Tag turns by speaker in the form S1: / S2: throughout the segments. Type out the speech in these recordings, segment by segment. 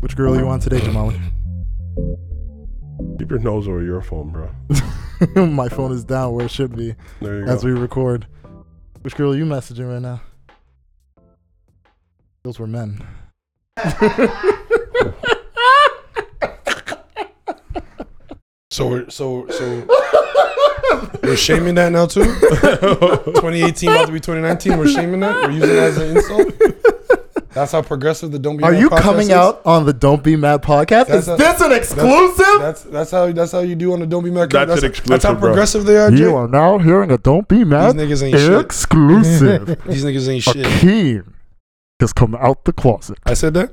S1: Which girl you want today, Jamali?
S2: Keep your nose over your phone, bro.
S1: My phone is down where it should be
S2: There you
S1: as
S2: go.
S1: we record. Which girl are you messaging right now? Those were men.
S3: So we're so so we're shaming that now too. 2018 about to be 2019. We're shaming that. We're using that as an insult. That's how progressive the don't be.
S1: Are
S3: mad
S1: you
S3: podcast is?
S1: coming out on the Don't Be Mad podcast?
S3: That's
S1: is
S3: a-
S1: this an exclusive?
S3: That's that's how that's how you do on the don't be mad.
S2: That's an
S3: That's how
S2: exclusive, bro.
S3: progressive they are.
S1: you
S3: Jay.
S1: are now hearing a Don't Be
S3: These
S1: Mad
S3: niggas ain't shit.
S1: exclusive.
S3: These niggas ain't shit.
S1: Akeem has come out the closet.
S3: I said that.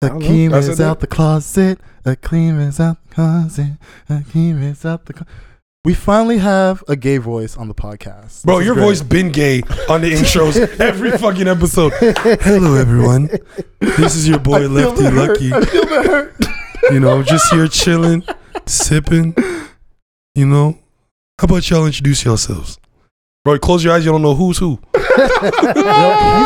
S3: don't know.
S1: Akeem
S3: I
S1: is
S3: said that.
S1: out the closet. Akeem is out the closet. Akeem is out the closet. We finally have a gay voice on the podcast.
S3: Bro,
S1: This is
S3: your
S1: great.
S3: voice been gay on the intros every fucking episode. Hello, everyone. This is your
S1: I
S3: boy
S1: feel
S3: Lefty
S1: the hurt.
S3: Lucky.
S1: I feel the hurt.
S3: You know, just here chilling, sipping. You know, how about y'all introduce yourselves? Bro, close your eyes. You don't know who's who.
S1: No,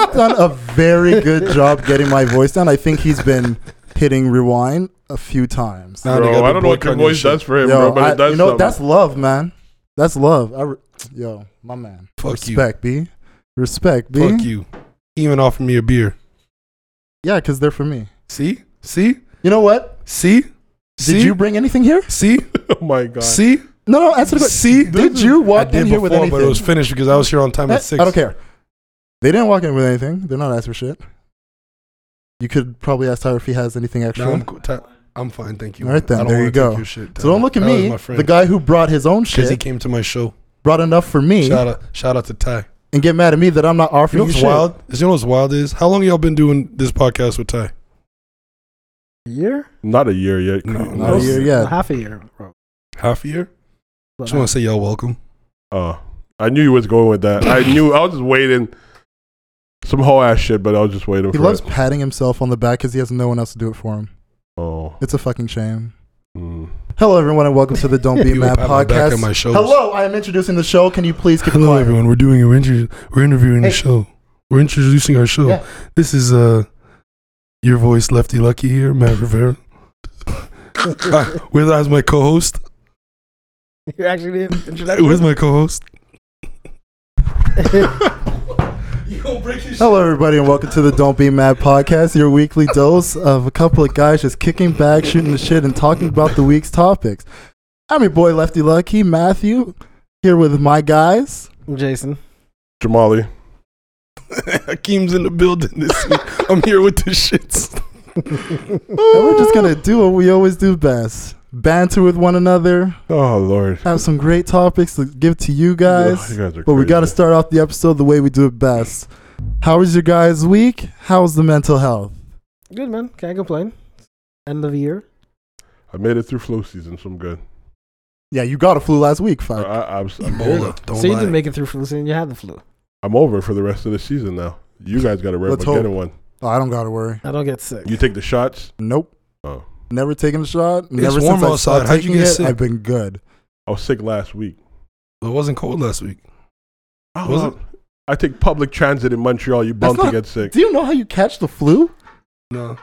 S1: he's done a very good job getting my voice down. I think he's been hitting rewind a few times.
S3: Nah, they got
S2: bro, I
S3: the
S2: don't know what your
S3: boycott and
S2: voice
S3: shit.
S2: does for him,
S1: Yo,
S2: bro, but
S1: I-
S2: it does
S1: you know
S2: something.
S1: that's love, man. That's love. I re- yo, my man.
S3: Fuck you.
S1: Respect, B. Respect, B.
S3: Fuck you. He even offered me a beer.
S1: Yeah, because they're for me.
S3: See? See?
S1: You know what?
S3: See?
S1: Did
S3: See?
S1: you bring anything here?
S3: See?
S2: oh my god.
S3: See?
S1: No, no. Answer the question.
S3: See?
S1: Did you
S3: I
S1: walk
S3: did
S1: in here
S3: before,
S1: with
S3: but it
S1: anything?
S3: was finished because I was here on time
S1: Eh,
S3: at six.
S1: I don't care. They didn't walk in with anything. They're not asked for shit. You could probably ask Tyler if he has anything extra.
S3: No, I'm, cool. Ty- I'm fine, thank you.
S1: All right then,
S3: I don't
S1: there
S3: wanna
S1: you
S3: take
S1: go.
S3: your shit,
S1: so don't
S3: Tyler.
S1: look at
S3: Tyler's
S1: me,
S3: my
S1: the
S3: friend.
S1: guy who brought his own
S3: because he
S1: shit,
S3: came to my show.
S1: brought enough for me,
S3: Shout out, shout out to Ty.
S1: and get mad at me that I'm not
S3: You know
S1: offering you,
S3: what's
S1: shit.
S3: wild? Is you know what's wild is how long y'all been doing this podcast with Ty?
S4: year?
S2: Not a year yet.
S3: No,
S2: Cre-
S1: Not a
S3: Nice.
S1: year yet.
S4: Half a year, bro.
S3: Half a year. Just want to say y'all welcome.
S2: Oh, I knew you was going with that. I knew. I was just waiting. Some whole ass shit, but I was just waiting
S1: He
S2: for
S1: loves
S2: it.
S1: patting himself on the back because he has no one else to do it for him.
S2: Oh.
S1: It's a fucking shame.
S2: Mm.
S1: Hello, everyone, and welcome to the Don't Be
S3: You will
S1: Mad
S3: pat my back
S1: podcast.
S3: and my shoulders.
S1: Hello, I am introducing the show. Can you please keep
S3: Hello,
S1: quiet?
S3: everyone. We're doing we're, inter- we're interviewing
S1: Hey.
S3: the show. We're introducing our show.
S1: Yeah.
S3: This is uh your voice, Lefty Lucky here, Matt Rivera. Uh, with as my co-host.
S4: You actually did
S3: With my co-host.
S1: Hello, everybody, and welcome to the Don't Be Mad podcast, your weekly dose of a couple of guys just kicking back, shooting the shit, and talking about the week's topics. I'm your boy Lefty Lucky, Matthew, here with my guys.
S4: Jason.
S2: Jamali.
S3: Hakeem's in the building this week. I'm here with the shits.
S1: And we're just going to do what we always do best banter with one another,
S2: Oh lord.
S1: have some great topics to give to you guys.
S2: Ugh, you guys are
S1: But we got to
S2: crazy.
S1: start off the episode the way we do it best. How was your guys' week? How was the mental health?
S4: Good man. Can't complain. End of the year.
S2: I made it through flu season, so I'm good.
S1: Yeah, you got a flu last week,
S2: I,
S1: fuck.
S2: I, I'm, s- I'm, over-
S3: Ebola. Don't
S4: so you
S3: lie.
S4: didn't make it through flu season. You had the flu.
S2: I'm over for the rest of the season now. You guys got to rep
S1: Let's
S2: but
S1: hope.
S2: getting one.
S1: Oh, I don't got to worry.
S4: I don't get sick.
S2: You take the shots.
S1: Nope.
S2: Oh,
S1: Never taken a shot. Never
S3: warm
S1: since I
S3: outside.
S1: stopped
S3: How'd you
S1: taking
S3: get
S1: it,
S3: sick?
S1: I've been good.
S2: I was sick last week.
S3: It wasn't cold last week.
S2: Oh,
S3: Was it?
S2: I take public transit in Montreal. You
S1: That's
S2: bound to
S1: not-
S2: get sick.
S1: Do you know how you catch the flu?
S3: No.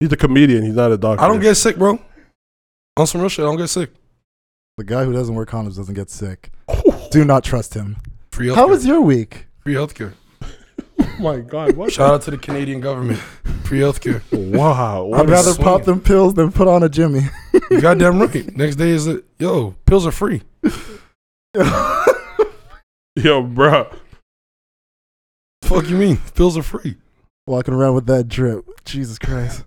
S2: He's a comedian. He's not a doctor.
S3: I don't get sick, bro. On some real shit, I don't get sick.
S1: The guy who doesn't wear condoms doesn't get sick. Do not trust him.
S3: Free healthcare.
S1: How was your week?
S3: free healthcare?
S2: Oh my god! What?
S3: Shout out to the Canadian government. Free healthcare.
S2: Wow. What
S1: I'd
S3: is
S1: rather pop
S3: swinging?
S1: them pills than put on a Jimmy.
S3: You goddamn right. Next day is a, yo, pills are free.
S2: Yo, bro.
S3: Fuck you mean? Pills are free.
S1: Walking around with that drip. Jesus Christ.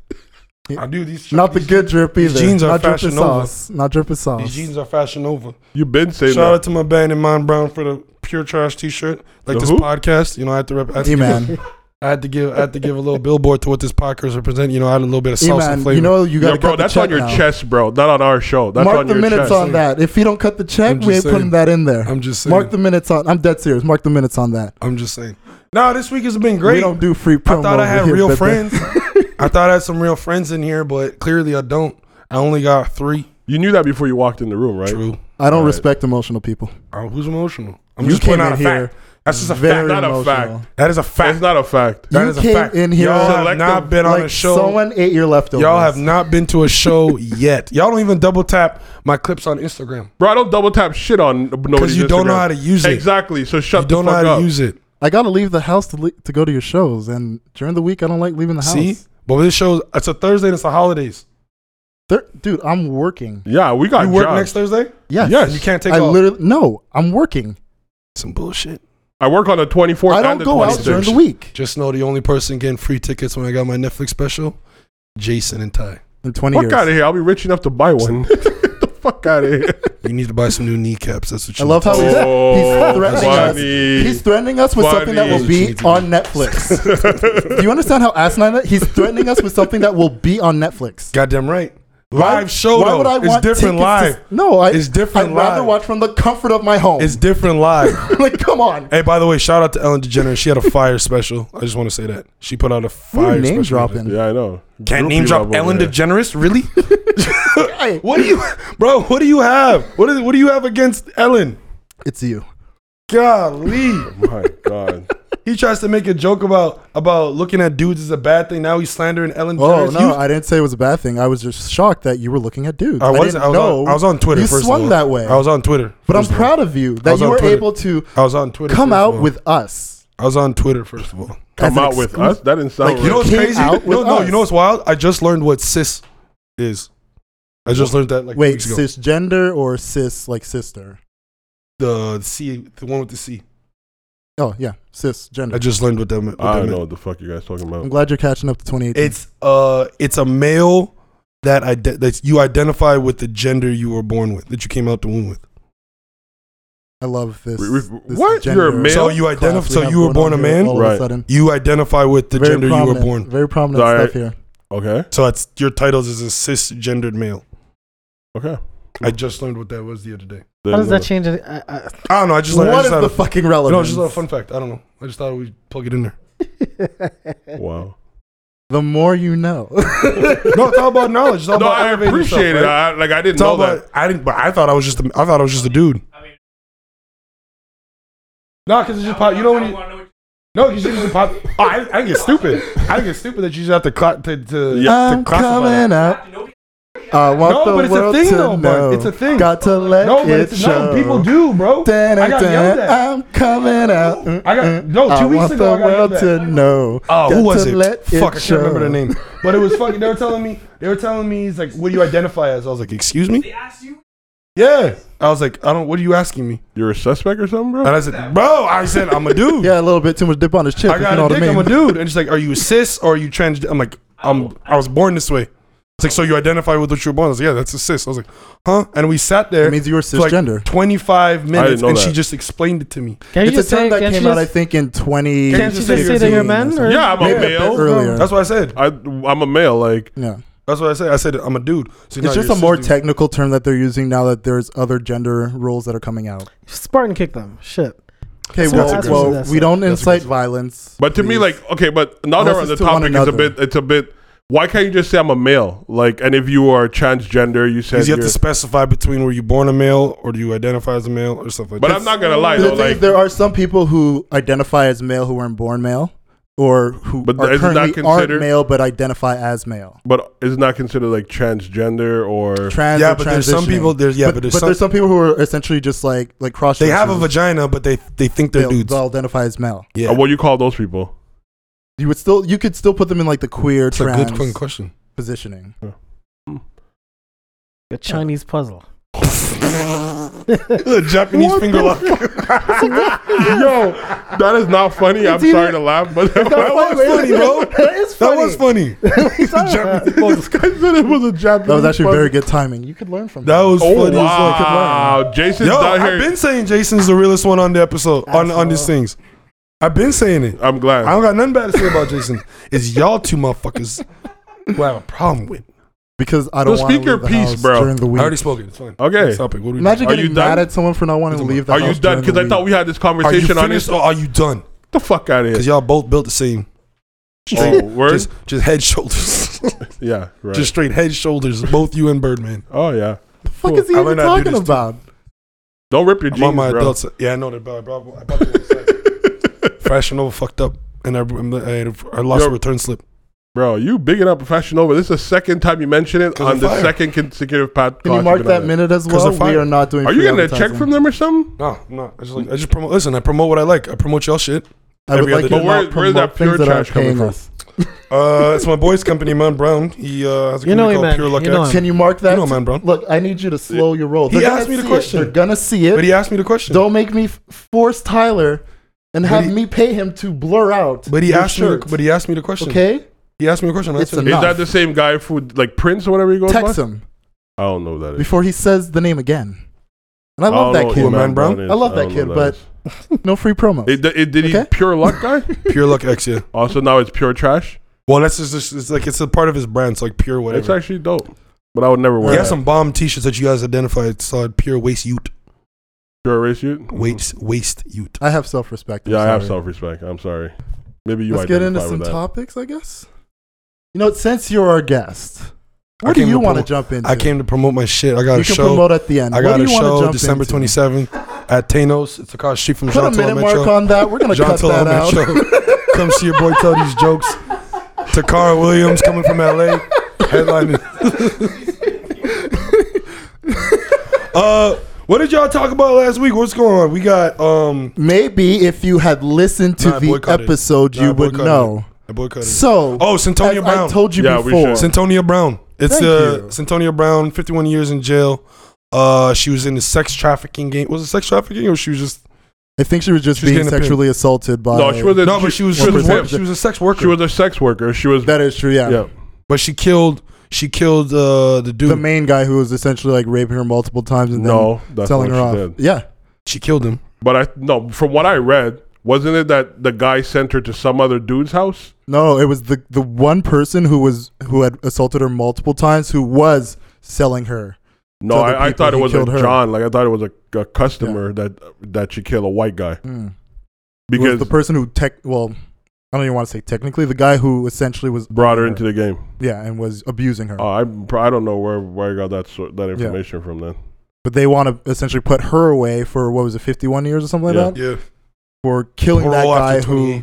S3: I do these
S1: Not the good drip
S3: these
S1: either.
S3: jeans are
S1: Not drip and
S3: Fashion Nova.
S1: sauce. Not drip and sauce.
S3: These jeans are fashion over.
S2: You've been saying
S3: Shout out to my band and mine Brown for the pure trash t shirt. Like
S2: The
S3: this
S2: who?
S3: podcast. You know, I had to rep I had to, give,
S1: E-man.
S3: I had to give I had to give a little billboard to what this podcast represents. You know, I had a little bit of salsa
S1: E-man,
S3: flavor.
S1: you know you
S2: that.
S1: got
S2: Yo, bro, that's on your chest, bro. Not on our show. That's
S1: Mark
S2: on
S1: the
S2: your
S1: minutes
S2: chest.
S1: on that. If you don't cut the check,
S3: I'm just
S1: we ain't
S3: saying.
S1: putting that in there.
S3: I'm just saying.
S1: Mark the minutes on. I'm dead serious. Mark the minutes on that.
S3: I'm just saying. Nah, this week has been
S1: We
S3: great.
S1: don't do free promo.
S3: I thought I
S1: over
S3: had
S1: here,
S3: real
S1: but
S3: friends. I thought I had some real friends in here, but clearly I don't. I only got three.
S2: You knew that before you walked in the room, right?
S3: True.
S1: I don't
S2: All right.
S1: respect emotional people.
S3: Uh, who's emotional? I'm
S1: You
S3: just
S1: came
S3: pointing out
S1: in
S3: a
S1: here
S3: fact. That's just a
S1: very
S3: fact. Not a,
S2: a fact.
S1: emotional.
S3: that is a fact.
S2: It's not a fact.
S3: That
S1: You
S3: is a
S1: came
S3: fact.
S1: in here
S3: Y'all have
S2: selective,
S3: not been on a
S1: Like
S3: show.
S1: someone ate your leftovers.
S3: Y'all have not been to a show yet. Y'all don't even double tap my clips on Instagram
S2: Bro, I don't double tap shit on nobody's
S3: because you don't know
S2: Instagram.
S3: how to use it.
S2: Exactly. So shut
S3: You don't
S2: the
S3: know
S2: fuck
S3: how to
S2: up.
S3: use it.
S1: I gotta leave the house to, le- to go to your shows, and during the week I don't like leaving the house.
S3: See, but this shows it's a Thursday. and It's the holidays.
S1: Thir- dude, I'm working.
S2: yeah, we got
S3: You work
S2: jobs.
S3: next Thursday.
S1: Yes,
S2: Yes.
S3: And you can't take
S1: I
S3: off.
S1: literally no, I'm working.
S3: Some bullshit.
S2: I work on the 24th
S1: I don't
S2: and the
S1: go out
S2: 26th.
S1: during the week
S3: Just know the only person getting free tickets when I got my Netflix special, Jason and Ty.
S1: in 20
S2: Fuck
S1: years.
S2: out of here. I'll be rich enough to buy one. Get the fuck out of here.
S3: You need to buy some new kneecaps. That's what
S1: I
S3: you.
S1: love how he's, he's
S2: Oh,
S1: threatening us.
S2: funny.
S1: He's threatening us with something that will be
S3: Funny.
S1: on Netflix. Do you understand how asinine that? He's threatening us with something that will be on Netflix.
S3: Goddamn right.
S1: Why-
S3: Live show
S1: why
S3: though.
S1: would I
S3: it's
S1: want
S3: different
S1: tickets
S3: live.
S1: to- no, I,
S3: It's different
S1: I'd rather
S3: live.
S1: watch from the comfort of my home.
S3: It's different live.
S1: like, come on.
S3: hey, by the way, shout out to Ellen DeGeneres. She had a fire special. I just want to say that she put out a
S1: Who are
S3: fire
S1: you name
S3: special.
S1: dropping?
S2: Yeah, I know.
S3: Can't
S2: Groupie
S3: name drop
S2: level
S3: Ellen
S2: there.
S3: DeGeneres. Really?
S1: Hey,
S3: What do you, bro? What do you have? What is? What do you have against Ellen?
S1: It's you.
S3: Golly.
S2: My God.
S3: He tries to make a joke about about looking at dudes is a bad thing. Now he's slandering Ellen.
S1: Oh
S3: DeGeneres.
S1: no, I didn't say it was a bad thing. I was just shocked that you were looking at dudes.
S3: I was.
S1: didn't
S3: I was,
S1: know.
S3: on, I was on Twitter.
S1: You
S3: first
S1: swung
S3: of all.
S1: that way.
S3: I was on Twitter.
S1: but I'm
S3: first of
S1: proud of you
S3: I
S1: that
S3: was
S1: you
S3: on
S1: were
S3: Twitter.
S1: able to
S3: all. I was on Twitter.
S1: come
S3: first
S1: out
S3: of all.
S1: with us.
S3: I was on Twitter first of all.
S1: as
S2: Come
S1: an
S2: out with
S1: exclusive-
S2: us? That didn't sound
S1: Like,
S2: right.
S3: You know what's
S1: Came
S3: crazy?
S1: out
S3: No,
S1: with
S3: no.
S1: us.
S3: You know what's wild? I just learned what cis is. I just learned that like
S1: Wait,
S3: weeks ago.
S1: cisgender or cis like sister?
S3: The C, the one with the C.
S1: Oh yeah,
S3: I
S1: cisgender.
S3: just learned what that meant. What
S2: I
S3: that
S2: don't know what
S3: meant.
S2: the fuck you guys talking
S1: I'm
S2: about.
S1: glad you're catching up to 2018.
S3: It's uh, it's a male that ide- that you identify with the gender you were born with, that you came out the womb with.
S1: I love this.
S2: We- we-
S1: this
S2: what?
S1: gender
S2: You're a man?
S3: So you
S1: class
S3: identify.
S1: we
S3: So
S1: have
S3: you were
S1: going
S3: born a
S1: on here
S3: man.
S1: All of a
S2: Right.
S1: sudden,
S3: You identify with the
S1: Very
S3: gender you were
S1: prominent-
S3: born.
S1: Very prominent
S2: All right.
S1: stuff here.
S2: Okay.
S3: So that's your titles is a cisgendered male.
S2: Okay. uh,
S3: I just learned what that was the other day.
S4: How does that change? Any, I, I,
S3: I don't know. I just learned. I
S1: What
S3: just
S1: is
S3: had
S1: the
S3: a-
S1: fucking
S3: no, it's
S1: relevance?
S3: just a fun fact. I don't know. I just thought we'd plug it in there.
S2: Wow.
S1: the more you know.
S3: No, it's all about knowledge. It's all
S2: No,
S3: about
S2: I
S3: elevating yourself,
S2: appreciate it.
S3: right?
S2: I, like I didn't
S3: It's all
S2: know
S3: about.
S2: that.
S3: I didn't. But I thought I was just. A, I thought I was just a dude. No, because it's just pop. You know when you. No, because you just pop. Oh, I, I get stupid. I get stupid that you just have to cla- to to, to
S1: I'm
S3: classify that.
S1: coming up. I want
S3: No,
S1: the
S3: but it's a
S1: world
S3: thing,
S1: to
S3: though, bud.
S1: know.
S3: It's a thing.
S1: Got to let
S3: No,
S1: it
S3: but it's,
S1: show.
S3: no, people do, bro.
S1: Dun,
S3: I got
S1: dun,
S3: yelled at.
S1: I'm coming out. Mm,
S3: I got-
S1: mm.
S3: no, two
S1: I
S3: weeks
S1: want
S3: ago, I
S1: the
S3: got yelled
S1: world
S3: at.
S1: to know.
S3: Oh, who
S1: Got
S3: was
S1: to
S3: it?
S1: let
S3: Fuck, I can't
S1: show.
S3: remember the name. But it was fucking. They were telling me. They were telling me. He's like, "What do you identify as?" I was like, "Excuse me." They asked you. Yeah. I was like, "I don't. What are you asking me?"
S2: You're a suspect or something,
S3: And
S2: bro?
S3: I said, "Bro, I said I'm a dude.
S1: Yeah, a little bit too much dip on his chip.
S3: I
S1: if you
S3: got
S1: know
S3: a
S1: what I
S3: dick. I'm
S1: mean.
S3: a dude." And she's like, "Are you cis or are you trans?" I'm like, "I'm. I was born this way." It's like, "So you identify with what you were born?" I was like, "Yeah, that's a cis." I was like, "Huh?" And we sat there.
S1: It means you were
S3: for like
S1: cisgender.
S3: 25 minutes,
S2: know
S3: and she
S2: that.
S3: just explained it to me.
S4: can you
S1: it's
S4: just
S1: a term
S4: say?
S1: that
S4: can't
S1: came
S4: you
S1: out, I
S4: just-
S1: think, in 20.
S4: Can't you just say that you're a man? Or
S2: Yeah, I'm a
S1: Maybe a
S2: male.
S1: bit earlier.
S3: That's what I said.
S2: I, I'm a male. Like
S1: Yeah.
S3: That's what I said. I said I'm a dude. So now
S1: It's just
S3: you're
S1: a more
S3: cis dude.
S1: technical term that they're using now that there's other gender roles that are coming out.
S4: Spartan kicked them. Shit.
S1: Okay,
S4: That's
S1: well,
S4: a good
S1: well,
S4: one. That's
S1: we
S4: a-
S1: don't
S3: that's a
S1: incite
S3: good-
S1: violence.
S2: But to me,
S1: please.
S2: like, okay, but now that
S1: Unless
S2: we're on the
S1: it's to one
S2: topic, it's a
S1: another.
S2: bit, it's a bit. Why can't you just say I'm a male? Like, and if you are transgender, you said
S3: Because you
S2: you're.
S3: have to specify between were you born a male or do you identify as a male or stuff like
S2: but
S3: that.
S2: I'm not gonna lie
S1: the
S2: though.
S1: thing
S2: Like,
S1: is, there are some people who identify as male who weren't born male, or who
S2: But
S1: are
S2: isn't that
S1: currently aren't
S2: considered-
S1: male but identify as male.
S2: but it's not considered like transgender or.
S1: Trans
S3: yeah,
S1: or
S3: but there's some
S1: transitioning.
S3: people. There's yeah,
S1: but,
S3: but,
S1: but
S3: there's, some,
S1: people who are essentially just like like cross.
S3: They have a
S1: dressers.
S3: vagina, but they they think they're
S1: They'll-
S3: dudes.
S1: They'll identify as male.
S3: yeah,
S2: Uh, what do you call those people?
S1: You would still you could still put them in like the queer
S3: that's a
S1: trans
S3: good fucking question.
S1: positioning.
S4: A Chinese puzzle.
S3: The Japanese finger lock.
S2: Yo, that is not funny. I'm
S4: either-
S2: sorry to laugh, but that
S3: That was funny, bro.
S4: That
S3: That
S4: is funny.
S3: was funny. Japanese puzzle.
S2: said it was a Japanese.
S1: That was actually
S2: puzzle.
S1: very good timing. You could learn from
S3: That was
S2: Oh
S3: funny. as fuck.
S2: wow, Jason's
S3: Yo,
S2: down
S3: I've
S2: here.
S3: been saying Jason's the realest one on the episode on on these things. I've been saying it.
S2: I'm glad.
S3: I don't got nothing bad to say about Jason. It's y'all two motherfuckers who I have a problem with.
S1: because I don't
S2: So
S1: want to
S2: speak your
S1: leave the
S2: peace,
S1: house
S2: bro.
S1: during the
S3: I
S1: week.
S3: already spoke it. It's fine.
S2: Okay.
S3: Next topic. What do we
S1: Imagine
S2: Are you
S1: getting
S2: done?
S1: mad at someone for not wanting to leave the
S2: Are
S1: house.
S2: you done?
S1: during
S2: Because
S1: the
S2: I thought
S1: week.
S2: we had this
S3: Are you
S2: conversation on
S3: finished
S2: this.
S3: or are you done?
S2: the fuck out of
S3: Because
S2: here.
S3: y'all both built the same.
S2: Oh, word?
S3: Just, just head shoulders.
S2: yeah, right.
S3: Just straight head shoulders. Both you and Birdman.
S2: oh yeah.
S1: The fuck
S2: Cool.
S1: is he
S3: I
S1: even
S3: learned how to do
S1: talking
S3: this too.
S1: about?
S2: Don't rip your
S3: I'm on
S2: jeans,
S3: my
S2: bro.
S3: adult side. Yeah, I know that. Bro, bro, I bought the wrong side. Fashion Nova fucked up, and I, I, I lost
S2: Yo.
S3: a return slip.
S2: Bro, you bigging up Fashion Nova. This is the second time you mention it
S3: 'Cause
S2: on
S3: of
S2: the
S3: fire.
S2: second consecutive podcast.
S1: Can you
S2: you've
S1: mark
S2: been
S1: that
S2: on it.
S1: minute as
S3: 'Cause
S1: well?
S3: of
S1: We
S3: fire.
S1: are not doing.
S2: Are you
S1: free
S2: getting a check
S1: advertising.
S2: from them or something?
S3: No, no. I just like I just promote. Listen, I promote what I like. I promote y'all shit.
S1: I would
S3: Every
S1: like
S3: other
S1: you
S3: day.
S1: to
S2: But where-
S1: not
S2: where's
S1: promote
S2: that
S1: things
S2: pure
S1: that aren't
S2: trash coming
S1: paying
S2: from?
S1: us.
S3: Uh, it's my boy's company, Man Brown. He uh, has a
S4: You know
S3: company
S4: him,
S3: called
S4: man.
S3: Pure Luck
S4: You know
S3: X.
S4: him.
S1: Can you mark that?
S3: You know Man Brown.
S1: Look, I need you to slow your roll.
S3: He
S1: They're gonna
S3: asked me the
S1: see it.
S3: question.
S1: They're gonna see it.
S3: But he asked me the question.
S1: Don't make me f- force Tyler and
S3: But
S1: have
S3: he-
S1: me pay him to blur out.
S3: but he
S1: your
S3: asked me.
S1: shirt.
S3: The, but he asked me the question.
S1: okay,
S3: He asked me a question. I
S1: It's
S3: answered
S1: a
S3: it.
S2: Is
S1: Enough.
S2: that the same guy who, like Prince or whatever he goes
S1: text
S2: by?
S1: him
S2: I don't know who that is.
S1: before he says the name again. And I love
S2: don't know
S1: that
S2: who
S1: kid.
S3: Cool Man Brown.
S2: is.
S1: I love that
S2: don't know
S1: kid,
S2: who
S1: but-
S2: is.
S1: No free promo.
S2: It, it, did he
S1: Okay.
S2: pure luck guy?
S3: Pure Luck X. Yeah.
S2: also, now it's pure trash.
S3: Well, that's just it's, like it's a part of his brand. It's like Pure
S2: It's
S3: whatever.
S2: actually dope, but I would never wear.
S3: he
S2: Yeah,
S3: has some bomb T-shirts that you guys identified. It's uh, Pure Waste Ute.
S2: Mm-hmm. pure race you.
S3: Waste Waste Ute.
S1: I have self respect.
S2: Yeah, I have self respect. I'm sorry. Maybe you
S1: Let's get into
S2: identify
S1: some
S2: with that.
S1: topics, I guess. You know, since you're our guest,
S3: I
S1: what do
S3: came
S1: you
S3: to
S1: want to
S3: promo-
S1: jump into?
S3: I came to promote my shit. I got
S1: You
S3: a
S1: can
S3: show.
S1: promote at the end.
S3: I
S1: what
S3: got
S1: do
S3: a
S1: you wanna
S3: show
S1: jump
S3: December
S1: into?
S3: twenty seventh at Thanos. It's across the street from
S1: Put a
S3: Jean
S1: minute
S3: Metro.
S1: mark on that. We're gonna
S3: John
S1: cut that out.
S3: Metro. Come see your boy tell these jokes. Takara Williams coming from LA, headlining. uh, what did y'all talk about last week? What's going on? We got um,
S1: Maybe if you had listened to
S3: Nah, I
S1: the
S3: boycotted it.
S1: episode,
S3: Nah, I
S1: you would
S3: boycotted
S1: know.
S3: I boycotted. it.
S1: So,
S3: oh, Centonia
S1: as
S3: Brown.
S1: I told you
S2: Yeah, we
S1: before.
S2: should.
S3: Centonia Brown. It's
S1: Thank
S3: the
S1: you.
S3: Centonia Brown, 51 years in jail. Uh, she was in the sex trafficking game. Was it sex trafficking or she was just
S1: I think she was just
S3: She was
S1: being
S3: getting a pimp.
S1: sexually assaulted by.
S2: No, she was a,
S3: no? But she was she
S1: One
S3: was,
S1: percent.
S3: work- she was a sex worker.
S2: She was a sex worker. She was.
S1: That is true. Yeah.
S2: yeah.
S3: but she killed she killed uh, the dude.
S1: The main guy who was essentially like raping her multiple times and
S2: No,
S1: then
S2: that's
S1: selling her
S2: what
S1: off.
S2: she did.
S1: Yeah.
S3: she killed him.
S2: But I no. From what I read, wasn't it that the guy sent her to some other dude's house?
S1: No, it was the the one person who was who had assaulted her multiple times who was selling her.
S2: No,
S1: To other
S2: I, I
S1: people,
S2: thought it
S1: he
S2: was a
S1: killed her.
S2: John. Like I thought it was a, a customer that that she killed a white guy
S1: Mm.
S2: Hmm. because
S1: was the person who tech well, I don't even want to say technically the guy who essentially was
S2: brought her into the game.
S1: yeah and was abusing her.
S2: Oh, I'm pr- I don't know where where I got that sort that
S1: Yeah.
S2: information from. Then
S1: but they want to essentially put her away for what was it, fifty one years or something
S2: Yeah.
S1: like that
S3: Yeah,
S1: for killing that guy who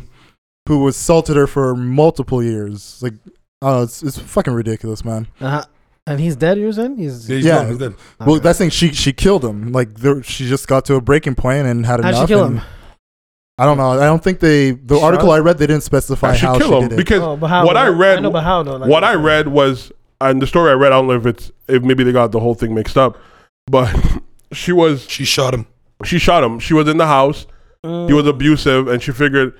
S1: who assaulted her for multiple years. Like, oh, it's it's fucking ridiculous, man.
S4: Uh, and he's dead. You're saying he's.
S3: Yeah, he's
S1: Yeah.
S3: done, he's done.
S1: Well,
S4: Okay.
S1: that's the thing. She she killed him. Like there, she just got to a breaking point and had
S4: How'd
S1: enough.
S4: she kill
S1: and
S4: him?
S1: I don't know. I don't think they. The
S4: Shot?
S1: article I read, they didn't specify
S2: I should
S1: how
S2: kill
S1: she
S2: him
S1: did it. Oh,
S2: because
S4: Oh, but how,
S2: what I read-
S4: I know, but how though? Like, uh,
S2: what I read was, and the story I read, I don't know if it's if maybe they got the whole thing mixed up, but she was
S3: She shot him.
S2: she shot him. She was in the house. He was
S4: Mm.
S2: abusive, and she figured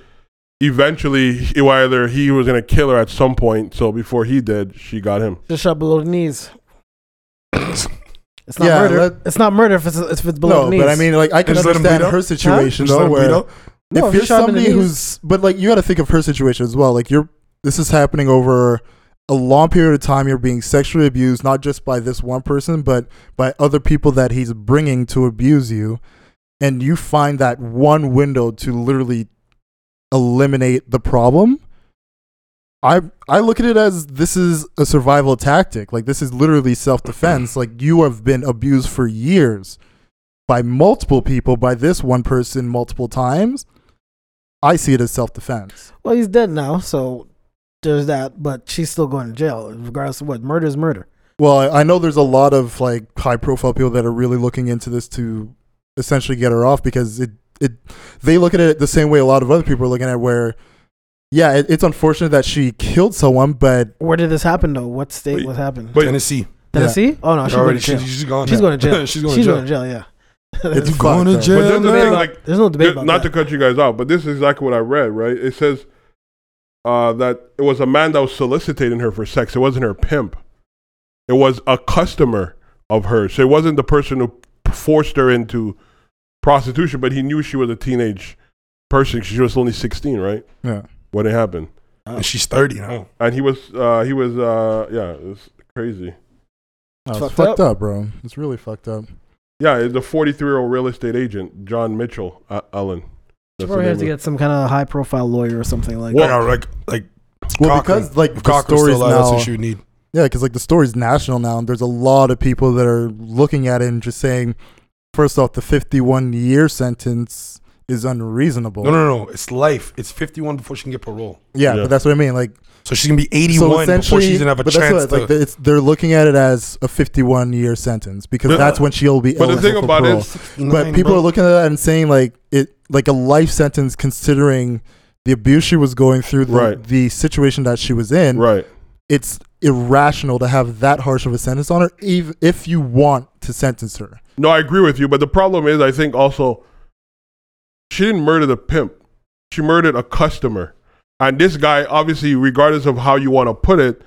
S2: eventually he, either he was gonna kill her at some point. So before he did, she got him.
S4: Just shot below the knees. It's not
S1: Yeah,
S4: murder.
S1: that-
S4: it's not murder if it's, if it's below
S1: no,
S4: the knees.
S1: but I mean, like I can
S3: Just let him
S1: understand
S3: bleed out?
S1: her situation
S3: Just
S1: though,
S3: let him bleed
S1: where
S3: out.
S4: No,
S1: if
S4: he
S1: you're
S4: shot him in the
S1: somebody
S4: knees.
S1: who's, but like you got to think of her situation as well. Like you're, this is happening over a long period of time. You're being sexually abused, not just by this one person, but by other people that he's bringing to abuse you, and you find that one window to literally eliminate the problem. I I look at it as this is a survival tactic. Like this is literally self defense. Like you have been abused for years by multiple people, by this one person multiple times. I see it as self defense.
S4: well, he's dead now, so there's that. But she's still going to jail, regardless of what. Murder is murder.
S1: Well, I, I know there's a lot of like high profile people that are really looking into this to essentially get her off because it it they look at it the same way a lot of other people are looking at it, where yeah, it, it's unfortunate that she killed someone, but
S4: Where did this happen though? What state?
S3: Wait,
S4: what happened?
S3: But Tennessee.
S4: Tennessee? Oh no, she's going
S3: already,
S4: to jail.
S3: she's, she's gone.
S4: She's going to jail.
S3: she's going
S4: she's
S3: to
S4: going
S3: jail.
S4: to jail. Yeah.
S1: it's
S3: Going
S1: fucked
S3: to
S1: up.
S3: jail.
S2: But that's the
S3: man.
S2: thing, like
S4: There's no debate
S2: Th-
S4: about
S2: not
S4: that.
S2: to cut you guys out, but this is exactly what I read. Right? It says uh, that it was a man that was soliciting her for sex. It wasn't her pimp. It was a customer of hers. So it wasn't the person who forced her into prostitution, but he knew she was a teenage person. She was only sixteen, right?
S1: Yeah.
S2: When it happened,
S3: And she's thirty now.
S2: and he was, uh, he was, uh, yeah, it's crazy.
S1: Oh, it's
S4: Fucked
S1: fucked up, bro. It's really fucked up.
S2: Yeah, the forty-three-year-old real estate agent John Mitchell uh, Ellen.
S4: She
S2: That's the
S4: probably has
S2: name
S4: to
S2: of-
S4: get some kind of high profile lawyer or something like
S2: Well,
S3: Well,
S4: that.
S3: like like
S1: Well,
S3: Cochran.
S1: because like
S3: if
S1: the
S3: Cochran's still
S1: story's
S3: alive, that's
S1: now,
S3: what she would need.
S1: Yeah, because like the story's national now, and there's a lot of people that are looking at it and just saying, first off, the 51 year sentence is unreasonable.
S3: No, no, no. It's life. It's 51 before she can get parole.
S1: Yeah,
S2: Yeah.
S1: but that's what I mean. Like,
S3: So she's gonna be
S1: so
S3: 81 before
S1: essentially,
S3: she's gonna have a
S1: but
S3: chance.
S1: that's what,
S3: to,
S1: like it's, they're looking at it as a 51 year sentence because
S2: Yeah.
S1: that's when she'll be.
S2: But the
S1: eligible
S2: thing
S1: for
S2: about it
S1: parole.
S2: is-
S1: but people are looking at that and saying like it, like a life sentence considering the abuse she was going through, the,
S2: Right.
S1: the situation that she was in.
S2: Right.
S1: It's irrational to have that harsh of a sentence on her, even if you want to sentence her.
S2: No, I agree with you, but the problem is, I think also, she didn't murder the pimp. She murdered a customer, and this guy, obviously, regardless of how you want to put it,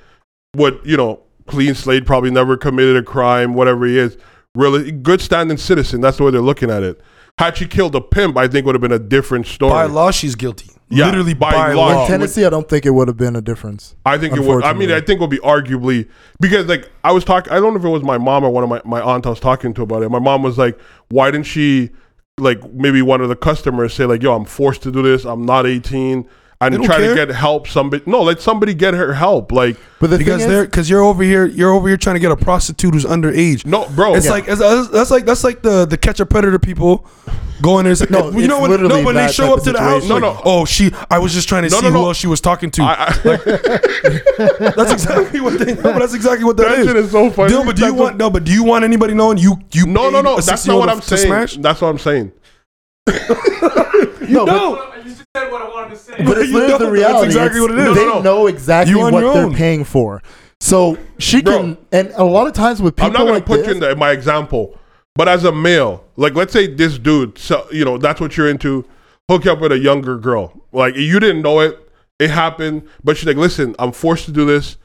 S2: would you know, clean slate, probably never committed a crime, whatever he is, really good standing citizen. That's the way they're looking at it. Had she killed a pimp, I think would have been a different story.
S3: by law, she's guilty.
S2: Yeah,
S3: Literally
S2: by
S3: by,
S2: law.
S3: law.
S1: in Tennessee, I don't think it would have been a difference.
S2: Oh, I think it would. I mean,
S1: Unfortunately.
S2: I think it would be arguably because like I was talking. I don't know if it was my mom or one of my my aunt I was talking to about it. My mom was like, "Why didn't she like maybe one of the customers say like, yo, I'm forced to do this. I'm not 18."
S3: They
S2: And
S3: don't
S2: try to
S3: care.
S2: get help. Somebody no, let somebody get her help. Like
S1: But the
S3: because
S1: thing
S3: they're
S1: is,
S3: because you're over here you're over here trying to get a prostitute who's underage.
S2: no, bro.
S3: It's like it's, uh, that's like that's like the the catch a predator people going there. It's like,
S1: No,
S3: you know
S1: it's
S3: when no
S1: literally
S3: when they
S1: that
S3: show
S1: type
S3: up
S1: of
S3: to the house. No,
S2: situation.
S3: no. Oh, she. I was just trying to
S2: No,
S3: see
S2: no, no.
S3: who else she was talking to.
S2: I, I,
S3: that's exactly what they. No, but that's exactly what
S2: That
S3: that is.
S2: shit is so funny.
S3: Dude, but do
S2: That's
S3: you want no? But do you want anybody knowing you? You
S2: no, no,
S3: paid
S2: no.
S3: a
S2: That's not
S3: 16-year-old
S2: what I'm
S3: to
S2: saying.
S3: smash?
S2: That's what I'm saying.
S1: no, but-
S3: No,
S5: You just said what I wanted to say.
S1: But it's
S3: You
S1: literally
S3: don't.
S1: the
S3: That's
S1: reality. It's-
S3: exactly what it is.
S1: They
S2: No, no, no.
S1: know exactly
S3: You on
S1: what
S3: your
S1: they're
S3: own.
S1: paying for. So she
S2: Bro.
S1: can, and a lot of times with people
S2: I'm not gonna
S1: like
S2: put
S1: this,
S2: you in the, my example, but as a male, like let's say this dude, so you know that's what you're into, hook you up with a younger girl, like you didn't know it, it happened, but she's like, listen, I'm forced to do this.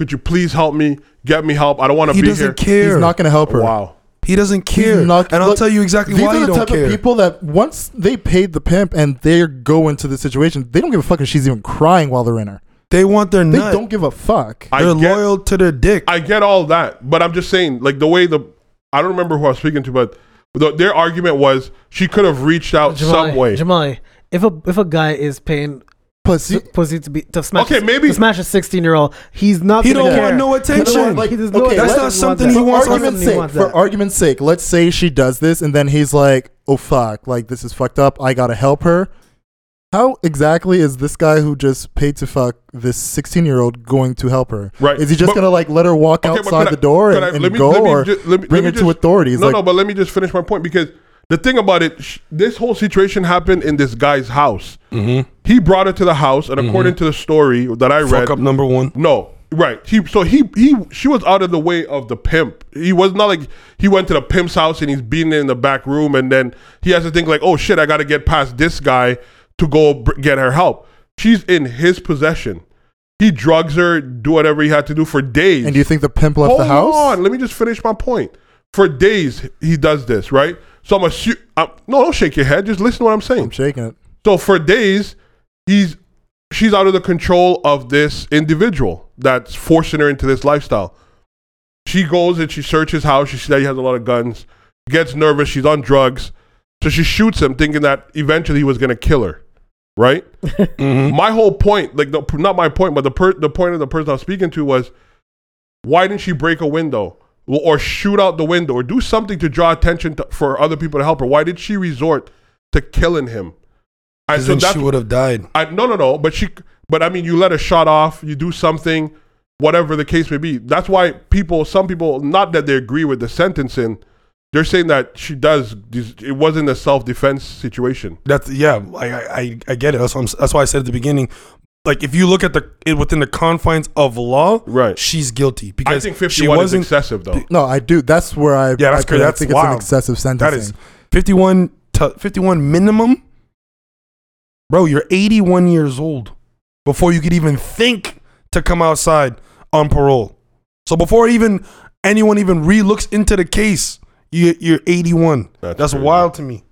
S2: Could you please help me? Get me help. I don't want to
S3: he
S2: be here.
S3: doesn't care.
S1: he's not going to help her.
S2: Wow.
S3: He doesn't
S1: He's
S3: care.
S1: not-
S3: and I'll
S1: look,
S3: tell you exactly
S1: these
S3: why
S1: are
S3: he
S1: the
S3: don't
S1: type
S3: care.
S1: of people that once they paid the pimp and they go into the situation, they don't give a fuck if she's even crying while they're in her.
S3: they want their
S1: They
S3: nut.
S1: don't give a fuck.
S2: I
S3: They're
S2: get-
S3: loyal to their dick.
S2: I get all that, but I'm just saying, like the way the I don't remember who I was speaking to, but the, their argument was she could have reached out
S4: Jamali,
S2: some way.
S4: Jamali, if a if a guy is paying
S1: Pussy.
S4: s- pussy to be to smash
S2: Okay,
S4: a-
S2: maybe-
S4: to smash a sixteen year old, he's not.
S3: He
S4: gonna
S3: don't
S4: care.
S3: want no attention.
S4: He don't want- he does
S1: Okay,
S4: want
S1: that's
S4: that.
S1: not
S4: He doesn't
S3: something he
S4: want that.
S3: wants.
S1: for argument's
S4: He
S1: sake,
S4: wants
S1: for
S4: that.
S1: argument's sake, let's say she does this and then he's like, "Oh fuck, like this is fucked up. I gotta help her." How exactly is this guy who just paid to fuck this sixteen-year-old going to help her?
S2: Right.
S1: Is he just
S2: But-
S1: gonna like let her walk
S2: Okay, but
S1: outside
S2: could I-
S1: the door
S2: could
S1: and,
S2: I-
S1: and
S2: let me-
S1: go,
S2: let me
S1: or
S2: ju- let me-
S1: bring
S2: let me
S1: her to
S2: just-
S1: authorities?
S2: No,
S1: like,
S2: no, but let me just finish my point because the thing about it, sh- this whole situation happened in this guy's house.
S1: Mm-hmm.
S2: He brought it to the house, and according to the story that I read,
S3: Fuck up number one.
S2: no, right. He so he he she was out of the way of the pimp. He was not like he went to the pimp's house and he's beaten in the back room, and then he has to think like, oh shit, I got to get past this guy to go br- get her help. She's in his possession. He drugs her, do whatever he had to do for days.
S1: and do you think the pimp left
S2: Hold
S1: the house?
S2: on, let me just finish my point. For days he does this, right? So I'm assuming. No, don't shake your head. Just listen to what I'm saying.
S1: I'm shaking it.
S2: So for days, he's she's out of the control of this individual that's forcing her into this lifestyle. She goes and she searches his house. She sees that he has a lot of guns. Gets nervous. She's on drugs, so she shoots him, thinking that eventually he was gonna kill her. Right.
S3: Mm-hmm.
S2: My whole point, like the, not my point, but the per, the point of the person I was speaking to was, why didn't she break a window or or shoot out the window or do something to draw attention to, for other people to help her? Why did she resort to killing him? And
S3: Because
S2: so
S3: then
S2: that's
S3: she would have died.
S2: I, no, no, no. But she, but I mean, you let a shot off, you do something, whatever the case may be. That's why people, some people, not that they agree with the sentencing, they're saying that she does. these- It wasn't a self defense situation.
S3: That's yeah. I I, I- I get it. That's what I'm, that's why I said at the beginning. Like if you look at the it within the confines of law,
S2: Right.
S3: She's guilty
S2: I
S3: because
S2: think
S3: she
S2: 51 is
S3: wasn't.
S2: excessive, though.
S1: No, I do. That's where I.
S3: Yeah, that's
S1: I,
S3: crazy.
S1: I
S3: That's
S1: think it's an
S3: wild.
S1: excessive sentence.
S3: That is 51 to 51 minimum. Bro, you're 81 years old before you could even think to come outside on parole. So before even anyone even re-looks into the case, you, you're 81.
S2: That's
S3: That's,
S2: crazy.
S3: wild to me.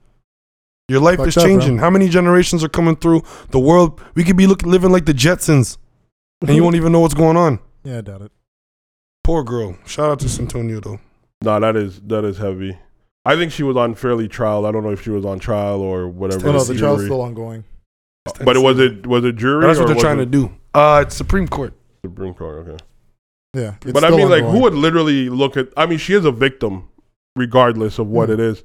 S3: Your life
S1: Fucked
S3: is
S1: up, bro.
S3: changing. How many generations are coming through the world? We could be look, living like the Jetsons, and you won't even know what's going on.
S1: Yeah, I doubt it.
S3: Poor girl. Shout out to Santonio though.
S2: No, that is that is heavy. I think she was on fairly trial. I don't know if she was on trial or whatever.
S1: Oh, no,
S2: It's
S1: the
S2: jury.
S1: trial's still ongoing.
S2: Uh, But it was it was it jury.
S3: That's what they're
S2: or
S3: trying to
S2: was
S3: do. Uh, it's Supreme Court.
S2: it Supreme Court, okay.
S1: Yeah, it's
S2: but I
S1: still
S2: mean, like,
S1: ongoing.
S2: who would literally look at? I mean, she is a victim, regardless of what
S1: Hmm.
S2: it is.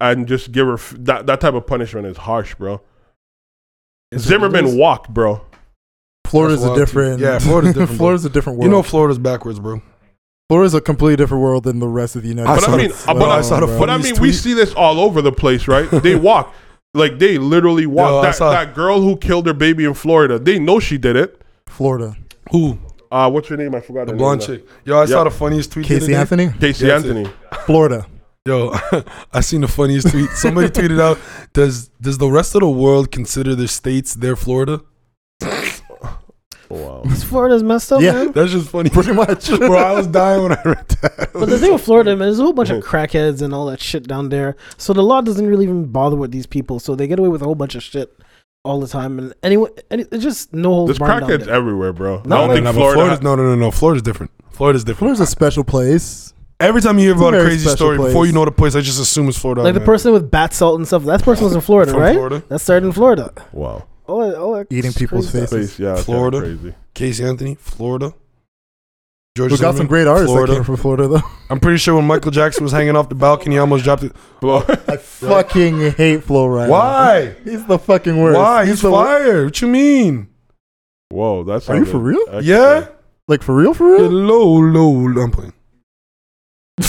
S2: and just give her f- that that type of punishment is harsh, bro. Zimmerman walked, bro.
S1: Florida's
S3: That's
S1: a
S3: wild, too.
S1: different.
S3: Yeah, Florida's different, bro.
S1: Florida's a different world.
S3: You know Florida's backwards, bro.
S1: Florida's a completely different world than the rest of the United
S3: I
S2: But
S1: States.
S2: I,
S3: saw
S2: mean,
S3: the-
S2: uh, but
S3: I
S2: I,
S3: saw the
S2: but I
S3: funniest
S2: mean, we
S3: tweet.
S2: see this all over the place, right? They walk, like they literally walk.
S3: Yo, I
S2: that
S3: saw-
S2: that girl who killed her baby in Florida, they know she did it.
S1: Florida.
S3: Who?
S2: Uh, what's her name? I forgot.
S3: The
S2: her
S3: blonde
S2: name now.
S3: chick. Yo, I saw
S2: Yep.
S3: the funniest tweet. the other
S1: Casey
S3: day.
S1: Anthony.
S2: Casey
S3: That's it.
S2: Anthony.
S1: Florida.
S3: Yo, I seen the funniest tweet. Somebody tweeted out, "Does does the rest of the world consider their states their Florida?"
S2: Wow.
S4: Is Florida's messed up,
S1: Yeah.
S4: man.
S3: That's just funny,
S1: Pretty much.
S3: bro. I was dying when I read that.
S4: But the thing with Florida, man, there's a whole bunch of crackheads and all that shit down there. So the law doesn't really even bother with these people. So they get away with a whole bunch of shit all the time. And anyone, any, it's just no holds
S2: There's
S4: barred down
S2: crackheads
S4: there.
S2: everywhere, bro. I
S4: No,
S2: don't
S4: no,
S2: think
S3: no, but
S2: Florida.
S3: Florida's, no, no, no, no. Florida's different. Florida's different.
S1: Florida's a special place.
S3: Every time you hear
S1: It's a
S3: about a
S1: very
S3: crazy
S1: special
S3: story,
S1: place.
S3: before you know the place, I just assume it's Florida.
S4: Like the
S3: man.
S4: person with bat salt and stuff. That person was in Florida,
S3: From
S4: right?
S3: Florida?
S4: That started in Florida.
S2: wow.
S4: All that, all that
S1: Eating
S4: crazy
S1: people's
S4: stuff.
S1: faces.
S2: Face, yeah, it's kinda
S3: Florida.
S2: Crazy.
S3: Casey Anthony, Florida. George
S1: We got some
S3: Zimmerman,
S1: great artists
S3: Florida.
S1: that came from Florida, though.
S3: I'm pretty sure when Michael Jackson was hanging off the balcony, he almost dropped it.
S2: Flo-
S1: I fucking hate Flo right
S3: Why?
S1: now. He's the fucking worst.
S3: Why? He's,
S1: the wor-
S3: fired. What you mean?
S2: Whoa, that's.
S1: Are you for real?
S3: Yeah.
S1: Like, for real, for real?
S3: Hello, low. low. I'm playing. You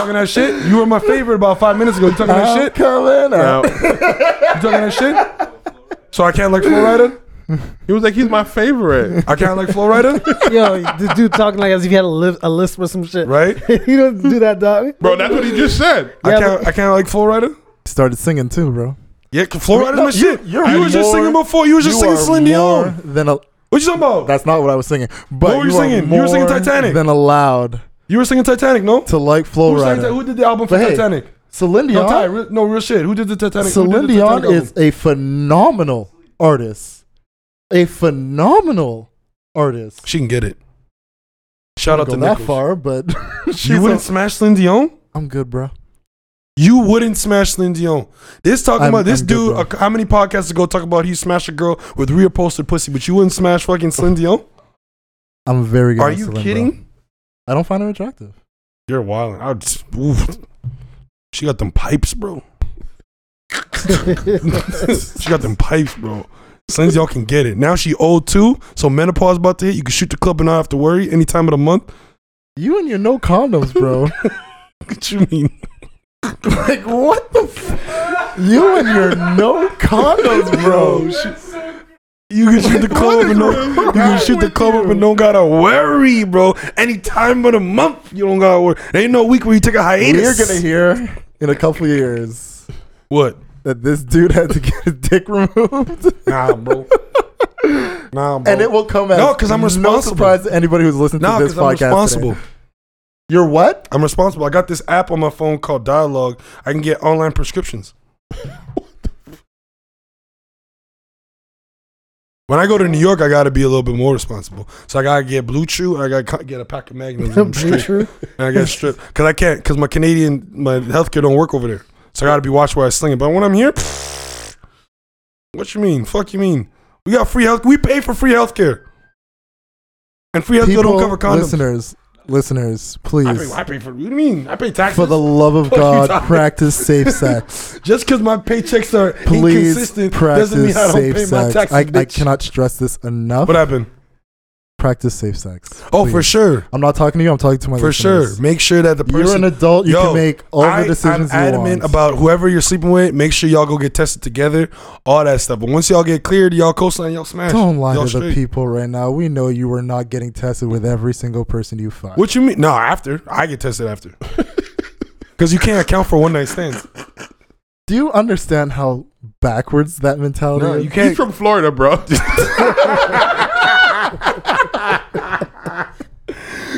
S3: talking that shit? You were my favorite about five minutes ago. You talking that shit?
S1: coming
S2: Now,
S3: You talking that shit? So I can't like Florida?
S2: he was like, he's my favorite.
S3: I can't like Florida?
S4: Yo, this dude talking like as if he had a, li- a list for some shit.
S3: Right?
S4: you don't do that, dog.
S2: Bro, that's what he just said.
S3: I
S4: Yeah,
S3: can't. I can't like Florida.
S1: Started singing, too, bro.
S3: Yeah, Florida's my shit.
S1: you're
S3: you was just
S1: more-
S3: singing before. You was just
S1: You
S3: singing
S1: are
S3: Celine
S1: more
S3: Dion.
S1: Than a,
S3: What you talking about?
S1: that's not what I was singing. But
S3: What were you
S1: are
S3: singing? You were singing
S1: more
S3: Titanic.
S1: Than allowed
S3: you were singing Titanic, no?
S1: to like Flo
S3: Who, sang Ti-
S1: Rida.
S3: who did the album for
S1: But hey,
S3: Titanic?
S1: Celine
S3: No, Ty,
S1: Dion,
S3: real, no real shit. Who did the Titanic? who did the
S1: Celine Dion
S3: Titanic
S1: is a phenomenal artist. A phenomenal artist.
S3: She can get it. Shout out
S1: Go
S3: to
S1: that
S3: Nichols.
S1: far, but
S3: You
S1: she's
S3: wouldn't
S1: a-
S3: smash Celine Dion.
S1: I'm good, bro.
S3: You wouldn't smash Celine Dion. This talking
S1: I'm-
S3: about this
S1: I'm good,
S3: dude.
S1: bro.
S3: uh, how many podcasts ago talk about he smashed a girl with rear posted pussy, but you wouldn't smash fucking Celine Dion?
S1: I'm very good.
S3: Are
S1: at
S3: you
S1: Celine, bro.
S3: kidding?
S1: I don't find her attractive.
S3: You're wild. I would just, oof. She got them pipes, bro. she got them pipes, bro. Sons y'all can get it. Now she old too, so menopause about to hit. You can shoot the club and not have to worry any time of the month.
S1: You and your no condoms, bro.
S3: What you mean?
S1: like what the? F- you and your no condoms, bro.
S3: You can shoot the club up and no. You can shoot the club up and don't gotta worry, bro. Any time of the month, you don't gotta worry. There ain't no week where you take a
S1: We're
S3: hiatus.
S1: gonna hear in a couple of years
S3: what?
S1: that this dude had to get his dick removed,
S3: Nah, bro. Nah, bro.
S1: and it will come as
S3: No, 'cause I'm
S1: No
S3: responsible.
S1: surprise to anybody who's listening
S3: nah,
S1: to this
S3: because
S1: podcast.
S3: I'm
S1: today.
S3: responsible.
S1: You're what?
S3: I'm responsible. I got this app on my phone called Dialogue. I can get online prescriptions. when I go to New York, I got to be a little bit more responsible. So I got to get Blue Chew. I got to get a pack of Magnums. and
S4: Blue
S3: strip.
S4: Chew?
S3: And I got stripped because I can't because my Canadian my healthcare don't work over there. So I got to be watched where I sling it. But when I'm here, what you mean? Fuck you mean? We got free health. We pay for free healthcare. And free healthcare don't cover condoms.
S1: listeners, listeners,
S3: I,
S1: please,
S3: pay, I pay for. What do you mean? I pay taxes.
S1: for the love of
S3: Fuck you,
S1: God,
S3: Tyler.
S1: practice safe sex.
S3: Just because my paychecks are
S1: Please
S3: inconsistent
S1: practice
S3: doesn't mean I don't
S1: safe
S3: pay my
S1: sex.
S3: taxes.
S1: I, I
S3: bitch.
S1: cannot stress this enough.
S3: What happened?
S1: practice safe sex.
S3: Oh,
S1: please.
S3: for sure,
S1: I'm not talking to you. I'm talking to my
S3: for
S1: listeners.
S3: sure. Make sure that the
S1: You're
S3: person.
S1: an adult. You
S3: Yo,
S1: can make all
S3: I,
S1: the decisions
S3: I'm
S1: you
S3: adamant
S1: want.
S3: about whoever you're sleeping with. Make sure y'all go get tested together. All that stuff. But once y'all get cleared, y'all cosign, y'all smash.
S1: Don't lie
S3: y'all
S1: to the
S3: straight.
S1: people right now. We know you were not getting tested with every single person you fuck.
S3: What you mean? No, after I get tested after. Because you can't account for one night stands.
S1: Do you understand how backwards that mentality
S3: No,
S1: is?
S3: you
S2: He's
S3: can't.
S2: from Florida, bro.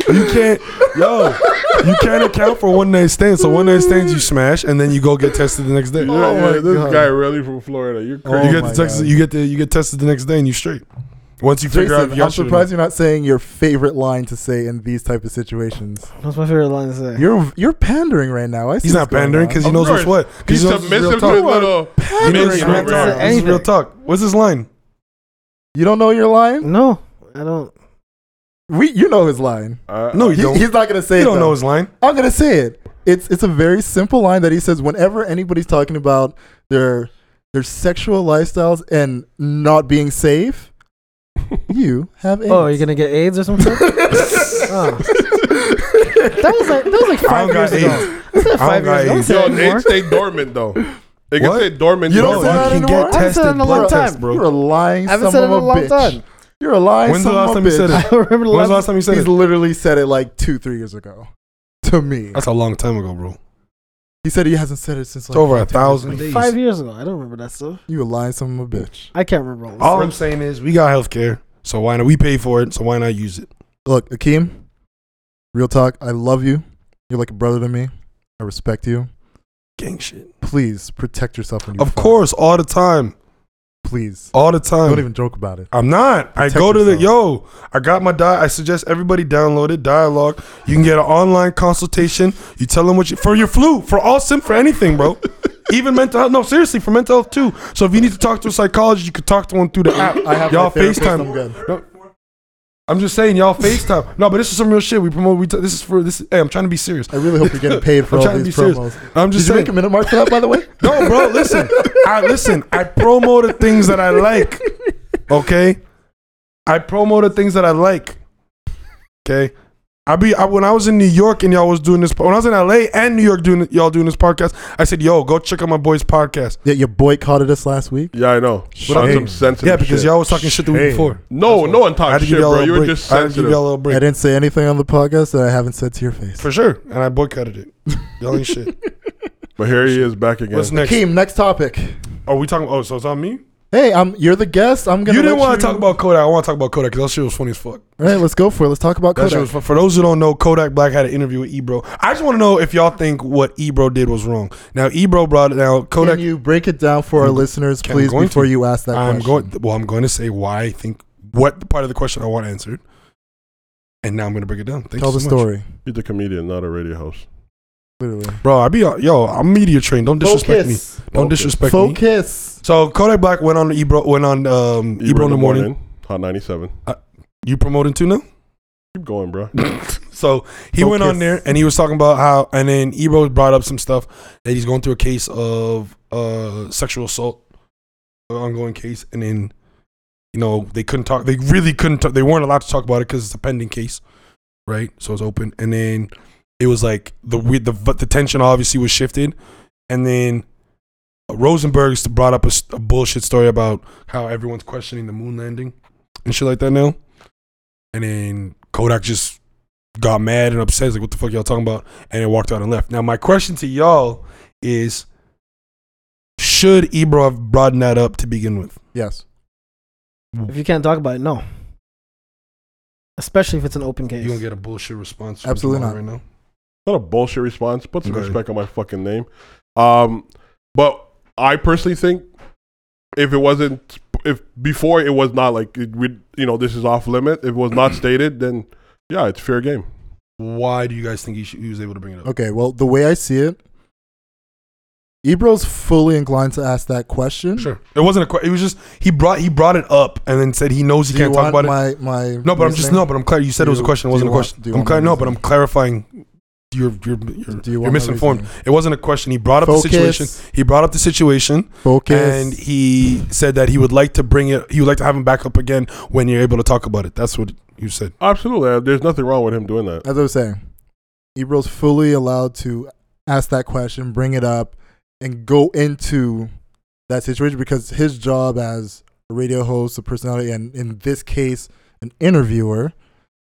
S3: You can't, yo. You can't account for one night stands. So one night stands, you smash, and then you go get tested the next day.
S2: Yeah, yeah,
S1: Oh, my
S2: this
S1: God.
S2: guy really from Florida. You're
S1: Oh
S2: crazy.
S3: you get
S1: my
S3: the Texas,
S1: God.
S3: you get the you get tested the next day and you straight. Once you figure out if
S1: Jason,
S3: you
S1: I'm surprised you're not saying your favorite line to say in these type of situations.
S4: That's my favorite line to say.
S1: You're you're pandering right now. I see
S3: he's
S1: what's
S3: not
S1: going
S3: pandering
S1: on.
S3: because he
S2: Of
S3: knows
S2: course.
S3: what's what. 'Cause
S2: He's
S3: he knows this is
S2: submissive to
S3: real
S2: a
S3: talk.
S2: little.
S3: He knows
S2: Pandering.
S3: this is
S2: I'm
S3: real
S2: not saying
S3: talk. This is real
S4: anything.
S3: talk. What's his line?
S1: you don't know your line.
S4: No, I don't.
S1: We, you know his line.
S2: I-
S3: No,
S1: He,
S3: you don't.
S1: he's not gonna say
S3: You
S1: it.
S3: don't
S1: though.
S3: know his line.
S1: I'm gonna say it. It's it's a very simple line that he says whenever anybody's talking about their their sexual lifestyles and not being safe. You have AIDS.
S4: Oh, you're gonna get AIDS or something? Oh. That was like that was like
S3: I
S4: five
S3: don't got AIDS.
S4: years ago. That's not
S3: I don't
S4: five
S3: got
S4: years ago. I don't
S3: AIDS.
S4: say
S2: Yo,
S4: that anymore.
S2: it stayed dormant though. It can
S3: What?
S2: stay dormant.
S1: You
S2: for
S1: don't
S2: a
S1: say
S2: month.
S1: that
S3: you can
S1: anymore?
S3: get
S1: I haven't
S4: said
S3: tested
S4: that in a
S3: blood
S4: long time.
S3: test,
S1: You're a
S3: bro.
S1: lying
S4: I haven't
S1: son
S4: said it
S1: of
S4: in
S1: a
S4: a long
S1: bitch.
S4: time.
S1: You're a lying
S3: When's the
S1: son of
S3: last
S1: a
S3: time you said
S1: bitch.
S3: it?
S4: I don't remember the
S3: When's
S4: last.
S3: the last time you said
S1: He's
S3: it?
S1: literally said it like two, three years ago. To me.
S3: That's a long time ago, bro.
S1: He said he hasn't said it since
S3: It's
S1: like
S3: over a
S1: 15 years
S3: thousand
S1: ago.
S3: days.
S4: Five years ago. I don't remember that stuff.
S1: You a lying son of a bitch.
S4: I can't remember. All this.
S3: All I'm saying is we got health care, so why not? We pay for it, so why not use it?
S1: Look, Akeem, real talk, I love you. You're like a brother to me. I respect you.
S3: Gang shit.
S1: Please protect yourself when you
S3: Of
S1: fuck.
S3: course, Um, all the time,
S1: Please.
S3: all the
S1: Don't
S3: time.
S1: even joke about it.
S3: I'm not. I
S1: Protect
S3: go to the
S1: yourself.
S3: yo. I got my di I suggest everybody download it. Dialogue. You can get an online consultation. You tell them what you for your flu, for all sim, for anything, bro. Even mental health. No, seriously, for mental health too. So if you need to talk to a psychologist, you could talk to one through the app.
S1: I have
S3: y'all
S1: my therapist, I'm
S3: FaceTime.
S1: good.
S3: I'm just saying, y'all FaceTime. No, but this is some real shit. We promote. We t- this is for this. Hey, I'm trying to be serious.
S1: I really hope you're getting paid for
S3: I'm
S1: all
S3: trying to
S1: these
S3: be serious.
S1: promos.
S3: I'm
S1: Did
S3: just
S1: you
S3: saying.
S1: make a minute mark for that, by the way?
S3: No, bro, listen. I listen. I promo the things that I like. Okay, I promo the things that I like. Okay, I be I, when I was in New York and y'all was doing this. When I was in LA and New York doing y'all doing this podcast, I said, "Yo, go check out my boys' podcast."
S1: Yeah, you boycotted us last week.
S2: Yeah, I know. On
S1: Shame.
S2: some sensitive.
S3: yeah, because
S2: shit.
S3: y'all was talking shit the
S1: Shame.
S3: week before.
S2: No,
S3: That's
S2: no
S3: why.
S2: one
S3: I had
S2: talked
S3: to give
S2: shit,
S3: y'all a
S2: bro.
S3: little
S2: You were
S3: break.
S2: just
S3: I had to give y'all
S2: sensitive.
S3: a little
S1: I
S3: break
S1: didn't say anything on the podcast that I haven't said to your face.
S3: for sure, and I boycotted it. Y'all ain't shit.
S2: But here he is back again.
S3: What's next?
S1: Akeem, next topic.
S3: Are we talking? Oh, so it's on me.
S1: Hey, I'm. You're the guest. I'm
S3: You
S1: gonna.
S3: didn't
S1: let
S3: want to talk about Kodak. I want to talk about Kodak because that shit was funny as fuck.
S1: All right, let's go for it. Let's talk about
S3: That shit
S1: Kodak.
S3: was fun. For those who don't know, Kodak Black had an interview with Ebro. I just want to know if y'all think what Ebro did was wrong. Now Ebro brought it now Kodak.
S1: Can you break it down for our
S3: I'm go-
S1: listeners,
S3: I'm
S1: please,
S3: going
S1: before
S3: to.
S1: you ask that
S3: I'm
S1: question?
S3: going. Well, I'm going to say why I think what part of the question I want answered, and now I'm going to break it down. Thank
S1: Tell
S3: you
S1: the
S3: so much.
S1: story.
S2: He's a comedian, not a radio host.
S1: Literally.
S3: bro. I be uh, yo. I'm media trained. Don't disrespect
S1: Focus.
S3: me. Don't
S2: Focus.
S3: disrespect me.
S1: Focus.
S3: So Kodak Black went on Ebro. Went on um, Ebro, in the morning.
S2: Hot 97.
S3: You promoting too now?
S2: Keep going, bro.
S3: So he went on
S1: Focus.
S3: there and he was talking about how, and then Ebro brought up some stuff that he's going through a case of uh sexual assault, an ongoing case, and then you know they couldn't talk. They really couldn't. Talk, they weren't allowed to talk about it because it's a pending case, right? So it's open, and then it was like the we- the but the tension obviously was shifted, and then. Rosenberg's brought up a, s- a bullshit story about how everyone's questioning the moon landing and shit like that now. And then Kodak just got mad and upset. He's like, what the fuck y'all talking about? And then walked out and left. Now, my question to y'all is should Ebro have broadened that up to begin with?
S1: Yes.
S4: If you can't talk about it, no. Especially if it's an open
S3: you
S4: case.
S3: going to get a bullshit response. from
S1: Absolutely
S3: Jamal
S1: not.
S3: Right now?
S2: not a bullshit response. Put some
S3: Right.
S2: respect on my fucking name. Um, but I personally think if it wasn't, if before it was not like it, we, you know, this is off limit. If it was not stated, then yeah, it's fair game.
S3: Why do you guys think he, should, he was able to bring it up?
S1: Okay, well, the way I see it, Ebro's fully inclined to ask that question.
S3: Sure. It wasn't a question. It was just he brought he brought it up and then said he knows he
S1: Do you
S3: can't talk
S1: want
S3: about it.
S1: my, my
S3: No, but I'm just no, but I'm clear. You said
S1: Do
S3: it was a
S1: you-
S3: question. It
S1: do
S3: wasn't
S1: you
S3: a
S1: want-
S3: question.
S1: do you
S3: I'm
S1: want
S3: clear.
S1: my
S3: No, but I'm
S1: reasoning?
S3: clarifying. You're you're you're,
S1: Do you
S3: you
S1: want my
S3: are misinformed.
S1: reasoning?
S3: It wasn't a question. He brought up the situation.
S1: Focus.
S3: He brought up the situation.
S1: Focus.
S3: and he said that he would like to bring it. He would like to have him back up again when you're able to talk about it. That's what you said.
S2: Absolutely, uh, there's nothing wrong with him doing that.
S1: As I was saying, Ebro's fully allowed to ask that question, bring it up, and go into that situation because his job as a radio host, a personality, and in this case, an interviewer,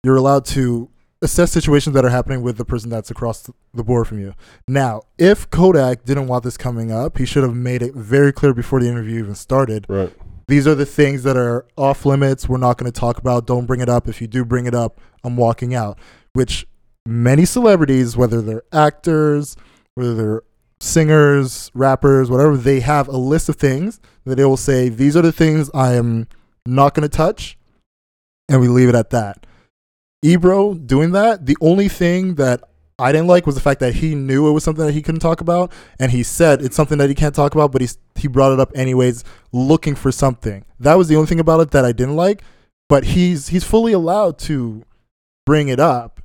S1: you're allowed to assess situations that are happening with the person that's across the board from you. Now, if Kodak didn't want this coming up, he should have made it very clear before the interview even started
S2: Right.
S1: these are the things that are off limits. We're not going to talk about. Don't bring it up. If you do bring it up, I'm walking out. Which many celebrities, whether they're actors, whether they're singers, rappers, whatever, they have a list of things that they will say, these are the things I am not going to touch. And we leave it at that. Ebro doing that, the only thing that I didn't like was the fact that he knew it was something that he couldn't talk about, and he said it's something that he can't talk about, but he he brought it up anyways, looking for something. That was the only thing about it that I didn't like. But he's he's fully allowed to bring it up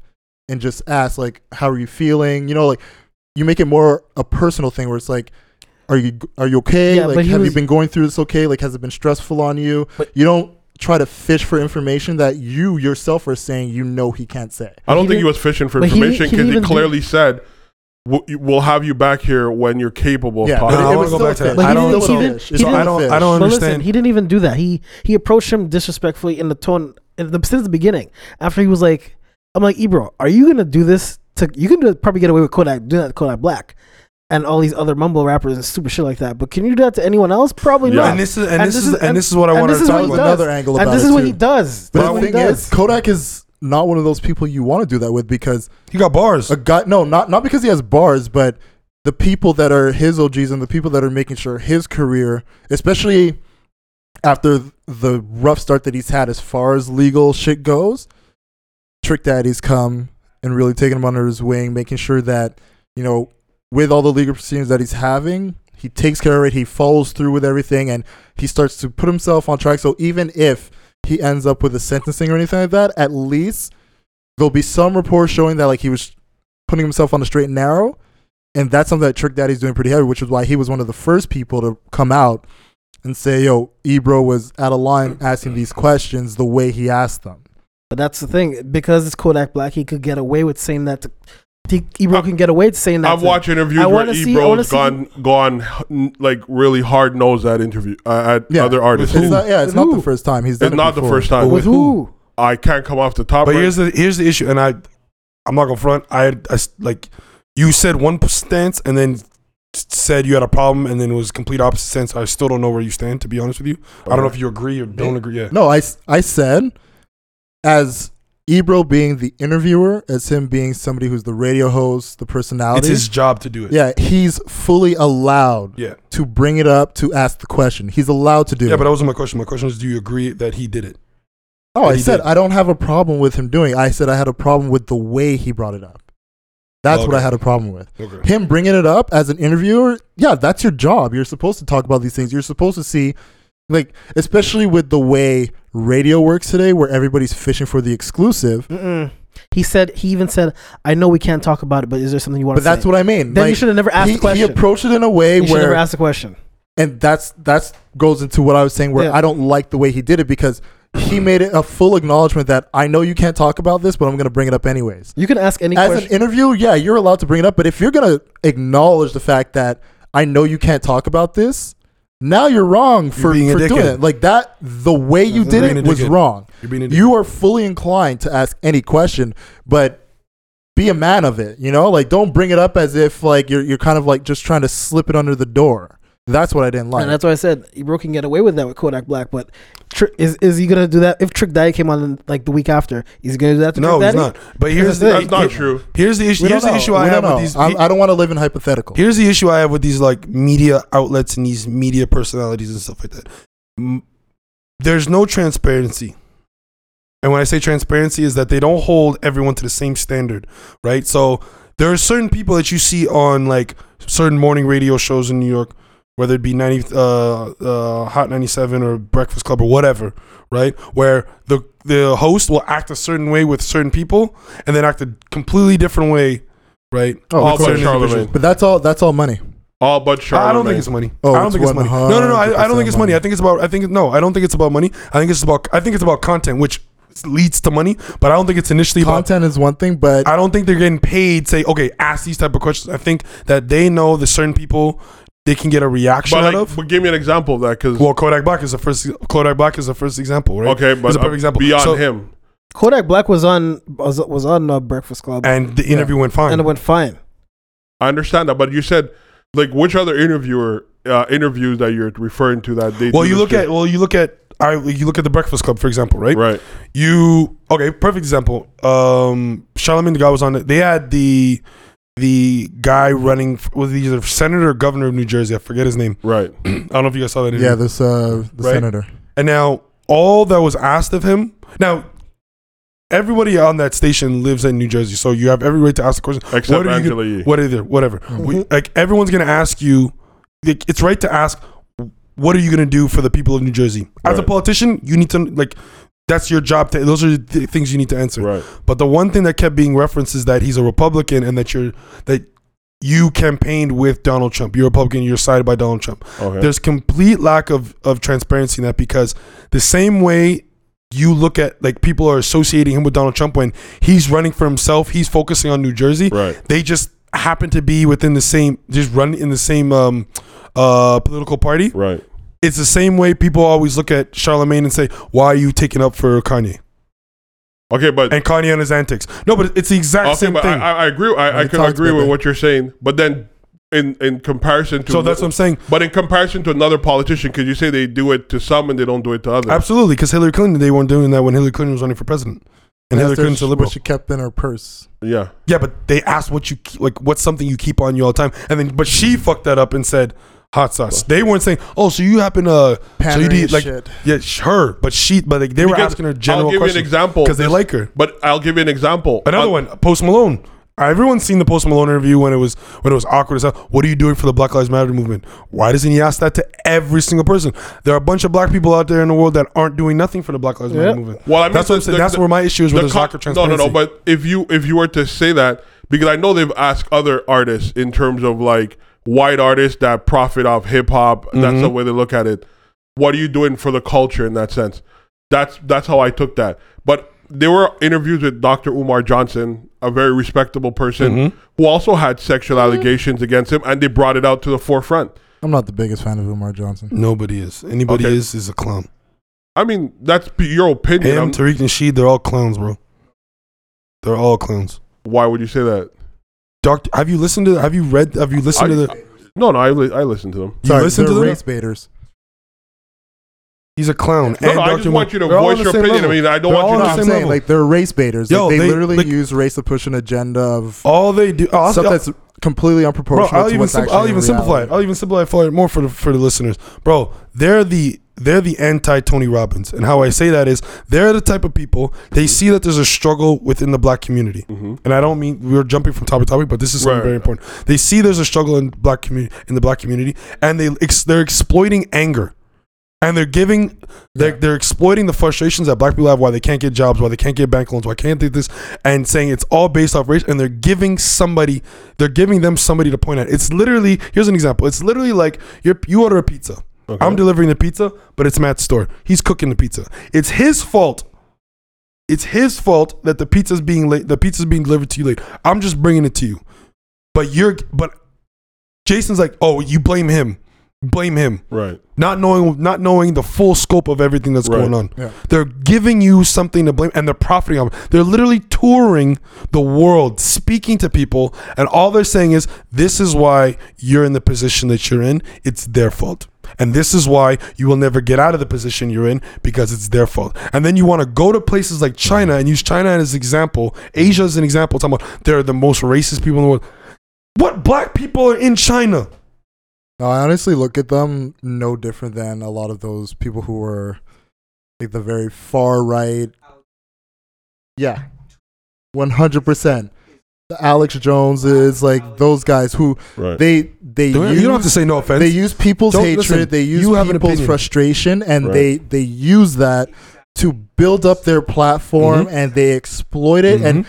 S1: and just ask like, "How are you feeling?" You know, like you make it more a personal thing where it's like. Are you are you okay?
S4: Yeah,
S1: like,
S4: but he
S1: have
S4: was-
S1: you been going through this okay? Like, has it been stressful on you?
S4: But-
S1: you don't try to fish for information that you yourself are saying you know he can't say.
S2: I don't
S4: He
S2: think he
S4: didn't-
S2: was fishing for
S4: but he didn't-
S2: information
S4: he
S2: because
S4: didn't
S2: he,
S4: even do-
S2: clearly said, we'll, you- "We'll have you back here when you're capable
S1: Yeah,
S2: of
S1: but
S3: No,
S1: it
S3: I
S2: talking."
S3: wanna
S1: was
S3: go
S1: still
S3: back to
S1: a fish.
S3: that.
S4: I
S1: It's
S4: don't-
S1: still a
S4: he didn't-
S1: fish.
S4: he
S1: It's
S4: didn't-
S1: still a
S4: I
S3: don't-
S1: fish.
S3: I don't-
S4: But listen,
S3: understand.
S4: he didn't even do that. He he approached him disrespectfully in the tone in the, since the beginning. After he was like, "I'm like Ebro, are you gonna do this? To you can do, probably get away with Kodak doing that to Kodak Black." And all these other mumble rappers and stupid shit like that, but can you do that to anyone else? Probably
S2: Yeah.
S4: not.
S3: And this is and, this is and this is what I
S4: and
S3: wanted
S4: this
S3: to
S4: is what
S1: That
S3: talk
S4: he
S1: was
S3: about.
S4: does.
S1: another angle about
S4: and this
S1: it
S4: is what
S1: too.
S4: he does. This is
S1: But the
S4: what he
S1: thing
S4: does.
S1: is, Kodak is not one of those people you want to do that with because
S3: He got bars.
S1: a guy. No, not not because he has bars, but the people that are his OGs and the people that are making sure his career, especially after the rough start that he's had as far as legal shit goes, Trick Daddy's come and really taken him under his wing, making sure that you know with all the legal proceedings that he's having, he takes care of it. He follows through with everything, and he starts to put himself on track. So even if he ends up with a sentencing or anything like that, at least there'll be some report showing that like he was putting himself on the straight and narrow. And that's something that Trick Daddy's doing pretty heavy, which is why he was one of the first people to come out and say, yo, Ebro was out of line asking these questions the way he asked them.
S4: But that's the thing because it's Kodak Black, he could get away with saying that. To, he, Ebro can get away with saying that.
S2: I've
S4: to-
S2: watched interviews
S4: I
S2: where
S4: wanna see- I wanna
S2: Ebro's
S4: see-
S2: gone gone n- like really hard nosed at interview uh, at
S1: Yeah.
S2: other
S1: It's
S2: artists. It's
S1: not, yeah, it's
S4: With
S1: not
S4: who?
S1: the first time. He's done
S2: not
S1: it
S2: the
S1: before.
S2: first time.
S4: with who?
S2: I can't come off the top.
S3: But
S2: right
S3: here's the here's the issue, and I, I'm not gonna front. I, I s- like, you said one p- stance, and then s- said you had a problem, and then it was complete opposite stance. I still don't know where you stand, to be honest with you. I don't know if you agree or don't agree. Yeah,
S1: No, I, s- I said, as Ebro being the interviewer, as him being somebody who's the radio host, the
S3: it's
S1: personality.
S3: his job to do it.
S1: yeah, he's fully allowed
S3: yeah,
S1: to bring it up to ask the question. He's allowed to do
S3: yeah.
S1: it.
S3: But that wasn't my question. My question is, do you agree that he did it?
S1: Oh,
S3: that
S1: I
S3: he
S1: said
S3: did.
S1: I don't have a problem with him doing. it. I said I had a problem with the way he brought it up. That's what
S3: Okay.
S1: I had a problem with.
S3: Okay.
S1: Him bringing it up as an interviewer, yeah, that's your job. You're supposed to talk about these things. You're supposed to see, like, especially with the way radio works today, where everybody's fishing for the exclusive.
S4: Mm-mm. He said. He even said, "I know we can't talk about it, but is there something you want
S1: But
S4: to
S1: that's
S4: say?"
S1: what I mean.
S4: Then
S1: like,
S4: you should have never asked
S1: he,
S4: the question.
S1: he approached it in a way
S4: you should
S1: where
S4: never ask the question.
S1: and that's that's goes into what I was saying where
S4: Yeah.
S1: I don't like the way he did it because he made it a full acknowledgement that I know you can't talk about this, but I'm gonna bring it up anyways.
S4: You can ask any
S1: As
S4: question.
S1: an interview, yeah, you're allowed to bring it up, but if you're gonna acknowledge the fact that I know you can't talk about this, now you're wrong for,
S3: being a
S1: for doing
S3: dickhead.
S1: it. Like that, the way you
S3: You're
S1: did
S3: being
S1: it
S3: a
S1: was
S3: dickhead.
S1: wrong.
S3: You're being a
S1: You are fully inclined to ask any question, but be a man of it. You know, like don't bring it up as if like you're you're kind of like just trying to slip it under the door. That's what I didn't like.
S4: and that's why I said Ebro can get away with that with Kodak Black, but Tri- is is he gonna do that if Trick Daddy came on like the week after? Is he gonna do that to
S3: no,
S4: Trick
S3: he's
S4: Daddy?
S3: not. But here's
S4: That's
S3: the
S2: That's not true.
S3: here's the issue.
S1: We don't
S3: Here's the
S1: know.
S3: issue
S1: We
S3: I
S1: don't
S3: have
S1: know.
S3: with these.
S1: I'm, I don't want to live in hypothetical.
S3: Here's the issue I have with these like media outlets and these media personalities and stuff like that. M- There's no transparency. And when I say transparency is that they don't hold everyone to the same standard, right? So there are certain people that you see on like certain morning radio shows in New York, whether it be 90 uh, uh, Hot 97 or Breakfast Club or whatever, right? Where the the host will act a certain way with certain people and then act a completely different way, right?
S1: Oh,
S3: All
S1: of course.
S3: certain individuals.
S2: Charlemagne.
S1: But that's all. That's all money.
S2: All but Charlemagne.
S3: I don't think it's money.
S1: Oh,
S3: I don't
S1: it's
S3: think it's money. No, no, no. I, I don't think it's money. I think it's about. I think no. I don't think it's about money. I think it's about. I think it's about content, which leads to money. But I don't think it's initially about.
S1: Content is one thing, but
S3: I don't think they're getting paid. Say, okay, ask these type of questions. I think that they know the certain people they can get a reaction
S2: But,
S3: out
S2: like,
S3: of.
S2: but give me an example of that because
S3: Well, Kodak Black is the first. Kodak Black is the first example, right?
S2: okay, but
S3: It's a perfect
S2: uh,
S3: example.
S2: beyond
S3: So-
S2: him,
S4: Kodak Black was on was, was on uh, Breakfast Club and,
S3: And the interview went fine.
S4: it went fine.
S2: I understand that. But you said like which other interviewer uh, interviews that you're referring to that they
S3: well,
S2: do
S3: you
S2: this
S3: look
S2: shit?
S3: at. Well, you look at. I, you look at the Breakfast Club, for example, right?
S2: right.
S3: You okay? Perfect example. Um, Charlemagne the guy was on it. They had the the guy running was he either senator or governor of New Jersey. I forget his name.
S2: Right.
S3: I don't know if you guys saw that.
S1: yeah,
S3: interview.
S1: this uh, the
S3: Right.
S1: senator.
S3: And now all that was asked of him. Now everybody on that station lives in New Jersey, so you have every right to ask the question.
S2: Except
S3: are you
S2: Angela Yee.
S3: What either, whatever.
S1: Uh, Mm-hmm.
S3: We- like everyone's gonna ask you. Like, it's right to ask. What are you gonna do for the people of New Jersey? As a
S2: Right.
S3: politician, you need to like. That's your job. To, those are the things you need to answer.
S2: Right.
S3: But the one thing that kept being referenced is that he's a Republican and that you're that you campaigned with Donald Trump. You're a Republican. You're sided by Donald Trump.
S2: Okay.
S3: There's complete lack of of transparency in that because the same way you look at like people are associating him with Donald Trump when he's running for himself, he's focusing on New Jersey.
S2: Right.
S3: They just happen to be within the same, just run in the same um, uh, political party.
S2: right.
S3: It's the same way people always look at Charlemagne and say, "Why are you taking up for Kanye?"
S2: Okay, but
S3: And Kanye on his antics. No, but it's the exact
S2: okay,
S3: same
S2: but
S3: thing.
S2: I, I- I agree. I, I
S3: It
S2: can
S3: talks
S2: agree
S3: about
S2: with
S3: that.
S2: what you're saying, but then in in comparison to
S3: so that's what I'm saying.
S2: But in comparison to another politician, because you say they do it to some and they don't do it to others.
S3: Absolutely, because Hillary Clinton, they weren't doing that when Hillary Clinton was running for president, and Hillary
S1: That's
S3: Clinton's a
S1: what
S3: liberal.
S1: she kept in her purse.
S2: Yeah.
S3: Yeah, but they asked what you keep, like, what's something you keep on you all the time, and then but
S2: Hmm.
S3: she fucked that up and said hot sauce. They weren't saying, oh, so you happen to so you
S1: Pandering
S3: did like
S1: shit.
S3: yeah, sh- her, but she, but like, they were
S2: Because
S3: asking her
S2: I'll
S3: general
S2: give you an
S3: questions
S2: example
S3: because they
S2: This-
S3: like her.
S2: But I'll give you an example.
S3: Another
S2: Uh,
S3: one, Post Malone. Everyone's seen the Post Malone interview when it was when it was awkward as hell. What are you doing for the Black Lives Matter movement? Why doesn't he ask that to every single person? There are a bunch of black people out there in the world that aren't doing nothing for the Black Lives Matter
S4: Yeah.
S3: movement.
S2: Well, I mean,
S3: that's what I'm
S2: the-
S3: saying.
S2: the-
S3: that's where my issue is with
S2: the
S3: this
S2: co-
S3: lack of transparency.
S2: No, no, no. But if you if you were to say that, because I know they've asked other artists in terms of like white artists that profit off hip hop.
S3: Mm-hmm.
S2: That's the way they look at it. What are you doing for the culture in that sense? That's that's how I took that. But there were interviews with Dr. Umar Johnson, a very respectable person
S3: Mm-hmm.
S2: who also had sexual allegations against him, and they brought it out to the forefront.
S1: I'm not the biggest fan of Umar Johnson.
S3: Nobody is. Anybody
S2: Okay.
S3: is is a clown.
S2: I mean, that's p- your opinion.
S3: Him,
S2: I'm-
S3: Tariq, and Sheed, they're all clowns, bro. They're all clowns.
S2: why would you say that?
S3: Doctor, have you listened to? Have you read? Have you listened to the?
S2: I- no, no, I, li- I listen to them.
S3: You
S1: Sorry,
S3: listen
S1: they're
S3: to them?
S1: race baiters.
S3: He's a clown.
S2: No,
S3: and
S2: no, I
S3: Dr.
S2: just want you to
S3: They're all
S2: voice
S3: on the
S2: your
S3: same
S2: opinion.
S3: level.
S2: I mean, I don't
S3: They're
S2: want
S3: all
S2: you
S1: No,
S2: to.
S3: Oh, on the
S1: I'm
S3: same
S1: saying
S3: level.
S1: like they're race baiters.
S3: Yo,
S1: like, they,
S3: they-
S1: literally
S3: like-
S1: use race to push an agenda of
S3: All they do. I'll-
S1: stuff
S3: I'll-
S1: that's completely unproportionate.
S3: Bro, I'll
S1: to
S3: even
S1: what's
S3: sim-
S1: actually
S3: I'll even
S1: in
S3: simplify it.
S1: reality.
S3: I'll even simplify it more for the for the listeners, bro. They're the they're the anti Tony Robbins, and how I say that is they're the type of people they see that there's a struggle within the black community,
S2: Mm-hmm.
S3: and I don't mean we're jumping from topic to topic, but this is something
S2: Right.
S3: very important. They see there's a struggle in black community in the black community, and they ex- they're exploiting anger. And they're giving, they're, they're exploiting the frustrations that black people have, why they can't get jobs, why they can't get bank loans, why can't they this, and saying it's all based off race. And they're giving somebody, they're giving them somebody to point at. It's literally, here's an example. It's literally like you're, you order a pizza. I'm delivering the pizza, but it's Matt's store. He's cooking the pizza. It's his fault. It's his fault that the pizza's being late. The pizza's being delivered to you late. I'm just bringing it to you, but you're, but Jason's like, oh, you blame him, blame him
S2: Right.
S3: not knowing not knowing the full scope of everything that's
S2: Right.
S3: going on.
S1: Yeah.
S3: They're giving you something to blame and they're profiting on. it. They're literally touring the world, speaking to people, and all they're saying is this is why you're in the position that you're in. It's their fault. And this is why you will never get out of the position you're in because it's their fault. And then you want to go to places like China and use China as an example, Asia as an example, talking about they're the most racist people in the world. What black people are in China?
S1: No, I honestly look at them no different than a lot of those people who were like the very far right. Yeah, one hundred percent. The Alex Joneses, like those guys who
S2: Right.
S1: they they
S3: You
S1: use,
S3: don't have to say no offense.
S1: they use people's
S3: Don't-
S1: hatred,
S3: listen,
S1: they use
S3: you have an
S1: people's
S3: opinion.
S1: frustration, and
S2: Right.
S1: they they use that to build up their platform
S3: Mhm.
S1: and they exploit it
S3: Mm-hmm.
S1: and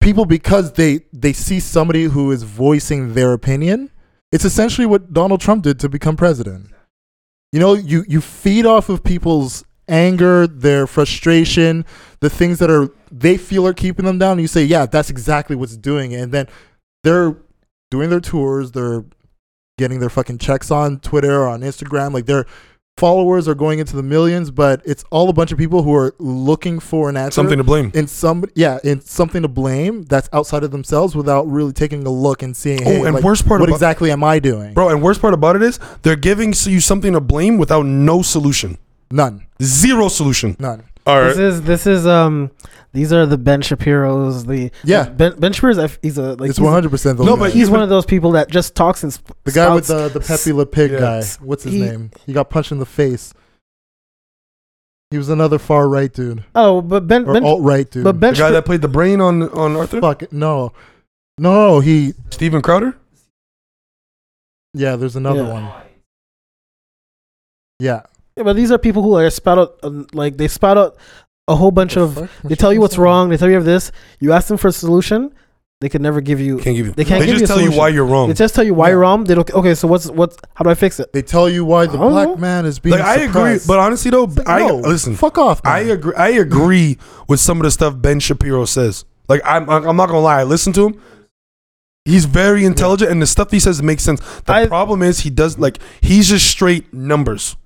S1: people because they they see somebody who is voicing their opinion. It's essentially what Donald Trump did to become president. You know, you you feed off of people's anger, their frustration, the things that are they feel are keeping them down. And you say, "Yeah, that's exactly what's doing," it. and then they're doing their tours, they're getting their fucking checks on Twitter or on Instagram, like their followers are going into the millions, but it's all a bunch of people who are looking for an answer
S3: Mm-hmm. something to blame.
S1: in some yeah in something to blame that's outside of themselves without really taking a look and seeing hey,
S3: Oh, and
S1: like,
S3: worst part
S1: what
S3: about-
S1: exactly am i doing
S3: Bro, and worst part about it is they're giving s- you something to blame without no solution.
S1: none
S3: Zero solution.
S1: none
S2: All
S4: Mm-hmm. This
S2: right.
S4: is this is um these are the Ben Shapiro's the
S1: Yeah.
S4: Ben, ben Shapiro's a- he's a like
S1: it's
S4: he's,
S1: 100 percent
S3: No, but
S4: he's one of those people that just talks and sp-
S1: the guy with
S4: spouts-
S1: the, the peppy le pig
S3: Yeah.
S1: guy what's his
S4: He-
S1: name he got punched in the face he was another far right dude
S4: oh but Ben
S1: or
S4: Ben
S1: alt right dude
S4: but Ben
S3: The guy
S4: Shapiro-
S3: that played the brain on on Arthur,
S1: fuck it, no no he
S3: Steven Crowder.
S1: yeah there's another
S4: Yeah.
S1: one yeah
S4: Yeah, but these are people who are uh, spout out um, like they spout out a whole bunch of they tell you what's wrong. They tell you of this. You ask them for a solution. They can never give you.
S3: Can't give you.
S4: They can't
S3: They just
S4: give you a
S3: tell you
S4: solution.
S3: why you're
S4: They
S3: wrong.
S4: just tell you why you're wrong. They don't. Okay, so what's what's? How do I fix it?
S1: They tell you why the
S4: I don't
S1: black
S4: know.
S1: man is being
S3: Like I agree,
S1: suppressed.
S3: but honestly though, I
S1: No,
S3: listen.
S1: Fuck off.
S3: I
S1: man.
S3: agree. I agree with some of the stuff Ben Shapiro says. Like I'm, I'm not gonna lie. I listen to him. He's very intelligent, and the stuff he says makes sense. The
S4: I-
S3: problem is he does like he's just straight numbers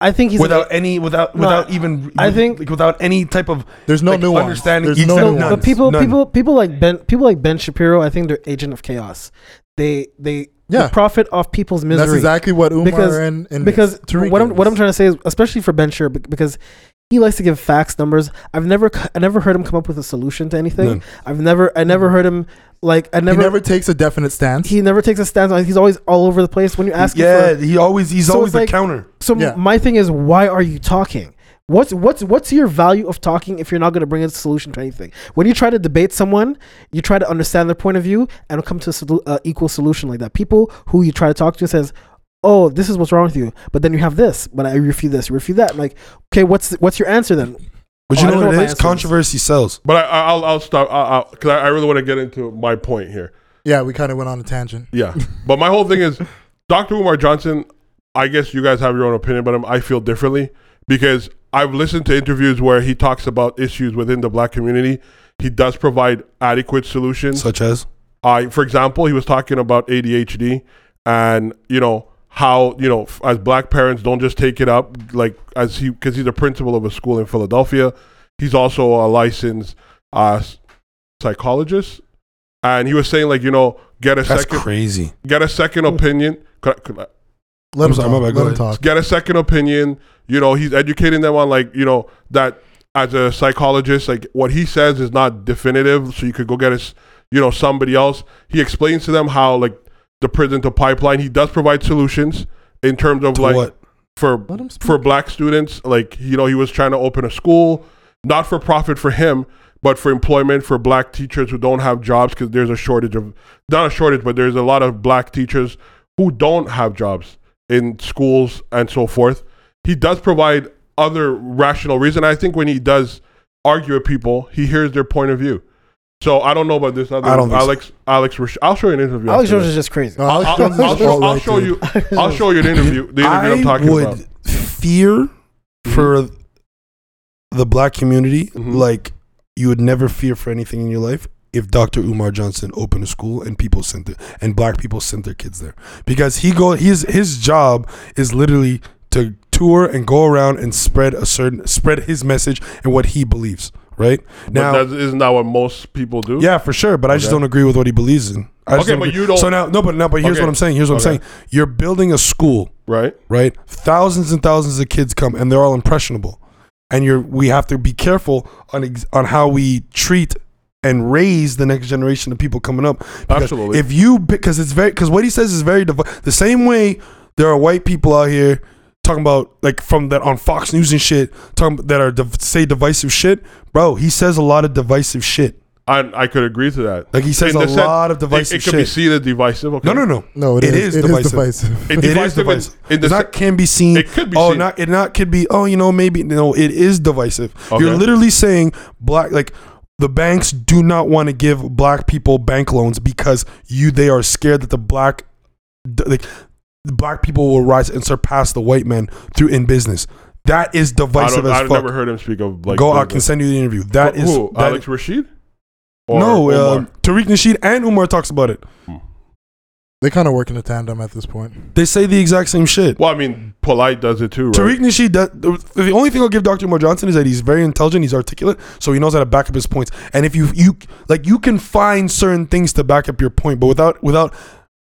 S4: I think he's
S3: without any without
S4: No,
S3: without even
S4: I think-
S3: like, without any type of
S1: There's no
S3: like,
S1: nuance.
S3: understanding.
S1: There's no
S3: Exactly.
S1: nuance.
S4: but people
S3: None.
S4: people people like Ben people like Ben Shapiro. I think they're agent of chaos. They they, they
S1: Yeah.
S4: profit off people's misery.
S1: That's exactly what Umar
S4: Because-
S1: and, and
S4: because
S1: Tariq
S4: what I'm
S1: is.
S4: what I'm trying to say is, especially for Ben Shapiro, bec- because he likes to give facts, numbers. I've never c- I never heard him come up with a solution to anything.
S3: None.
S4: I've never I never heard him like I never
S1: he never takes a definite stance.
S4: takes a stance. on He's always all over the place when you ask. him for-
S3: yeah, he always he's
S4: So
S3: always
S4: it's
S3: the
S4: like-
S3: counter.
S4: So
S1: Yeah.
S4: my thing is, why are you talking? What's what's what's your value of talking if you're not going to bring a solution to anything? When you try to debate someone, you try to understand their point of view and come to a solu- uh, equal solution like that. People who you try to talk to says, "Oh, this is what's wrong with you," but then you have this, but I refute this, you refute that. I'm like, okay, what's what's your answer then?
S3: But
S4: Oh,
S3: you know
S4: I don't know
S3: what
S4: what my
S3: it is?
S4: answer is.
S3: Controversy sells.
S2: But I, I- I'll, I'll stop because I, I really want to get into my point here.
S1: yeah, we kind of went on a tangent.
S2: Yeah, but my whole thing is Dr. Umar Johnson. I guess you guys have your own opinion, but um, I feel differently because I've listened to interviews where he talks about issues within the black community. He does provide adequate solutions.
S3: Such as
S2: I, for example, he was talking about ADHD and you know how you know f- as black parents don't just take it up like as he because he's the principal of a school in Philadelphia. He's also a licensed uh, s- psychologist, and he was saying like you know get a
S3: that's
S2: second
S3: crazy.
S2: get a second opinion. Could I- could I-
S1: Let
S3: I'm
S1: him
S3: sorry,
S1: talk.
S3: my bad,
S1: Let
S3: go
S1: him
S3: ahead.
S1: talk.
S2: get a second opinion. You know, he's educating them on like you know that as a psychologist, like what he says is not definitive, so you could go get us, you know, somebody else. He explains to them how like the prison to pipeline. He does provide solutions in terms of
S3: To
S2: like
S3: what?
S2: for
S1: Let him speak.
S2: for black students. Like you know, he was trying to open a school, not for profit for him, but for employment for black teachers who don't have jobs because there's a shortage of not a shortage, but there's a lot of black teachers who don't have jobs in schools and so forth. He does provide other rational reason. I think when he does argue with people, he hears their point of view. So I don't know about this other
S3: I don't think so.
S2: Alex Alex Rash- I'll show you an interview.
S4: Alex
S2: after
S4: Jones
S2: this.
S4: is just crazy.
S1: No,
S2: I'll,
S1: Alex Jones is
S2: I'll- I'll show,
S1: all
S2: I'll
S1: right,
S2: show
S1: dude.
S2: you I'll show you the interview the interview I am
S3: I
S2: talking
S3: would
S2: about.
S3: fear for the black community
S2: Mhm.
S3: like you would never fear for anything in your life if Dr. Umar Johnson opened a school and people sent it and black people sent their kids there because he go his his job is literally to tour and go around and spread a certain spread his message and what he believes right now
S2: but that isn't that what most people do?
S3: yeah, for sure. But I just
S2: Okay.
S3: don't agree with what he believes in. I just
S2: Okay, but
S3: agree.
S2: you don't-
S3: So now, no, but no, but here's
S2: Okay.
S3: what I'm saying. Here's what
S2: Okay.
S3: I'm saying. You're building a school,
S2: Right?
S3: right? Thousands and thousands of kids come, and they're all impressionable. And you're, we have to be careful on ex- on how we treat and raise the next generation of people coming up. Because
S2: Absolutely.
S3: If you, because it's very, because what he says is very div- the same way there are white people out here talking about like from that on Fox News and shit, talking that are div- say divisive shit, bro. He says a lot of divisive shit.
S2: I, I could agree to that.
S3: Like he says
S2: In
S3: a
S2: the sense-
S3: lot of
S2: it-
S3: divisive
S2: it, could be
S3: shit.
S2: seen as divisive. Okay.
S3: no, no, no.
S1: No, it
S3: It
S1: is.
S3: is
S1: It is
S3: divisive.
S1: divisive.
S2: It,
S3: it is
S2: divisive in-
S3: divisive.
S2: In, the
S3: it's
S2: se-
S3: not can be seen.
S2: It could be
S3: oh,
S2: seen.
S3: not it not could be. Oh, you know, maybe no. It is divisive. You're
S2: Okay.
S3: literally saying black like the banks do not want to give black people bank loans because you they are scared that the black d- like the black people will rise and surpass the white men through in business. That is
S2: I
S3: divisive
S2: don't,
S3: as
S2: I've
S3: fuck.
S2: never heard him speak of like.
S3: Go,
S2: the-
S3: I can send you the interview. That
S2: Who-
S3: is
S2: who,
S3: that-
S2: Alex Rashid.
S3: no,
S2: Omar?
S3: um, Tariq Nasheed and Umar talks about it.
S1: They kind of work in a tandem at this point.
S3: They say the exact same shit.
S2: well, I mean, polite does it too, right?
S3: Tariq Nasheed, does, the the only thing I'll give Dr. Moore Johnson is that he's very intelligent, he's articulate, so he knows how to back up his points. And if you you like, you can find certain things to back up your point, but without without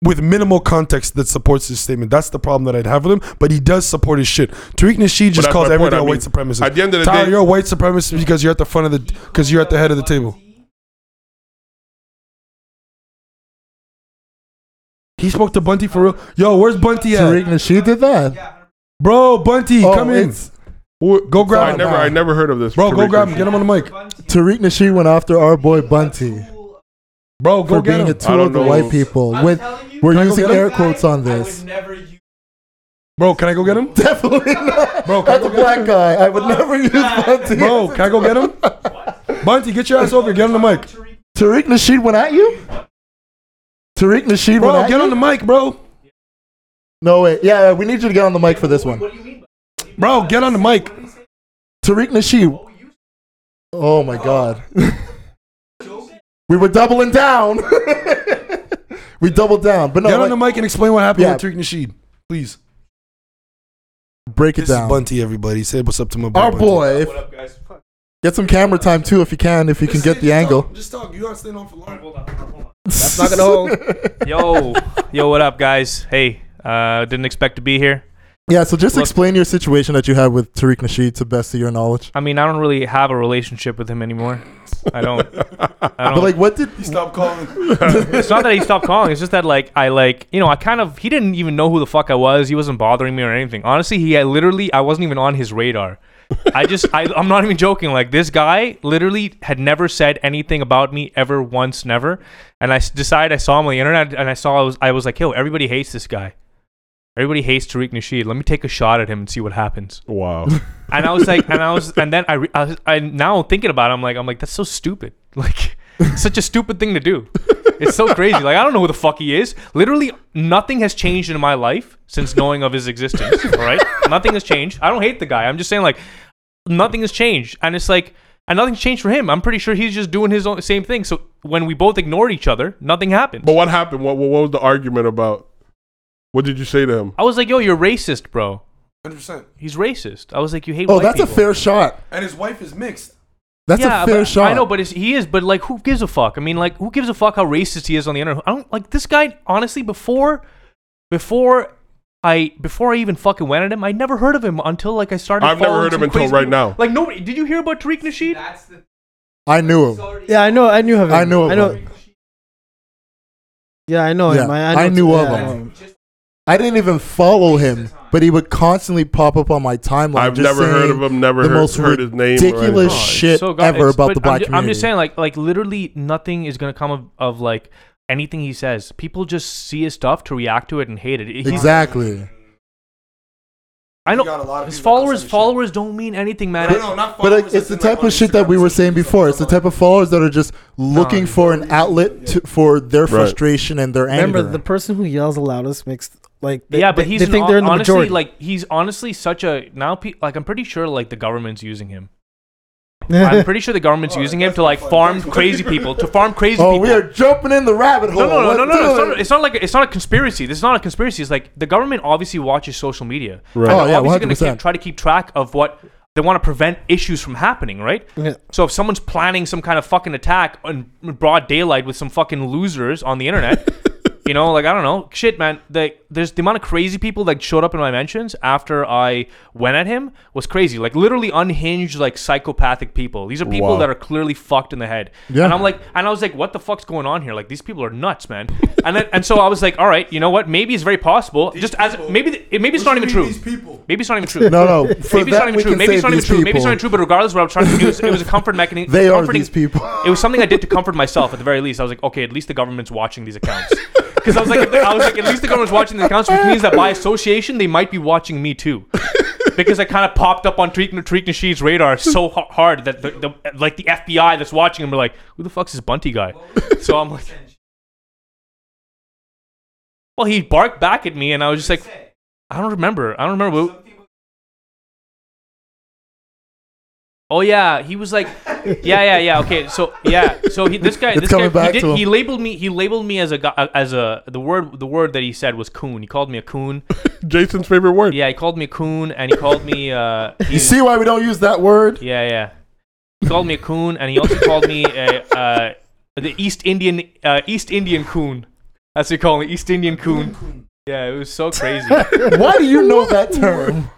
S3: with minimal context that supports his statement, that's the problem that I'd have with him. But he does support his shit. Tariq Nasheed
S2: But
S3: just
S2: that's
S3: calls
S2: my point,
S3: everything
S2: I
S3: a
S2: mean,
S3: white supremacist.
S2: At the end of the
S3: Tyler,
S2: day,
S3: you're a white supremacist because you're at the front of the because you're at the head of the table. He spoke to Bunty for real. Yo, where's Bunty at?
S1: Tariq Nasheed did that.
S3: Bro, Bunty,
S1: Oh,
S3: come in.
S1: it's-
S2: who-
S3: Go grab
S2: I
S3: him.
S2: never, I never heard of this.
S3: Bro, go
S2: Tariq
S3: grab him.
S2: Rashid.
S3: Get him on the mic.
S1: Tariq Nasheed went after our boy Bunty
S3: Bro, go
S1: for
S3: get
S1: being a
S3: him.
S2: I
S1: tool
S2: don't
S1: of the
S2: know.
S1: white people.
S5: I'm
S1: With
S5: telling you,
S1: we're
S3: Can I go
S1: using
S3: get him?
S1: air quotes on
S5: I would
S1: this.
S5: never use
S3: Bro, can I go get him?
S1: Definitely not.
S3: Bro, can
S1: That's
S3: I go
S1: a
S3: get him?
S1: black guy. I would never use Bunty.
S3: Bro, can I go get him? Bunty, get your ass over here. Get on the mic.
S1: Tariq Nasheed went at you? Tariq Nasheed went
S3: Bro,
S1: at
S3: get
S1: you?
S3: on the mic, bro.
S1: no, wait. Yeah, we need you to get on the mic for this one.
S3: Bro, get on the mic.
S1: Tariq Nasheed. Oh, my God. we were doubling down. we doubled down. But no,
S3: Get on
S1: like-
S3: the mic and explain what happened
S1: Yeah.
S3: with Tariq Nasheed. Please.
S1: break it
S3: This is
S1: down.
S3: Bunty, everybody. Say what's up to my boy.
S1: Our
S3: Bunty.
S1: boy. if-
S5: What up, guys? Fuck.
S1: get some camera time, too, if you can, if you can
S3: Just
S1: get
S3: say-
S1: the
S3: just
S1: angle.
S3: Talk, just talk. You aren't staying on for long.
S5: Hold on, hold on, hold on.
S1: That's
S3: not gonna hold.
S5: Yo, yo, what up, guys? Hey, uh, didn't expect to be here.
S1: Yeah, so just
S5: Look-
S1: explain your situation that you had with Tariq Nasheed to best of your knowledge.
S5: I mean, I don't really have a relationship with him anymore. I don't. I
S1: But
S5: don't.
S1: like, what did?
S3: Stop calling.
S5: it's not that he stopped calling. It's just that like I like you know I kind of he didn't even know who the fuck I was. He wasn't bothering me or anything. Honestly, he I literally I wasn't even on his radar. I just I, I'm not even joking. Like this guy literally had never said anything about me ever once, never. And I s- decided I saw him on the internet and I saw I was I was like, yo, everybody hates this guy. Everybody hates Tariq Nasheed. Let me take a shot at him and see what happens.
S2: Wow.
S5: And I was like, and I was, and then I, re- I, was, I now thinking about it, I'm like, I'm like, that's so stupid. Like, such a stupid thing to do. It's so crazy. Like, I don't know who the fuck he is. Literally, nothing has changed in my life since knowing of his existence. All right, nothing has changed. I don't hate the guy. I'm just saying, like, nothing has changed, and it's like, and nothing's changed for him. I'm pretty sure he's just doing his own same thing. So when we both ignored each other, nothing happened.
S2: But what happened? What, what what was the argument about? What did you say to him?
S5: I was like, yo, you're racist, bro.
S3: 100%.
S5: He's racist. I was like, you hate.
S1: Oh,
S5: white
S1: that's a
S5: people.
S1: fair shot.
S3: And his wife is mixed.
S1: That's a fair
S5: but,
S1: shot.
S5: I know, but it's, he is. But like, who gives a fuck? I mean, like, who gives a fuck how racist he is on the internet? I don't like this guy. Honestly, before, before I before I even fucking went at him, I never heard of him until like I started.
S2: I've never
S5: following
S2: heard of
S5: some
S2: him until
S5: crazy
S2: right
S5: people.
S2: now.
S5: Like, nobody. Did you hear about Tariq Nasheed?
S1: I knew him.
S4: Yeah, I know. I knew him.
S1: I knew of
S4: I know.
S1: him.
S4: Yeah, I know
S1: Yeah,
S4: him.
S1: I
S4: know-
S1: knew of
S4: yeah, I
S1: him.
S4: know him.
S1: I didn't even follow him, but he would constantly pop up on my timeline.
S2: I've
S1: just
S2: never heard
S1: saying
S2: of him. Never
S1: the
S2: heard,
S1: most
S2: heard his name. or
S1: ridiculous
S2: anything.
S5: Oh, it's
S1: shit
S5: go-
S1: ever
S5: it's-
S1: about
S5: but
S1: the black
S5: I'm ju- I'm
S1: community.
S5: just saying, like, like literally nothing is gonna come of, of like anything he says. People just see his stuff to react to it and hate it. He's-
S1: Exactly.
S5: I know.
S3: You got a lot of
S5: His
S3: people that don't
S5: followers,
S3: understand.
S5: followers don't mean anything, man.
S3: No, no, not
S1: But
S3: followers,
S1: like, it's
S3: as
S1: the
S3: in, like,
S1: type
S3: on
S1: of shit that we
S3: Instagram
S1: were
S3: and
S1: saying
S3: stuff
S1: before. It's the
S3: like that.
S1: type of followers that are just looking for an outlet to, for their frustration and their anger. Oh,
S4: Remember, the person who yells the loudest makes like they,
S5: yeah, but
S4: they-
S5: he's
S4: they
S5: an
S4: think
S5: hon-
S4: they're in the
S5: honestly
S4: majority.
S5: like he's honestly such a now. Pe- like I'm pretty sure like the government's using him. I'm
S4: yeah,
S5: pretty sure the government's
S3: Alright,
S5: using him
S3: that's
S5: to
S3: not
S5: like
S3: funny.
S5: farm crazy people to farm crazy
S1: oh,
S5: people.
S1: we are jumping in the rabbit hole.
S5: no, no, no,
S1: Let's
S5: no, no, no.
S1: do it.
S5: It's not, it's not like it's not a conspiracy. This is not a conspiracy. It's like the government obviously watches social media.
S2: Right.
S5: And
S1: Oh,
S5: they're
S1: yeah,
S5: obviously gonna
S1: 100%.
S5: keep, try to keep track of what they want to prevent issues from happening, right? So if someone's planning some kind of fucking attack on in broad daylight with some fucking losers on the internet, you know, like I don't know, shit, man. The, there's the amount of crazy people that showed up in my mentions after I went at him was crazy. Like literally unhinged, like psychopathic people. These are people
S2: Wow.
S5: that are clearly fucked in the head.
S1: Yeah.
S5: And I'm like, and I was like, what the fuck's going on here? Like these people are nuts, man. and then, and so I was like, all right, you know what? Maybe it's very possible. Just as
S3: people-
S5: maybe the, maybe it's
S3: What
S5: not even
S3: do you
S5: true.
S3: mean These people.
S5: Maybe it's not even true.
S1: No, no. For that,
S5: Maybe it's not even
S1: we
S5: true.
S1: can
S5: Maybe
S1: save
S5: it's not even
S1: these
S5: true. Maybe it's
S1: people.
S5: not even true. But regardless, what I was trying to do, is, it was a comfort mechanism.
S1: They are
S5: comforting-
S1: these people.
S5: It was something I did to comfort myself at the very least. I was like, okay, at least the government's watching these accounts. Because I was like, I was like, at least the government's watching the accounts, which means that by association, they might be watching me too. Because I kind of popped up on Tariq, Tariq Nasheed's radar so ha- hard that the, the like the FBI that's watching him were like, who the fuck's this Bunty guy? So I'm like, well, he barked back at me, and I was just like, I don't remember. I don't remember. what- Oh yeah, he was like, yeah, yeah, yeah. Okay, so yeah, so he, this guy,
S1: It's
S5: this guy,
S1: coming back
S5: he, did,
S1: to him.
S5: he labeled me. He labeled me as a guy, as a the word the word that he said was coon. He called me a coon.
S2: Jason's favorite word.
S5: Yeah, he called me a coon, and he called me. Uh, he-
S1: You see why we don't use that word?
S5: yeah, yeah. He called me a coon, and he also called me a, uh, the East Indian uh, East Indian coon. That's what he called me, East Indian coon. Yeah, it was so crazy.
S1: Why do you know that term?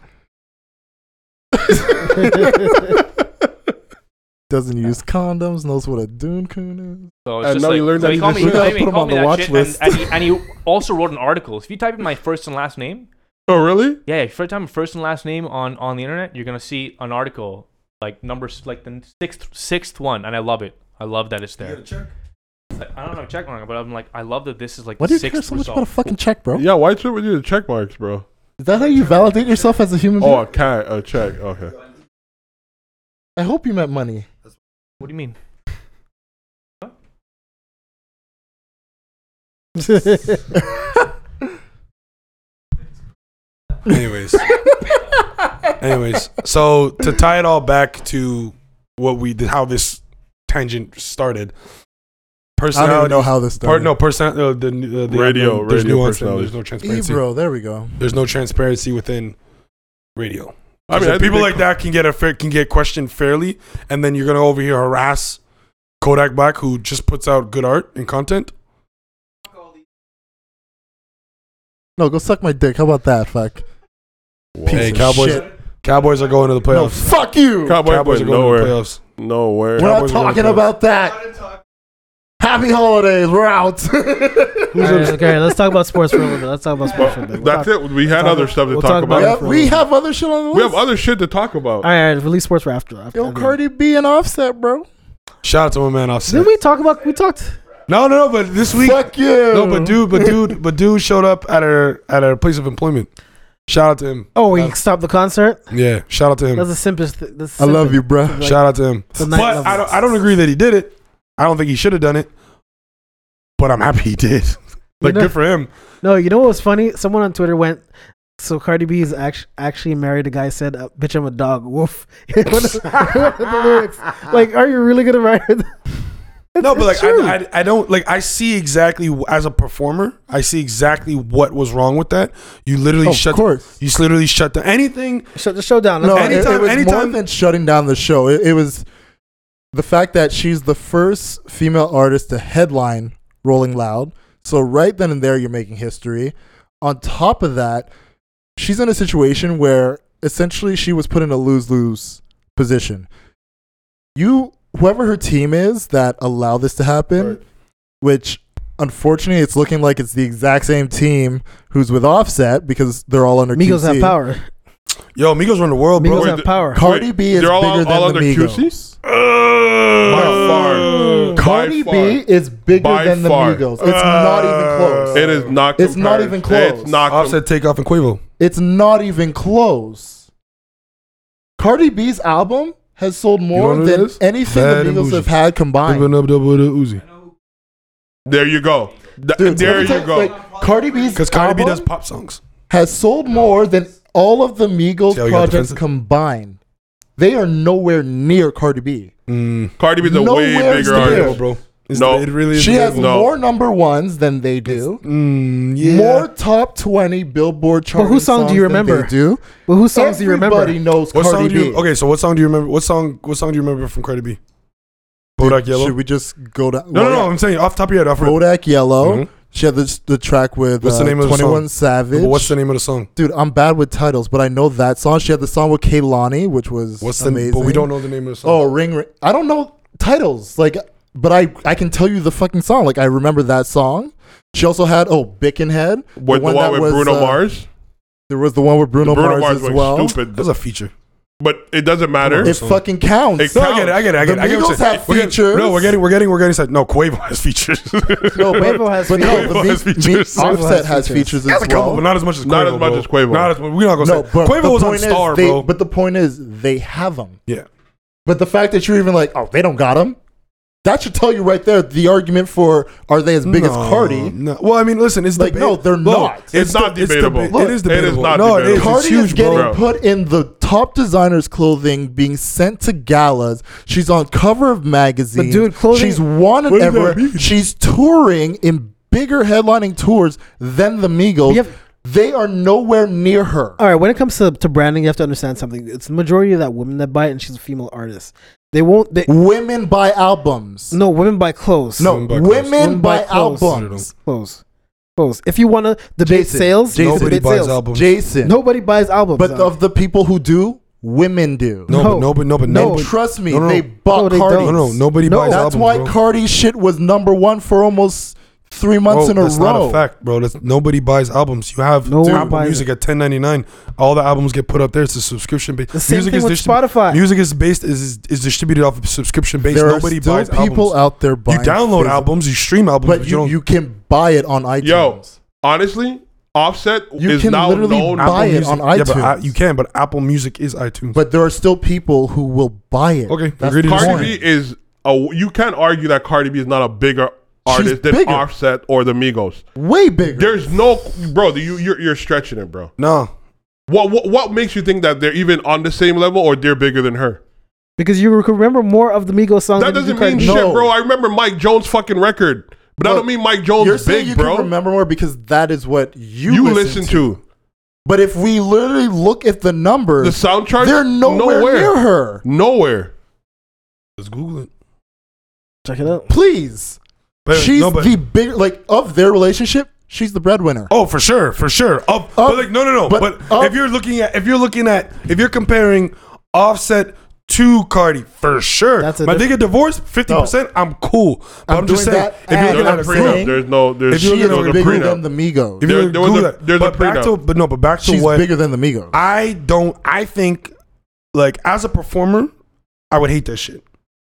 S1: Doesn't use condoms, knows what a dune coon
S5: So it's
S2: And
S5: just
S2: now
S5: like,
S2: you learn
S5: so
S2: that
S5: he
S2: you
S5: called
S2: just-
S5: me,
S2: We
S5: he
S1: gotta
S5: called me, he
S1: put him
S5: called
S1: on
S5: me
S1: the
S5: that
S1: watch
S5: shit,
S1: list.
S5: And, and, he, and he also wrote an article. If you type in my first and last name,
S2: Oh, really?
S5: yeah, yeah, if you type in first and last name on on the internet, you're gonna see an article like number s- like the sixth sixth one, and I love it. I love that it's there. I- I don't know, check mark, but I'm like, I love that this is like
S1: What
S5: the
S1: do you care
S5: sixth
S1: so much
S5: result.
S1: about a fucking check, bro?
S2: Yeah. Why should we do the check marks, bro?
S1: Is that how you validate yourself as a human being?
S2: Oh, a cat, a check. Okay.
S1: I hope you meant money.
S5: What do you mean?
S3: Anyways. Anyways, so to tie it all back to what we did, how this tangent started.
S1: I
S3: Personality.
S1: don't even know how this
S3: Part,
S1: started.
S3: no, person. Uh, the, uh, the
S2: Radio-
S3: There's
S2: radio
S3: nuance. and
S2: personality.
S3: There's no transparency.
S1: Ebro, there we go.
S3: There's no transparency within radio.
S2: I mean,
S3: So
S2: I
S3: people
S2: think-
S3: like that can get a fair, can get questioned fairly, and then you're gonna over here harass Kodak Black, who just puts out good art and content.
S1: No, go suck my dick. How about that? Fuck.
S2: Whoa.
S1: Piece
S3: Hey,
S1: of
S3: Cowboys.
S1: shit.
S3: Cowboys are going to the
S1: No,
S3: playoffs.
S1: fuck you.
S2: Cowboys,
S3: Cowboys are
S2: went
S3: going to the
S2: nowhere.
S3: playoffs.
S2: Nowhere.
S1: We're not
S3: Cowboys are going
S1: talking
S3: close.
S1: about that. Happy holidays. We're out.
S4: All right, okay, let's talk about sports for a little bit. Let's talk about sports for a
S2: Well,
S4: bit. We'll
S2: that's
S4: talk-
S2: it. We had
S4: we'll
S2: other
S4: talk-
S2: stuff to
S4: we'll
S2: talk
S4: talk
S2: about.
S4: about
S1: Yeah, we have other shit on the list.
S2: We have other shit to talk about.
S4: All right, all right, release sports for after. after
S1: Yo, Cardi B and Offset, bro.
S3: Shout out to my man Offset.
S4: Didn't we talk about? We talked.
S3: No, no, no. But this week,
S1: Fuck you.
S3: no, but dude, but dude, but dude showed up at her at her place of employment. Shout out to him.
S4: Oh, we stopped the concert.
S3: Yeah, shout out to him.
S4: That's the simplest. Th- that's
S1: I love
S4: simplest.
S1: you, bro.
S4: Like,
S3: shout out to him.
S4: the night
S3: But
S4: level.
S3: I don't, I don't agree that he did it. I don't think he should have done it. But I'm happy he did. Like
S4: know-
S3: good for him.
S4: No, you know what was funny? Someone on Twitter went, "So Cardi B is actually actually married." A guy said, uh, "Bitch, I'm a dog." Woof. One of the lyrics. Like, are you really gonna write? it?
S3: No, but
S4: it's
S3: like
S4: true.
S3: I, I, I don't like I see exactly w- as a performer. I see exactly what was wrong with that. You literally
S1: Of
S3: shut.
S1: course.
S3: You literally shut down anything.
S4: Shut the show down.
S1: No, it-
S4: Let's-
S1: it,
S3: Anytime-
S1: was more
S3: anytime-
S1: than shutting down the show. It, it was the fact that she's the first female artist to headline Rolling Loud. So right then and there, you're making history. On top of that, she's in a situation where essentially she was put in a lose lose position. You, whoever her team is that allow this to happen, which unfortunately it's looking like it's the exact same team who's with Offset because they're all under
S4: Migos
S1: QC.
S4: have power.
S3: Yo, Migos run the world, bro.
S4: Migos
S2: Wait,
S4: have
S2: the-
S4: power.
S1: Cardi
S2: Wait,
S1: B is
S2: they're all-
S1: bigger
S2: all
S1: than
S2: under
S1: the Migos.
S2: QC?
S3: By
S2: By far.
S1: Cardi
S2: By
S1: B
S2: far.
S1: is bigger
S2: By
S1: than the
S2: far.
S1: Migos. It's not even close.
S2: It is not.
S1: It's not
S2: compared-
S1: even close.
S2: It's not. com-
S3: Offset, Takeoff, and Quavo.
S1: It's not even close. Cardi B's album has sold more
S3: know what it
S1: than
S3: is?
S1: anything
S3: Bad
S1: the
S3: and
S1: Migos
S3: bougie.
S1: have had combined.
S3: Double, double, double, Uzi.
S2: There you go. Th-
S1: Dude,
S2: there
S1: let me tell
S2: you go.
S1: Like, Cardi B's
S3: Because Cardi B
S1: album
S3: does pop songs.
S1: has sold more than all of the Migos
S3: See how you got
S1: projects
S3: defensive?
S1: combined. They are nowhere near Cardi B.
S3: Mm.
S2: Cardi B's a
S1: Nowhere
S2: way
S1: is
S2: bigger
S1: the
S2: artist.
S1: deal.
S3: bro. It's-
S2: No.
S3: it really is.
S1: She has
S2: No.
S1: more number ones than they do.
S3: Mm, yeah.
S1: More top twenty Billboard charts.
S4: whose song do you remember?
S1: They do
S4: But whose songs do you
S1: Everybody
S4: remember?
S1: knows
S3: What
S1: Cardi
S3: song do
S1: B.
S3: you? Okay, so what song do you remember? What song? What song do you remember from Cardi B? Bodak Yellow.
S1: Should we just go to
S3: no, no, no. I'm saying off the top of your head. Off rip.
S1: Bodak Yellow.
S3: Mhm.
S1: She had the, the track with
S3: What's the
S1: uh,
S3: name of the
S1: 21
S3: song?
S1: Savage.
S3: But what's the name of the song?
S1: Dude, I'm bad with titles, but I know that song. She had the song with Kaylani, which was
S3: What's the?
S1: amazing.
S3: But we don't know the name of the song.
S1: Oh, Ring Ring. I don't know titles. Like, but I, I can tell you the fucking song. Like, I remember that song. She also had, oh, Bickenhead.
S2: With the one,
S1: that
S2: with
S1: was,
S2: Bruno
S1: uh,
S2: Mars.
S1: There was the one with Bruno,
S2: Bruno
S1: Mars, as
S2: went
S1: well.
S2: stupid.
S3: that was a feature.
S2: But it doesn't matter.
S1: It
S3: song.
S1: fucking counts.
S2: It
S3: No, I get it. I get it. I get
S1: The
S3: it. I get
S1: Migos
S3: what you're saying.
S1: have
S3: We're getting-
S1: features.
S3: no, we're getting, we're getting, we're getting. Said, no, Quavo has features.
S1: No, but,
S4: Quavo has
S1: but
S4: features.
S1: no,
S3: Quavo
S1: the
S3: has
S1: Meek-
S3: features.
S1: Meek-
S3: Quavo
S1: Offset
S4: has
S1: has
S4: features.
S1: features as well.
S3: but not as much as Quavo.
S2: Not as much
S3: bro.
S2: as Quavo.
S3: Not as much. We're not gonna
S1: No,
S3: say
S1: but the
S3: Quavo was on
S1: point is
S3: Star,
S1: they-
S3: bro.
S1: But the point is, they have them.
S3: yeah,
S1: But the fact that you're even like, oh, they don't got them, that should tell you right there the argument for are they as big as
S3: No,
S1: Cardi?
S3: No. Well, I mean, listen, it's
S1: Like,
S3: debate-
S1: no, they're
S3: Look,
S1: not.
S2: It's not
S3: de-
S2: debatable.
S3: It's deba-
S1: Look,
S3: it is
S2: it is
S3: debatable.
S2: not
S3: no, it is.
S2: debatable.
S3: It's
S1: Cardi is
S3: huge,
S1: getting
S3: bro.
S1: put in the top designers' clothing, being sent to galas. She's on cover of magazines.
S4: But dude, clothing-
S1: She's won
S3: What
S1: an
S3: does that
S1: ever.
S3: mean?
S1: She's touring in bigger headlining tours than the Migos.
S4: You have-
S1: they are nowhere near her.
S4: All right, when it comes to, to branding, you have to understand something. It's the majority of that women that buy it, and she's a female artist. They won't. They,
S1: Women buy albums.
S4: no, women buy clothes.
S1: No,
S3: Women buy
S1: women,
S3: clothes.
S4: Women buy
S1: buy
S4: clothes.
S1: albums.
S4: clothes, clothes. If you want to debate
S1: Jason,
S4: sales,
S1: Jason,
S4: nobody
S3: Nobody
S4: debate
S3: buys
S4: sales.
S3: albums.
S1: Jason.
S4: Nobody buys albums.
S1: But
S4: though.
S1: of the people who do, women do.
S3: No, but
S4: No.
S3: no, but no, but
S1: No,
S3: no, but-
S1: trust me,
S3: no, no,
S1: they
S3: no.
S1: bought
S4: No, they
S1: Cardi.
S4: don't.
S3: No, no, nobody
S4: No,
S3: buys
S1: That's
S3: albums,
S1: why
S3: bro.
S1: Cardi's shit was number one for almost three months
S3: Bro,
S1: in a
S3: that's
S1: row.
S3: not a fact, bro. That's, nobody buys albums. You have
S4: No one
S3: Apple
S4: buys
S3: Music at ten ninety nine. All the albums get put up there. It's a subscription based.
S4: The same
S3: music
S4: thing
S3: is
S4: with
S3: distrib-
S4: Spotify.
S3: Music is based is is- is distributed off of subscription based.
S1: There
S3: Nobody
S1: are still
S3: buys
S1: people
S3: albums.
S1: out there buying.
S3: you download
S1: physical-
S3: albums. You stream albums,
S1: but you, you can buy it on iTunes.
S2: Yo, honestly, Offset
S1: You
S2: is
S1: can
S2: now
S1: literally
S2: known.
S1: buy it on
S3: Yeah, but I-
S1: iTunes.
S3: you can, but Apple Music is iTunes.
S1: But there are still people who will buy it.
S3: Okay,
S1: that's
S3: agree
S1: the
S3: to disagree.
S1: point.
S2: Cardi B is a. You can't argue that Cardi B is not a bigger artist than
S1: bigger.
S2: Offset or the Migos.
S1: Way bigger.
S2: There's no, bro. You you're, you're stretching it, bro.
S3: no,
S2: What, what what makes you think that they're even on the same level or they're bigger than her?
S4: because you rec- remember more of the Migos songs.
S2: That
S4: than you
S2: doesn't
S4: do Cardi
S2: mean
S4: B.
S1: No.
S2: shit, bro. I remember Mike Jones' fucking record, but I
S1: Look,
S2: don't mean Mike
S1: You're
S2: Jones
S1: saying
S2: big,
S1: you
S2: bro.
S1: can remember more because that is what you,
S2: you listen to
S1: But if we literally look at the
S2: the
S1: numbers,
S2: sound chart.
S1: they're nowhere, near her.
S2: Nowhere.
S3: just Google it.
S4: Check it out.
S1: Please,
S3: But-
S1: she's
S3: no, but-
S1: the big like of their relationship. She's the breadwinner.
S3: Oh, for sure, for sure. Up, but like no, no, no.
S1: but
S3: But,
S1: up-
S3: if you're looking at, if you're looking at, if you're comparing Offset to Cardi, for sure.
S4: That's
S3: That's
S4: a
S3: a but they get divorced fifty percent. I'm cool. But
S1: I'm
S3: I'm, just
S1: doing
S3: saying,
S1: that
S3: if you're
S1: ad
S2: There's
S3: looking
S1: I'm
S3: at
S2: a
S3: a
S1: saying-
S2: prenup. There's no. There's,
S3: If you
S1: She
S3: look
S2: there's
S3: at
S1: is
S3: the
S2: no
S1: bigger
S2: prenup.
S1: than the Migos.
S3: If you
S2: There-
S3: look-
S2: there was
S3: Google
S2: a-
S3: that.
S2: there's a
S3: but back to
S2: prenup.
S3: but no, but back to
S1: She's
S3: what
S1: bigger than the Migos.
S3: I don't. I think, like as a performer, I would hate that shit.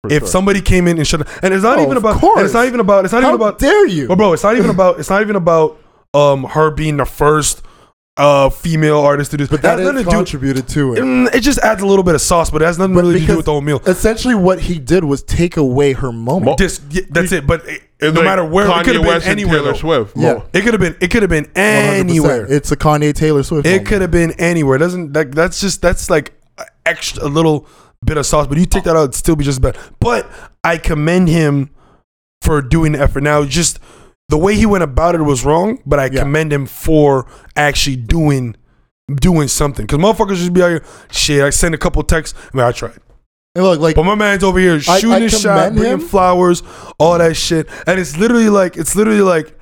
S2: For
S3: If
S2: sure.
S3: somebody came in and shut, and it's not
S1: Oh,
S3: even
S1: of
S3: about. and
S1: course.
S3: It's not even about. It's not
S1: How
S3: even about.
S1: dare you?
S3: But bro, it's not even about it's not even about um her being the first uh female artist to do this.
S1: But that
S3: has
S1: is
S3: nothing to do.
S1: contributed to it.
S3: Mm, It just adds a little bit of sauce, but it has nothing
S1: But
S3: really to
S1: because-
S3: do with the whole meal.
S1: Essentially, what he did was take away her moment.
S3: Just yeah, that's it. But it, no
S2: It's like
S3: matter where, it
S2: Kanye
S3: could have
S2: West
S3: been
S2: and
S3: anywhere.
S2: Taylor
S3: though.
S2: Swift.
S1: Yeah.
S2: Mo.
S3: It could have been. It could have been
S1: 100%.
S3: anywhere. It,
S1: It's a Kanye Taylor Swift. moment.
S3: could have been anywhere. It doesn't that, that's just that's like a extra a little bit of sauce. But you take that out, it'd still be just bad. But I commend him for doing the effort. Now, just the way he went about it was wrong, but I
S1: Yeah.
S3: commend him for actually doing doing something. Because motherfuckers just be out here, shit. I send a couple texts. I mean, I tried,
S1: And look, like
S3: but my man's over here
S1: I- I
S3: shooting his shot,
S1: commend
S3: bringing
S1: him.
S3: flowers, all that shit, and it's literally like it's literally like.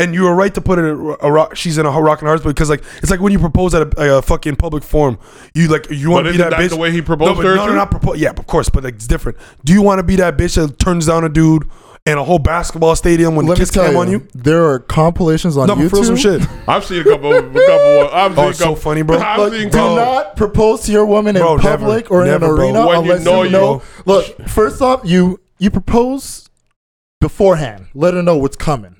S3: And you were right to put it. A, a rock, she's in a rock and hard spot because, like, it's like when you propose at a, a fucking public forum. You like you want
S2: But
S3: to be
S2: isn't
S3: that,
S2: that
S3: bitch.
S2: the way he proposed
S3: no, but
S2: to her
S3: No, no,
S2: too?
S3: not propose. Yeah, of course, but like it's different. Do you want to be that bitch that turns down a dude in a whole basketball stadium when the
S1: let me
S3: kiss
S1: tell
S3: cam
S1: you,
S3: on you?
S1: there are compilations on
S3: No, but
S1: YouTube.
S3: for real, some shit.
S2: I've seen a couple. a couple. I've seen
S3: Oh,
S2: a
S3: it's so
S2: couple.
S3: funny, bro.
S2: I've
S1: Look,
S2: seen
S1: do
S2: couple.
S1: not propose to your woman in
S3: Bro, never.
S1: public or in
S3: Never,
S1: an
S3: bro.
S1: arena
S2: When you
S1: unless you know.
S2: know you-
S1: Look, first off, you you propose beforehand. Let her know what's coming.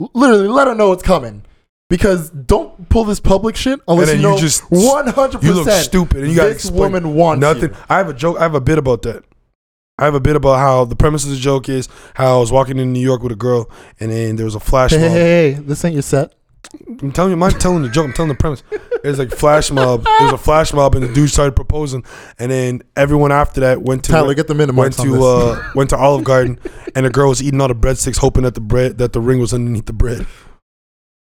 S1: L- Literally, let her know what's coming. Because don't pull this public shit unless
S3: then
S1: you
S3: you
S1: know
S3: just-
S1: one hundred
S3: You look
S1: percent
S3: stupid, and you got to
S1: this woman wants
S3: nothing.
S1: You.
S3: I have a joke. I have a bit about that. I have a bit about how the premise of the joke is how I was walking in New York with a girl, and then there was a flash
S1: Hey, hey,
S3: mob.
S1: hey, hey, this ain't your set.
S3: I'm telling you, I'm not telling the joke. I'm telling the premise. It was like flash mob. It was a flash mob, and the dude started proposing, and then everyone after that went to
S1: Tyler, get the minimum.
S3: went to uh, went to Olive Garden, and the girl was eating all the breadsticks, hoping that the bread that the ring was underneath the bread.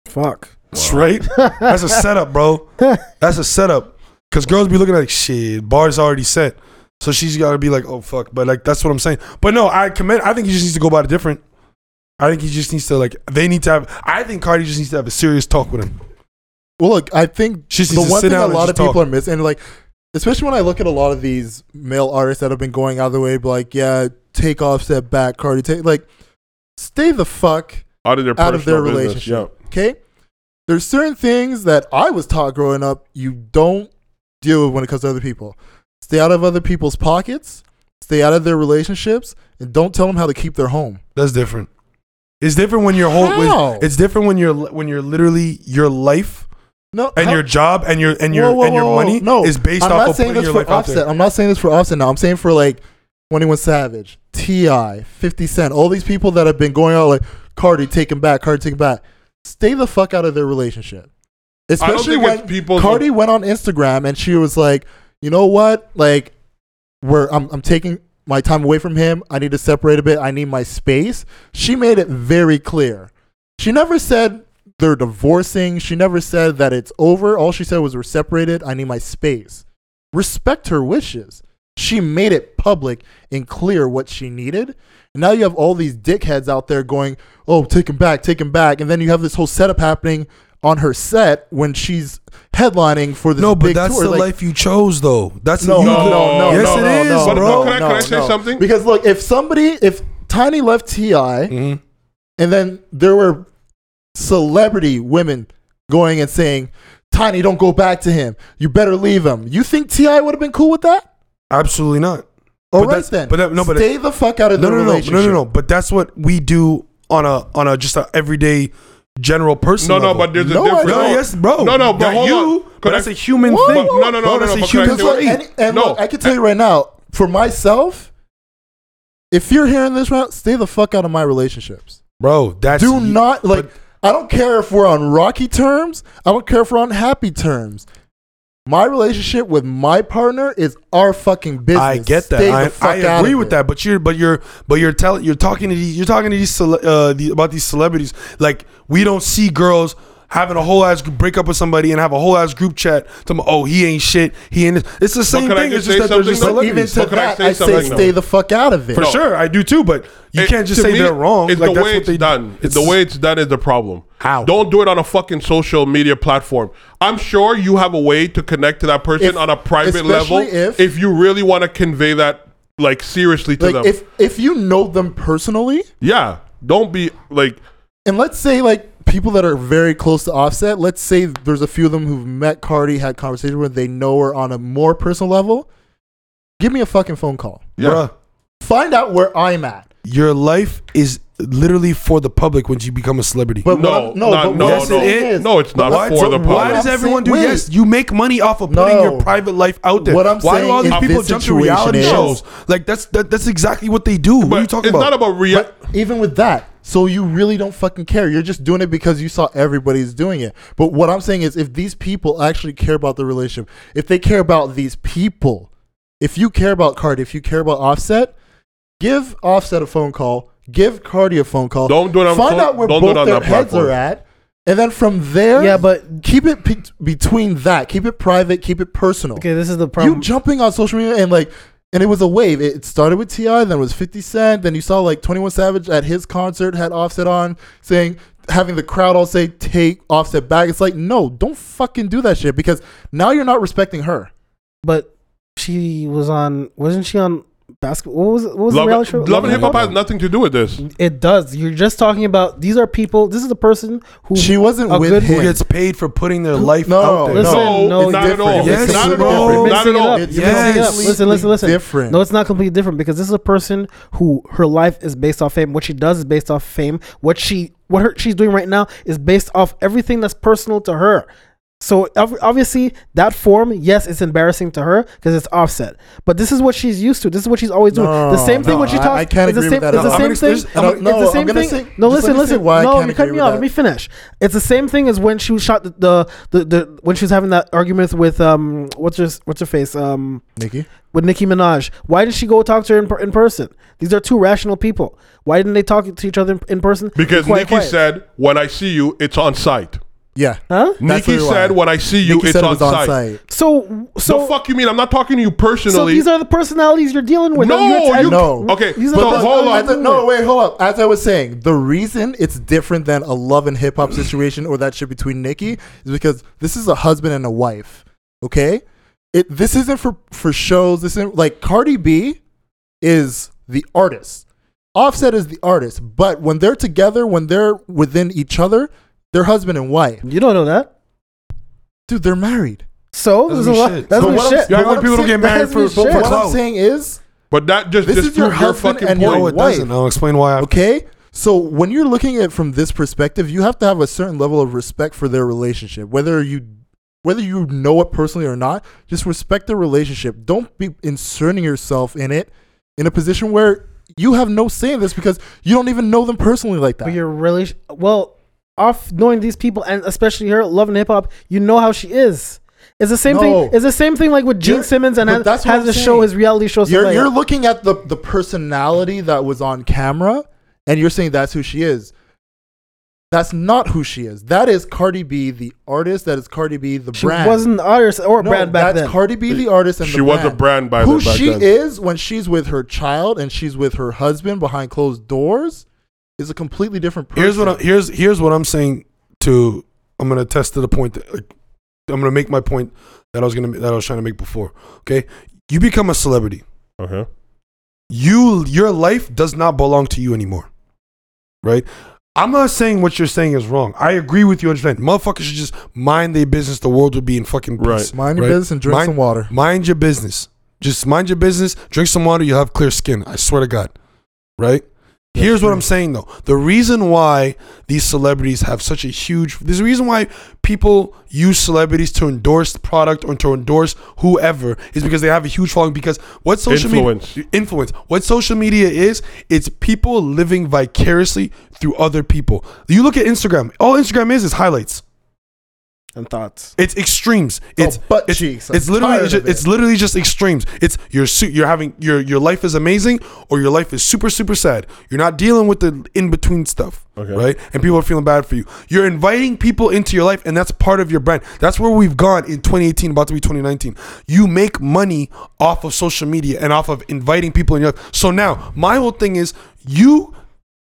S4: Fuck.
S3: That's right. That's a setup, bro. That's a setup. Cause girls be looking like shit. Bar's already set, so she's got to be like, oh fuck. But like that's what I'm saying. But no, I commend. I think he just needs to go about it different. I think he just needs to like. They need to have. I think Cardi just needs to have a serious talk with him.
S1: Well, look, I think
S3: She just
S1: the
S3: needs to
S1: one
S3: sit
S1: thing a
S3: down and
S1: lot
S3: just
S1: of people
S3: talk.
S1: are missing, and like, especially when I look at a lot of these male artists that have been going out of their way, be like, yeah, take offset back, Cardi, take like, stay the fuck
S2: out of their
S1: out of their
S2: personal business,
S1: relationship. Okay, there's certain things that I was taught growing up you don't deal with when it comes to other people. Stay out of other people's pockets, stay out of their relationships, and don't tell them how to keep their home.
S3: That's different. It's different when your whole.
S1: How?
S3: It's different when you're when you're literally your life
S1: No,
S3: and
S1: how-
S3: your job and your and your
S1: Whoa, whoa,
S3: and your
S1: whoa, whoa.
S3: money
S1: no.
S3: is based
S1: I'm
S3: off
S1: not
S3: of
S1: saying
S3: putting
S1: this
S3: your
S1: for
S3: life out
S1: offset.
S3: there.
S1: I'm not saying this for offset now. I'm saying for like 21 Savage, T.I., 50 Cent, all these people that have been going out like Cardi, take him back, Cardi, take him back. Stay the fuck out of their relationship. Especially
S2: think
S1: when
S2: it's people-
S1: Cardi went on Instagram and she was like, you know what? Like, where I'm, I'm taking my time away from him. I need to separate a bit. I need my space. She made it very clear. She never said they're divorcing. She never said that it's over. All she said was we're separated. I need my space. Respect her wishes. She made it public and clear what she needed. And now you have all these dickheads out there going, oh, take him back, take him back. And then you have this whole setup happening on her set when she's headlining for this
S3: No, but
S1: big
S3: that's
S1: tour.
S3: the
S1: Like,
S3: life you chose, though. That's
S1: no,
S3: you,
S1: no, no, no,
S3: Yes,
S1: no,
S3: it is,
S1: no, no,
S3: bro.
S1: no,
S2: Can I- can I say
S1: no.
S2: something?
S1: Because look, if somebody, if Tiny left Ti,
S3: Mhm.
S1: and then there were celebrity women going and saying, "Tiny, don't go back to him. You better leave him." You think Ti would have been cool with that?
S3: Absolutely not.
S1: All
S3: But
S1: right
S3: that's-
S1: then.
S3: but that- no, but
S1: stay the fuck out of
S3: No,
S1: the
S3: no, no, no,
S1: relationship.
S3: no, no, no. But that's what we do on a on a just a everyday general person.
S2: No, no,
S3: level.
S2: but there's a
S1: No, I
S2: difference.
S1: don't.
S3: No, yes, bro.
S2: No, no, but
S3: That
S2: hold on.
S3: you, but
S2: Could
S3: that's
S2: I-
S3: a human
S1: Whoa.
S3: thing.
S2: No, no, no,
S3: Bro,
S2: no, no,
S3: that's a
S2: but can I
S3: human
S1: That's
S2: say
S1: what,
S2: what-
S3: thing.
S1: and, and
S2: No.
S1: look, I can tell you right now, for myself, if you're hearing this round, stay the fuck out of my relationships.
S3: Bro, that's
S1: Do
S3: you-
S1: not like.
S3: but-
S1: I don't care if we're on rocky terms. I don't care if we're on happy terms. My relationship with my partner is our fucking business.
S3: I get
S1: Stay
S3: that.
S1: the
S3: I,
S1: fuck
S3: I
S1: out of
S3: agree with
S1: it.
S3: that. But you're but you're but you're telling you're talking to these you're talking to these cele- uh, the, about these celebrities. Like we don't see girls having a whole ass group break up with somebody and have a whole ass group chat. To oh he ain't shit. He ain't. this." It's the same
S2: could I
S3: thing.
S2: just
S3: It's just
S2: say
S3: that they're
S2: something
S3: just
S2: though?
S1: But
S2: Celebrities.
S1: even
S3: celebrities.
S1: to
S2: But can I
S1: that,
S2: say
S1: I, say
S2: something,
S1: stay
S2: though?
S1: the fuck out of it.
S3: For sure, I do too. But you
S2: It-
S3: can't just
S2: to
S3: say
S2: me,
S3: they're wrong.
S2: It's
S3: Like,
S2: the
S3: that's
S2: way
S3: what
S2: it's
S3: they-
S2: done. It's,
S3: it's-
S2: the way it's done is the problem.
S3: How?
S2: Don't do it on a fucking social media platform. I'm sure you have a way to connect to that person
S1: If-
S2: on a private
S1: especially
S2: level
S1: if-
S2: you really want to convey that like seriously to
S1: Like
S2: them.
S1: if if you know them personally,
S2: yeah, don't be like
S1: and let's say like people that are very close to Offset, let's say there's a few of them who've met Cardi, had conversations with, they know her on a more personal level. Give me a fucking phone call.
S2: yeah.
S3: Bruh,
S1: Find out where I'm at.
S3: your life is literally for the public when you become a celebrity.
S1: But
S2: No,
S1: what I'm-
S2: not-
S1: but
S2: no,
S1: what I'm
S3: no.
S1: saying is-
S2: No, it's not
S1: what I'm
S2: for
S1: saying-
S2: the
S1: what
S2: public.
S3: Why
S1: I'm
S3: does everyone do
S1: saying-
S3: yes? You make money off of putting
S1: No.
S3: your private life out there.
S1: What I'm
S3: Why do all
S1: saying
S3: these
S1: in
S3: people
S1: this
S3: jump to
S1: situation
S3: reality
S1: is-
S3: shows? Like that's that, that's exactly what they do. what are you
S2: But
S3: talking
S2: it's
S3: about?
S2: not about reality.
S1: But even with that, so you really don't fucking care. You're just doing it because you saw everybody's doing it. But what I'm saying is, if these people actually care about the relationship, if they care about these people, if you care about Cardi, if you care about Offset, give Offset a phone call. Give Cardi a phone call.
S2: Don't do it on
S1: Find
S2: phone-
S1: out where
S2: don't do
S1: both
S2: it on
S1: their
S2: that
S1: heads
S2: platform.
S1: are at, and then from there,
S4: Yeah, but-
S1: keep it pe- between that. Keep it private. Keep it personal
S4: Okay, this is the
S1: you
S4: problem.
S1: jumping on social media and like and it was a wave it started with ti then it was 50 cent then you saw like 21 savage at his concert had offset on saying having the crowd all say take offset back it's like no don't fucking do that shit because now you're not respecting her
S4: but she was on, wasn't she on basketball? What was what was the
S2: Love,
S4: reality show?
S2: Love and Hip Hop has nothing to do with this.
S4: It does. You're just talking about these are people. This is the person who
S1: she wasn't
S4: A
S1: with
S4: good
S1: him
S3: Who gets paid for putting their life
S1: No,
S3: out there?
S1: no.
S4: Listen,
S2: no,
S4: no,
S2: not
S1: it's
S2: at all.
S1: different. Yes,
S2: not at
S1: it's
S2: all.
S1: different.
S2: Not at
S4: Mixing it
S2: all.
S4: up. You're mixing it up.
S1: completely
S4: Listen, listen, listen.
S1: different.
S4: No, it's not completely different because this is a person who her life is based off fame. What she does is based off fame. What she what her, she's doing right now is based off everything that's personal to her. So ob- obviously that form, yes, it's embarrassing to her because it's offset. But this is what she's used to. This is what she's always doing.
S1: No,
S4: the same thing
S1: no,
S4: when she
S1: I-
S4: talks.
S1: I can't
S4: it's the
S1: agree
S4: same,
S1: with that
S4: It's
S1: at
S4: the
S1: all.
S4: same
S1: I'm
S4: thing.
S1: gonna- there's- I'm-
S4: it's
S1: no,
S4: the
S1: I'm
S4: same
S1: gonna
S4: thing.
S1: say-
S4: no,
S1: just
S4: listen,
S1: let me say
S4: listen.
S1: why I
S4: no,
S1: can't
S4: you cut
S1: agree
S4: me
S1: with
S4: off.
S1: that.
S4: Let me finish. It's the same thing as when she was shot the the, the, the when she was having that argument with um what's her what's her face um
S1: nikki
S4: with Nicki Minaj. Why didn't she go talk to her in, per- in person? These are two rational people. Why didn't they talk to each other in, in person?
S2: Because
S4: Be quiet,
S2: Nikki
S4: quiet.
S2: said, "When I see you, it's on site."
S1: yeah
S4: huh?
S1: That's
S2: Nikki
S1: what it
S2: said,
S1: was.
S2: "When I see you,
S1: Nicki
S2: it's
S1: said it
S2: on
S1: was on
S2: site."
S1: site.
S4: So
S2: So
S4: so
S2: fuck you mean? I'm not talking to you
S4: so
S2: personally.
S4: these are the personalities you're dealing with.
S2: No,
S4: You're-
S2: you-
S1: No.
S2: Okay,
S4: These are
S2: so
S4: the-
S2: hold
S1: as I-
S2: on.
S1: no, wait, hold up. As I was saying, the reason it's different than a love and hip hop
S2: Mm.
S1: situation or that shit between Nikki is because this is a husband and a wife. Okay, it this isn't for for shows. This isn't like Cardi B is the artist. Offset is the artist, but when they're together, when they're within each other, they're husband and wife.
S4: you don't know that.
S1: Dude, they're married.
S4: So
S3: Doesn't
S4: there's a
S3: mean
S4: lot.
S3: shit.
S4: That's
S1: But
S4: no
S1: what I'm-
S4: shit.
S1: but
S3: Yeah, when
S1: what I'm
S3: people don't
S1: saying-
S3: get married
S1: that doesn't
S3: for-
S1: mean
S3: for
S1: shit. what I'm
S3: clout.
S1: saying is
S2: But that just
S1: This
S2: just
S1: is your
S2: proved your
S1: husband
S2: fucking
S1: and your
S2: point.
S3: No, it
S1: Wait.
S3: doesn't. I'll explain why. I,
S1: Okay? So when you're looking at it from this perspective, you have to have a certain level of respect for their relationship. Whether you whether you know it personally or not, just respect the relationship. Don't be inserting yourself in it in a position where you have no say in this because you don't even know them personally like
S4: But
S1: that.
S4: you're really well off knowing these people and especially her love and hip hop. You know how she is. It's the same
S1: No.
S4: thing. It's the same thing like with Gene
S1: You're-
S4: Simmons and
S1: but
S4: has,
S1: that's what
S4: has
S1: I'm
S4: the
S1: saying.
S4: show, his reality show. stuff
S1: You're,
S4: like
S1: you're
S4: that.
S1: looking at the, the personality that was on camera and you're saying that's who she is. That's not who she is. That is Cardi B, the artist. That is Cardi B, the
S4: she
S1: brand.
S4: wasn't the artist or
S1: No,
S4: brand back
S1: that's
S4: then.
S1: Cardi B, the artist, and
S2: She
S1: the
S2: was a brand by
S1: Who
S2: then, back
S1: she
S2: then.
S1: is when she's with her child and she's with her husband behind closed doors is a completely different person.
S3: here's what I'm, here's here's what I'm saying. To I'm gonna test to the point that like, I'm gonna make my point that I was gonna that I was trying to make before. Okay, you become a celebrity.
S2: Uh-huh.
S3: you your life does not belong to you anymore. Right? I'm not saying what you're saying is wrong. I agree with you. Understand? Motherfuckers should just mind their business. The world would be in fucking peace.
S2: Right.
S1: Mind your business and drink
S3: Mind-
S1: some water.
S3: Mind your business. Just mind your business. Drink some water. You'll have clear skin. I swear to God. Right? Here's what I'm saying though. The reason why these celebrities have such a huge there's a reason why people use celebrities to endorse the product or to endorse whoever is because they have a huge following because what social
S2: Influence.
S3: media influence. What social media is, it's people living vicariously through other people. You look at Instagram, all Instagram is is highlights.
S4: and thoughts.
S3: It's extremes. It's
S1: butt
S3: it's,
S1: cheeks. I'm
S3: It's literally
S1: Oh, tired
S3: ju-
S1: of it.
S3: it's literally just extremes. It's your suit. You're having your your life is amazing, or your life is super super sad. You're not dealing with the in between stuff,
S2: Okay.
S3: right? And people are feeling bad for you. You're inviting people into your life, and that's part of your brand. That's where we've gone in 2018, about to be 2019. You make money off of social media and off of inviting people in your life. So now my whole thing is you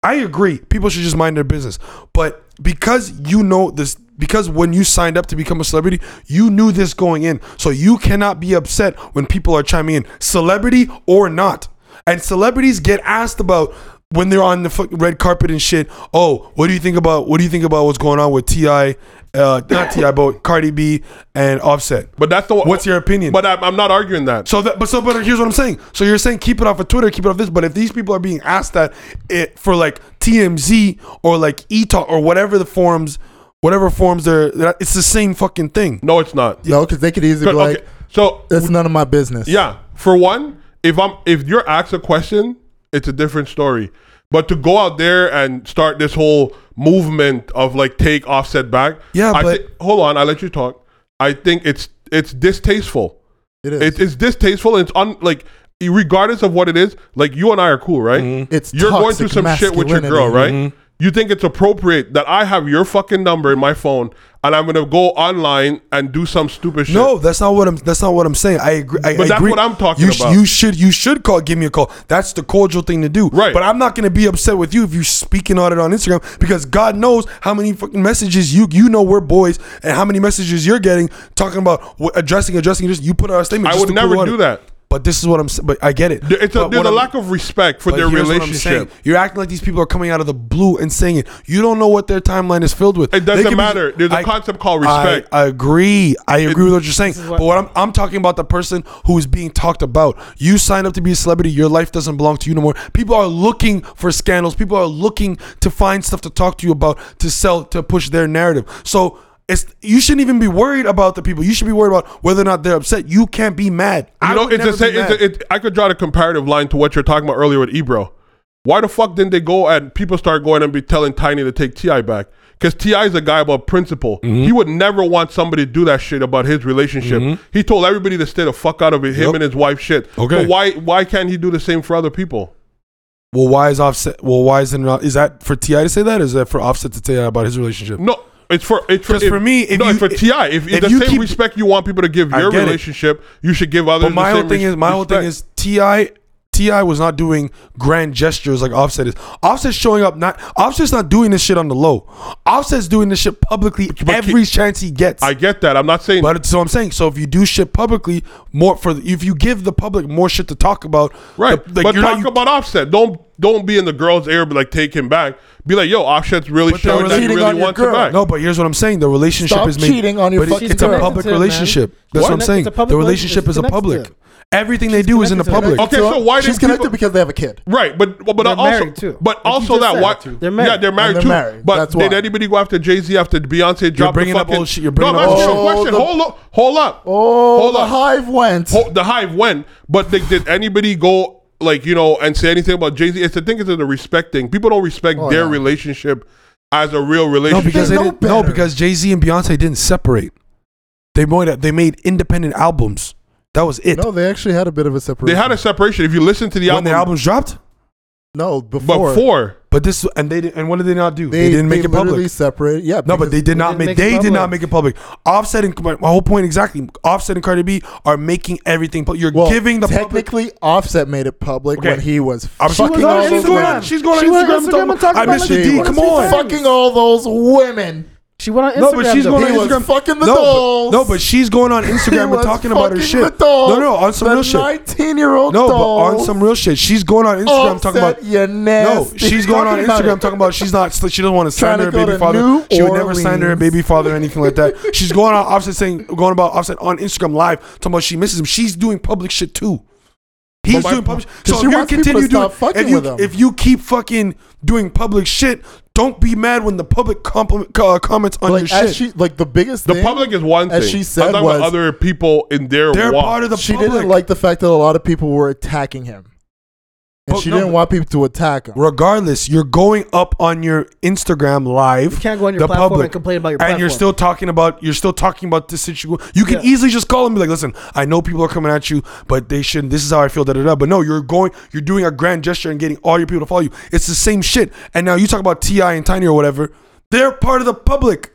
S3: I agree. People should just mind their business. But because you know this, because when you signed up to become a celebrity, you knew this going in. So you cannot be upset when people are chiming in, celebrity or not. And celebrities get asked about when they're on the fuck- red carpet and shit. Oh, what do you think about? What do you think about what's going on with Ti? Uh, not Ti, but Cardi B and Offset.
S2: But that's the
S3: What's your opinion?
S2: But I'm, I'm not arguing that.
S3: So that, but so, but here's what I'm saying. So you're saying keep it off of Twitter, keep it off this. But if these people are being asked that it for like TMZ or like E Talk or whatever the forums, whatever forums they're, they're- it's the same fucking thing.
S2: no, it's not.
S1: No, because they could easily be
S2: Okay,
S1: like, uh,
S2: So
S1: "That's none of my business."
S2: yeah, for one, if I'm if you're asked a question, it's a different story. But to go out there and start this whole movement of like take offset back,
S3: Yeah,
S2: I
S3: but-
S2: thi- hold on, I let you talk. I think it's it's distasteful.
S1: it is.
S2: It, it's distasteful and it's un like regardless of what it is. Like you and I are cool, right?
S1: It's
S2: you're going through
S1: toxic
S2: some shit with your girl,
S1: masculinity.
S2: right? You think it's appropriate that I have your fucking number in my phone and I'm gonna go online and do some stupid shit?
S3: No, that's not what I'm. That's not what I'm saying. I agree. I,
S2: But
S3: I
S2: that's
S3: agree.
S2: what I'm talking
S3: you, sh-
S2: about.
S3: You should. You should call. Give me a call. That's the cordial thing to do.
S2: Right.
S3: But I'm not gonna be upset with you if you're speaking on it on Instagram because God knows how many fucking messages you you know we're boys and how many messages you're getting talking about wh- addressing addressing. Just you put out a statement.
S2: I
S3: just
S2: would
S3: to cool
S2: never
S3: water.
S2: do that.
S3: But this is what I'm. s- But I get it.
S2: There- It's a,
S3: But
S2: there's
S3: what
S2: a
S3: I'm-
S2: lack of respect for
S3: but
S2: their
S3: here's what I'm saying.
S2: relationship.
S3: You're acting like these people are coming out of the blue and saying it. You don't know what their timeline is filled with.
S2: It
S3: They
S2: doesn't
S3: could be-
S2: matter. There's a
S3: I-
S2: concept called respect.
S3: I agree. I agree with what you're saying.
S4: what-
S3: but what I'm, I'm talking about the person who is being talked about. You signed up to be a celebrity. Your life doesn't belong to you no more. People are looking for scandals. People are looking to find stuff to talk to you about, to sell, to push their narrative. So it's you shouldn't even be worried about the people. You should be worried about whether or not they're upset. You can't be mad. I
S2: you know,
S3: would
S2: it's
S3: never
S2: the same.
S3: be
S2: It's
S3: mad.
S2: a, it, I could draw the comparative line to what you're talking about earlier with Ebro. Why the fuck didn't they go and people start going and be telling Tiny to take Ti back? Because Ti is a guy about principle.
S3: Mm-hmm.
S2: He would never want somebody to do that shit about his relationship. He told everybody to stay the fuck out of it. Him
S3: Yep.
S2: and his wife shit.
S3: Okay.
S2: So why why can't he do the same for other people?
S3: Well, why is offset? Well, why is it not? Is that for Ti to say that? Or is that for Offset to say that about his relationship?
S2: No, it's for it's for,
S3: 'Cause for me, if
S2: no,
S3: you-
S2: it's for Ti. If,
S3: if
S2: the
S3: you
S2: same
S3: keep-
S2: respect you want people to give
S3: I
S2: your
S3: get it.
S2: relationship, you should give others.
S3: But my
S2: the
S3: whole
S2: same
S3: thing
S2: res-
S3: is, my whole thing
S2: respect.
S3: is Ti. Ti was not doing grand gestures like Offset is. Offset's showing up. Not Offset's not doing this shit on the low. Offset's doing this shit publicly every chance he gets.
S2: I get that. I'm not saying
S3: but it's- so I'm saying, so if you do shit publicly, more for if you give the public more shit to talk about,
S2: Right.
S3: the- like,
S2: but
S3: you're not-
S2: talk
S3: you-
S2: about offset. Don't don't be in the girls' ear, but like take him back. Be like, yo, offset's really
S3: they're
S2: showing that he
S3: cheating
S2: really
S1: on your
S2: wants him
S1: girl.
S2: back.
S3: No, but here's what I'm saying. The relationship
S1: Stop
S3: is made,
S1: cheating on your
S3: but it's-
S1: fucking
S3: it's a
S1: girl.
S3: public
S4: She's connected to it, man.
S3: relationship. That's what, I'm
S4: It's
S3: saying.
S4: a public
S3: The relationship
S4: relationship.
S3: is a
S4: She's
S3: public.
S4: connected
S3: Everything they do is in the
S4: connected to it.
S3: public.
S2: Okay, so why
S1: She's
S2: did
S1: connected
S2: people,
S1: because they have a kid.
S2: Right, but but
S4: They're
S2: also
S4: married, too.
S2: but
S4: Like you
S2: also
S4: just
S2: that
S4: said,
S2: why
S4: too. They're married.
S2: Yeah, they're
S1: And
S2: married
S1: they're
S2: too.
S1: married.
S2: But
S1: That's
S2: did
S1: why.
S2: anybody go after Jay Z after Beyonce dropped
S3: bringing
S2: the
S3: up
S2: fucking?
S3: old shit. You're bringing
S2: no,
S3: up
S2: I'm asking
S1: old
S2: you a question.
S1: shit. Oh,
S2: hold up, hold up.
S1: Oh,
S2: hold
S1: the
S2: up.
S1: hive went.
S2: Ho- the hive went, but they, did anybody go like you know and say anything about Jay Z? It's the thing is the respect thing. People don't respect their
S1: yeah.
S2: relationship as a real
S3: No,
S2: relationship.
S3: because they
S1: There's no
S3: didn't, no,
S1: better.
S3: because Jay Z and Beyonce didn't separate. They made they made independent albums. That was it.
S1: No, they actually had a bit of a separation.
S2: they had a separation. If you listen to the
S3: when
S2: album,
S3: the albums dropped,
S1: no before.
S2: but four.
S3: but this and they didn't, and what did they not do? They,
S1: they,
S3: didn't make
S1: they
S3: it public.
S1: literally Separate. Yeah.
S3: No, but
S1: because-
S3: they did not
S4: didn't
S3: make.
S4: make it
S3: they did
S4: public.
S3: not make it public. Offset and my whole point exactly. Offset and Cardi B are making everything. But you're
S1: well,
S3: giving the public.
S1: technically Offset made it public
S2: Okay.
S1: when he was
S3: I'm
S1: fucking
S3: she was
S1: all those
S3: on, she's
S1: women.
S3: going on. She's going
S4: She
S3: on
S4: went on
S3: Instagram.
S4: Instagram and talked
S3: I
S4: about
S3: miss
S4: it.
S3: the
S1: She
S3: D.
S1: was
S3: Come on.
S1: fucking all those women.
S4: She went on Instagram.
S3: No, but she's
S4: though.
S3: going on
S1: He was
S3: Instagram.
S1: fucking the
S3: no,
S1: dolls.
S3: But, no, but she's going on
S1: He
S3: Instagram and
S1: was
S3: talking about her
S1: fucking
S3: shit.
S1: The dolls,
S3: No, no, on some
S1: the
S3: real shit.
S1: Nineteen-year-old.
S3: No, but
S1: dolls.
S3: on some real shit. She's going on Instagram talking
S1: Offset,
S3: about.
S1: you
S3: No,
S1: nasty.
S3: she's going on
S1: Talking about
S3: Instagram
S1: it.
S3: talking about she's not. She doesn't want to
S1: Trying
S3: sign
S1: to
S3: her
S1: go
S3: baby
S1: to
S3: father.
S1: New
S3: she would never sign her
S1: Orleans.
S3: baby father or anything like that. She's going on offset saying going about offset on Instagram live talking about she misses him. She's doing public shit too. He's
S2: my
S3: doing
S2: po-
S3: public.
S1: 'Cause
S3: So
S1: she
S3: if you
S1: wants people
S3: continue
S1: to
S3: doing,
S1: stop fucking
S3: if you
S1: with him.
S3: if you keep fucking doing public shit, don't be mad when the public compliment uh, comments on
S1: Like
S3: your
S1: as
S3: shit.
S1: she like the biggest
S2: The
S1: thing,
S2: public is one thing.
S1: as she said
S2: I'm talking
S1: was
S2: about other people in their
S3: They're
S2: walk.
S3: part of the
S1: she
S3: public.
S1: didn't like the fact that a lot of people were attacking him. And
S3: But
S1: she
S3: no,
S1: didn't
S3: but-
S1: want people to attack him.
S3: Regardless, you're going up on your Instagram live.
S4: You can't go on your
S3: the
S4: platform
S3: public,
S4: and complain about your
S3: and
S4: platform.
S3: you're still talking about you're still talking about this situation. You can
S4: Yeah.
S3: easily just call and be like, "Listen, I know people are coming at you, but they shouldn't. This is how I feel." Da da da. But no, you're going, you're doing a grand gesture and getting all your people to follow you. It's the same shit. And now you talk about Ti and Tiny or whatever. They're part of the public.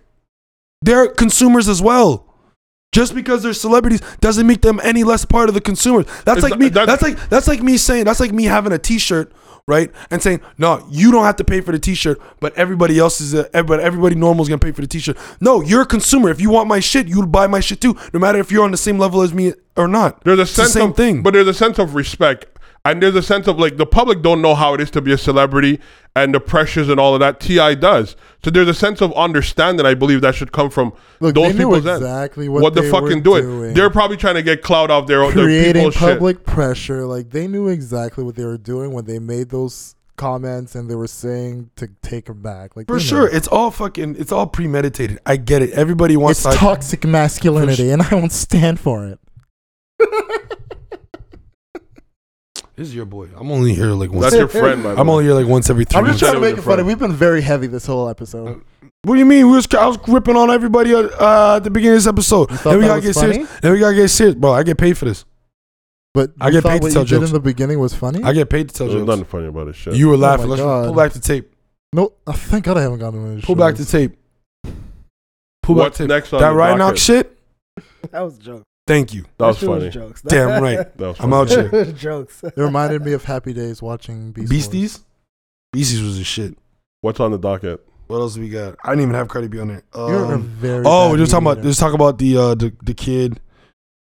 S3: They're consumers as well. Just because they're celebrities doesn't make them any less part of the consumer. That's
S2: It's
S3: like
S2: not-
S3: me.
S2: that's-
S3: That's like that's like me saying that's like me having a T-shirt, right? And saying no, you don't have to pay for the T-shirt, but everybody else is. A, everybody, everybody normal is gonna pay for the T-shirt. No, you're a consumer. If you want my shit, you'll buy my shit too, no matter if you're on the same level as me or not.
S2: There's a
S3: It's the
S2: sense
S3: same
S2: of,
S3: thing.
S2: but there's a sense of respect, and there's a sense of like the public don't know how it is to be a celebrity and the pressures and all of that. Ti does, so there's a sense of understanding. I believe that should come from
S1: Look, they
S2: those
S1: knew
S2: people. then.
S1: exactly what
S2: they're
S1: they
S2: fucking
S1: were
S2: doing.
S1: doing.
S2: They're probably trying to get clout off their own their
S1: creating
S2: people's
S1: public pressure. Like they knew exactly what they were doing when they made those comments and they were saying to take him back. Like
S3: for
S1: they know.
S3: sure, it's all fucking. It's all premeditated. I get it. Everybody wants.
S1: it's
S3: like-
S1: toxic masculinity, and I won't stand for it.
S3: this is your boy. I'm only here like
S2: shit.
S3: once.
S2: That's your friend, by the
S3: I'm
S2: way.
S3: only here like once every 3
S1: I'm
S2: You
S1: just trying
S2: said
S3: months.
S1: to
S2: it was
S1: make
S2: your
S1: it funny.
S2: friend.
S1: We've been very heavy this whole episode.
S3: What do you mean? We was, I was ripping on everybody uh, uh, at the beginning of this episode.
S1: You thought
S3: Then we
S1: that
S3: gotta
S1: was
S3: get
S1: funny?
S3: serious. Then we gotta get serious, bro. I get paid for this.
S1: But
S3: I
S1: you
S3: get
S1: thought
S3: paid to
S1: what
S3: tell
S1: you did
S3: jokes.
S1: in the beginning was funny.
S3: I get paid to tell
S2: There's
S3: jokes.
S2: nothing funny about this shit.
S3: You were laughing.
S1: Hmm? Oh my
S3: Let's
S1: God.
S3: pull back the tape.
S1: no, I thank God I haven't gotten one. of those
S3: Pull back the
S1: shows.
S3: tape. Pull
S2: What's
S3: back the tape.
S2: next on
S3: That
S2: the
S3: right knock
S2: docket?
S3: shit.
S4: that was jokes.
S3: Thank you.
S2: That was
S4: That shit
S2: funny.
S4: jokes.
S3: Damn right.
S2: That was
S3: I'm
S2: funny.
S3: out here.
S4: jokes.
S1: It reminded me of happy days watching Beast Boys.
S3: Beasties. Beasties was the shit.
S2: What's on the docket?
S3: What else we got? I didn't even have Cardi B on it.
S1: You're a
S3: Um,
S1: very
S3: oh,
S1: bad
S3: we just talking about
S1: mediator.
S3: just talk about the uh the, the kid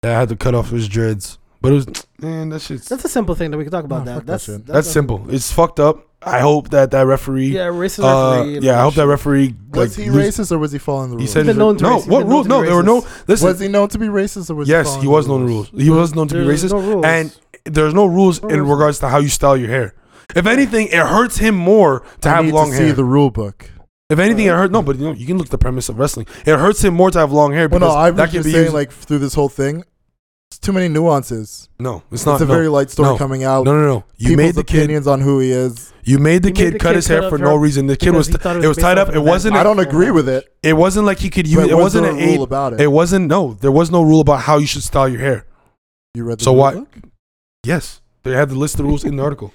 S3: that had to cut off his dreads. But it was man, that shit's
S4: That's a simple thing that we can talk about.
S1: Oh,
S4: that.
S1: fuck that
S4: That's,
S1: shit.
S3: that's simple. It's fucked up. I hope that that referee.
S4: Yeah, racist
S3: Uh,
S4: referee. and
S3: yeah, I
S4: all
S3: hope that referee.
S1: Was
S3: like,
S1: he
S3: lose-
S1: racist or was he following the
S3: He
S1: rules?
S3: said
S4: He's been known to
S3: no.
S4: racist. He's
S3: What
S4: been
S3: rule?
S4: known to
S3: No,
S4: be
S3: there were no. Listen,
S1: was he known to be racist or was
S3: yes,
S1: he
S3: he was known to rules. He was known to be
S4: There's
S3: racist,
S4: no rules.
S3: and there's no rules in
S4: Rules.
S3: regards to how you style your hair. If anything, it hurts him more to
S1: I
S3: have
S1: need
S3: long
S1: to
S3: hair.
S1: see the rule book.
S3: if anything, it hurts. No, but you know, you can look at the premise of wrestling. It hurts him more to have long hair
S1: Well,
S3: because
S1: no, I'm
S3: that
S1: just
S3: can be
S1: saying
S3: used-
S1: like through this whole thing, it's too many nuances.
S3: no. It's
S1: It's,
S3: not.
S1: a
S3: no.
S1: very light story
S3: no.
S1: coming out.
S3: no, no, no. You
S1: People's
S3: made the kid.
S1: opinions on who he is.
S3: You made the
S4: You made
S3: kid
S4: the
S3: cut
S4: kid
S3: his
S4: cut
S3: hair
S4: off
S3: for
S4: her
S3: no reason. The kid
S4: because
S3: was.
S4: he thought
S3: It was
S4: based
S3: tied up.
S4: off of
S3: It
S4: an
S3: wasn't.
S1: I
S3: A,
S4: event.
S1: don't agree with it.
S3: it wasn't like he could use.
S1: but
S3: It
S1: was
S3: wasn't
S1: there
S3: an
S1: a rule
S3: aid.
S1: about it.
S3: It wasn't. No, there was no rule about how you should style your hair.
S1: You read the
S3: So
S1: rule
S3: why-
S1: book?
S3: Yes, they had to list the rules in the article,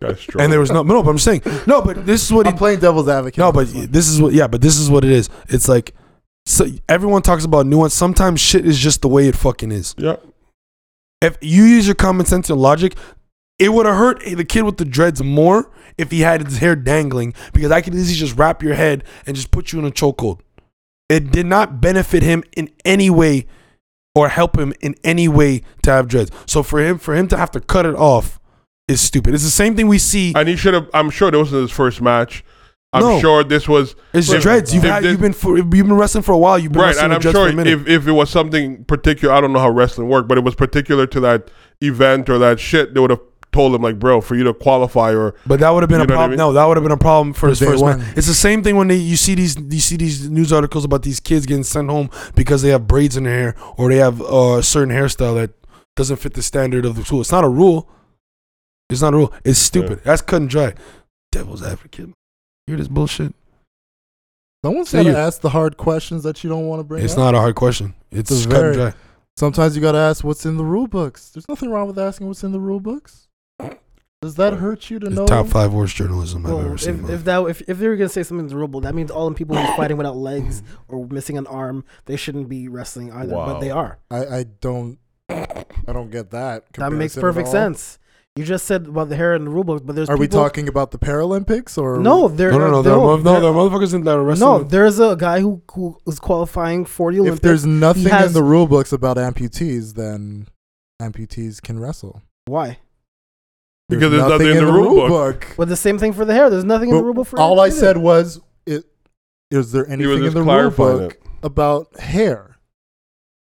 S2: Guy's strong.
S3: and there was no. No, but I'm saying no. But this is what he.
S1: I'm playing devil's advocate.
S3: No,
S1: on
S3: but
S1: this one.
S3: this is what. Yeah, but this is what it is. It's like, so everyone talks about nuance. Sometimes shit is just the way it fucking is.
S2: yeah.
S3: If you use your common sense and logic, it would have hurt the kid with the dreads more if he had his hair dangling because I could easily just wrap your head and just put you in a chokehold. It did not benefit him in any way or help him in any way to have dreads. So for him, for him to have to cut it off is stupid. It's the same thing we see.
S2: And he should have. I'm sure this wasn't his first match. I'm
S3: No.
S2: sure this was
S3: It's
S2: If-
S3: dreads. You've,
S2: if
S3: had,
S2: this-
S3: you've been for, you've been wrestling for a while. You've been
S2: right.
S3: wrestling
S2: And I'm
S3: with dreads
S2: sure
S3: for a minute.
S2: if, if it was something particular, I don't know how wrestling worked, but it was particular to that event or that shit, they would have told him like, bro, for you to qualify or
S3: But that would have been
S2: You
S3: a
S2: know what I
S3: problem.
S2: mean?
S3: No, that would have been a problem for his
S1: Day
S3: first
S1: one.
S3: man. It's the same thing when they, you see these you see these news articles about these kids getting sent home because they have braids in their hair or they have uh, a certain hairstyle that doesn't fit the standard of the school. It's not a rule. It's not a rule. It's stupid. That's cut and dry. Devil's advocate. Hear this bullshit?
S1: someone's
S3: so
S1: got
S3: you-
S1: to ask the hard questions that you don't want to bring
S3: It's
S1: up.
S3: not a hard question. It's,
S1: It's
S3: cut and
S1: very-
S3: dry.
S1: Sometimes you got to ask what's in the rule books. There's nothing wrong with asking what's in the rule books. Does that hurt you to
S3: It's
S1: know?
S3: top five worst journalism
S4: Well,
S3: I've ever seen. in
S4: if,
S3: my life.
S4: if that if, if they were gonna say something's rulable, that means all them people who's fighting without legs or missing an arm, they shouldn't be wrestling either.
S2: Wow.
S4: But they are.
S1: I, I don't. I don't get that.
S4: That makes
S1: comparison at
S4: perfect
S1: all.
S4: sense. You just said about the hair and the rule book, but there's
S1: Are we
S4: people-
S1: talking about the Paralympics or
S4: No, there
S3: no, no, no.
S4: are-
S3: There are,
S4: no,
S3: mo- no,
S4: there-
S3: there are motherfuckers in that are wrestling.
S4: no,
S3: with-
S4: there's a guy who who is qualifying for the Olympics.
S1: If there's nothing in
S4: has-
S1: the rule books about amputees, then amputees can wrestle.
S4: Why?
S2: Because there's nothing in the rule
S1: book.
S4: Well, the same thing for the hair. There's nothing in the
S1: But
S4: rule book for
S1: All I
S4: either.
S1: said was, it, is there
S2: he was
S1: anything in
S2: just
S1: the rule
S2: clarifying
S1: book
S2: it.
S1: about hair?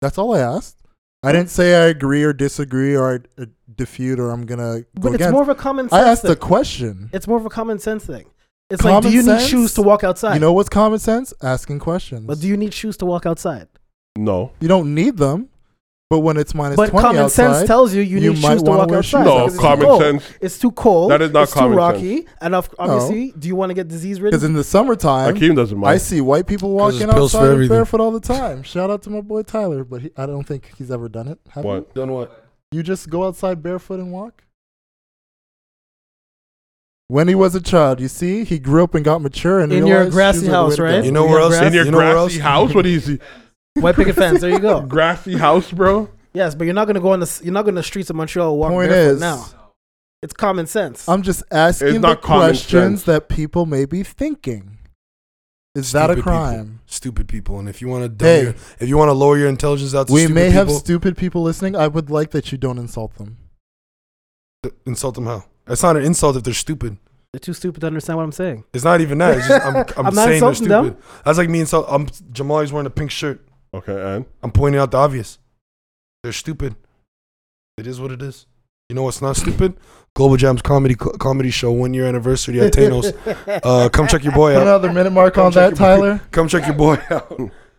S1: That's all I asked. I didn't say I agree or disagree or I uh, defute or I'm gonna go
S4: But it's
S1: against.
S4: more of a common
S1: I
S4: sense
S1: asked
S4: thing.
S1: a question.
S4: it's more of a common sense thing. It's like,
S1: Common
S4: do you
S1: sense?
S4: need shoes to walk outside?
S1: You know what's common sense? Asking questions.
S4: but do you need shoes to walk outside?
S2: No.
S1: You don't need them, but when it's minus
S4: but
S1: twenty
S4: common
S1: outside,
S4: sense tells you you,
S1: you
S4: need
S1: might
S4: shoes to
S1: wanna
S4: walk
S1: wear
S4: outside.
S1: shoes.
S2: No,
S4: because it's too
S2: common
S4: cold.
S2: sense.
S4: It's too cold.
S2: That is not
S4: it's
S2: common
S4: too rocky, and of- obviously, do you want to get disease ridden?
S1: because in the summertime,
S2: Akeem doesn't
S1: I
S2: mind.
S1: see white people
S3: 'Cause
S1: walking
S3: there's pills for
S1: outside
S3: everything.
S1: barefoot all the time. Shout out to my boy Tyler, but he, I don't think he's ever done it. Have
S2: What?
S3: Done what?
S1: You? you just go outside barefoot and walk. When he was a child, you see, he grew up and got mature and
S4: In your
S1: realized
S4: grassy
S1: shoes are the way to
S4: house,
S1: go.
S4: right?
S3: You know
S4: You
S3: where
S4: got
S3: else?
S2: In your
S3: you know where else?
S2: grassy house? What is he?
S4: White picket fence. There you go.
S2: Grassy house, bro?
S4: Yes, but you're not gonna go on the s- you're not gonna the streets of Montreal walk
S1: Point
S4: barefoot
S1: is-
S4: now. It's common sense.
S1: I'm just asking the
S2: not common
S1: questions
S2: sense.
S1: that people may be thinking. Is that a
S3: Stupid people.
S1: crime?
S3: Stupid people, and if you want to,
S1: Hey.
S3: your, if you want to lower your intelligence out to
S1: We
S3: stupid
S1: may have
S3: people,
S1: stupid people listening. I would like that you don't insult them.
S3: insult them how? It's not an insult if they're stupid.
S4: They're too stupid to understand what I'm saying.
S3: It's not even that. It's just I'm, I'm, saying
S4: I'm not
S3: they're
S4: insulting
S3: stupid.
S4: them.
S3: That's like me insult. I'm Jamal is wearing a pink shirt.
S2: Okay, and?
S3: I'm pointing out the obvious. They're stupid. It is what it is. You know what's not stupid? Global Jams comedy comedy show one year anniversary at Thanos. uh, come check your boy
S1: Put
S3: out.
S1: another minute mark
S3: Come
S1: on
S3: check
S1: that,
S3: your-
S1: Tyler.
S3: Come check your boy out.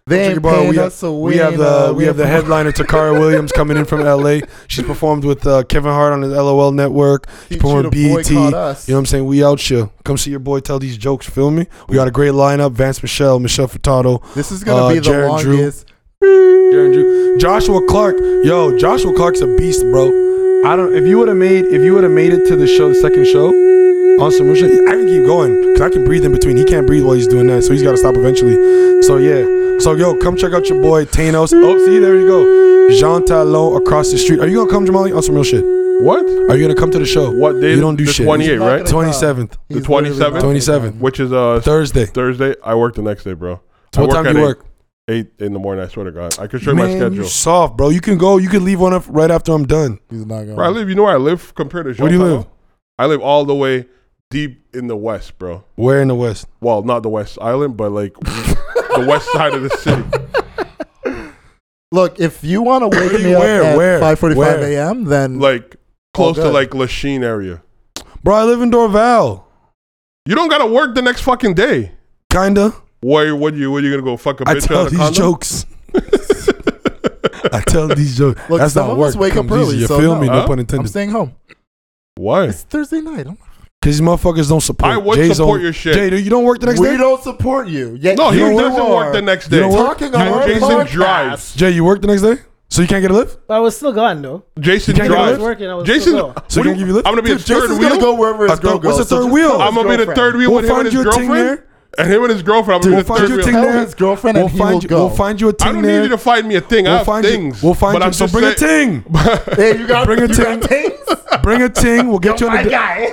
S1: They
S3: check
S1: ain't
S3: your ball.
S1: paying
S3: We
S1: us, so we,
S3: We have
S1: ain't,
S3: the
S1: uh,
S3: we have the headliner Takara Williams coming in from LA. She's performed with uh, Kevin Hart on his LOL network.
S1: Teach
S3: People
S1: you
S3: on
S1: to
S3: BET,
S1: boycott us.
S3: E You know what I'm saying? We out here. Come see your boy tell these jokes. Feel me? We got a great lineup: Vance Michelle, Michelle Furtado,
S1: This is gonna
S3: Uh,
S1: be the
S3: Jaren Drew.
S1: longest.
S3: Jaren Drew. Joshua Clark. Yo, Joshua Clark's a beast, bro. I don't. If you would have made, if you would have made it to the show, the second show, on some real shit, I can keep going because I can breathe in between. He can't breathe while he's doing that, so he's got to stop eventually. So yeah. So yo, come check out your boy Thanos. Oh, see, there you go. Jean Talon across the street. Are you gonna come, Jamal? On some real shit.
S2: What?
S3: Are you gonna come to the show?
S2: What day?
S3: You don't do
S2: the
S3: shit.
S2: 28,
S1: He's not
S2: right?
S1: gonna-
S3: Twenty seventh,
S1: He's
S2: The 27th?
S1: literally not gonna
S3: 27th.
S1: come.
S2: Which is uh,
S3: Thursday.
S2: Thursday. I work the next day, bro. I
S3: What time
S2: at
S3: do you
S2: eight-
S3: work?
S2: Eight in the morning. I swear to God, I can show you my
S3: Man, you
S2: schedule.
S3: soft, bro. You can go. You can leave one up right after I'm done.
S1: He's not going.
S2: Bro, I live. You know where I live compared to.
S3: Where do you
S2: Jean-Paul?
S3: live?
S2: I live all the way deep in the west, bro.
S3: Where in the West?
S2: Well, not the West Island, but like the west side of the city.
S1: Look, if you want to wake
S3: Where
S1: me
S3: you-
S1: up
S3: where,
S1: at
S3: where,
S1: 5:45
S3: where?
S1: a.m., then
S2: Like close to
S1: good.
S2: like Lachine area.
S3: Bro, I live in Dorval.
S2: You don't gotta work the next fucking day.
S3: Kinda.
S2: Why? What you? What you gonna go fuck a
S3: I
S2: bitch
S3: tell
S2: out
S3: these
S2: of condom?
S3: jokes. I tell these jokes.
S1: Look,
S3: That's
S1: some
S3: not
S1: of
S3: work.
S1: us wake
S3: It
S1: up
S3: comes
S1: early,
S3: easy. You
S1: so
S3: feel
S1: no.
S3: me? No
S2: Huh?
S3: pun
S1: I'm
S3: intended.
S1: staying home.
S2: Why?
S1: It's Thursday night. I'm-
S3: Because these motherfuckers don't support.
S2: I would
S3: Jay's
S2: support
S3: on-
S2: your shit.
S3: Jay, do you don't work the next
S1: we
S3: day.
S1: don't support you. Yet
S2: No, he
S1: here you
S2: doesn't
S1: are.
S2: work the next day.
S3: You know what?
S1: Talking on
S2: You-
S1: our
S2: Jason
S1: podcast.
S2: drives.
S3: Jay, you work the next day, so you can't get a lift.
S4: But I was still gone though.
S2: Jason
S3: You can't get a
S4: I was
S2: drives.
S3: lift?
S4: working. I was
S2: Jason,
S4: still
S3: So
S4: gone.
S2: what
S3: you
S2: do
S3: gonna give you lift?
S2: I'm gonna be a
S1: Dude,
S2: third
S1: Jason's
S2: wheel.
S1: gonna go wherever
S3: A
S1: his
S3: third-
S1: girl
S3: what's
S1: goes.
S3: a
S1: so
S3: third
S1: just
S3: wheel?
S1: tell his
S2: I'm gonna be the
S1: girlfriend.
S2: third wheel
S3: We'll
S2: with him
S3: find
S2: and his
S3: you a ting
S2: girlfriend.
S3: there.
S2: And him and his girlfriend. I'm
S3: Dude,
S2: gonna be
S3: we'll
S2: the
S3: find
S2: third
S3: you a
S2: wheel.
S3: ting
S1: Tell
S3: there.
S1: his girlfriend
S3: We'll
S1: and he will
S3: find you.
S1: go.
S3: We'll find you a ting
S2: I don't
S3: there.
S2: need you to find me a thing. I
S3: We'll
S2: have
S3: find
S2: things.
S3: you. We'll find
S2: but
S3: you.
S2: I'm
S3: so
S2: just
S3: bring a
S2: saying-
S3: ting.
S1: Hey, you got
S3: Bring
S1: you
S3: a
S1: got
S3: ting.
S1: tings?
S3: Bring a ting. We'll get you on the.
S1: guy.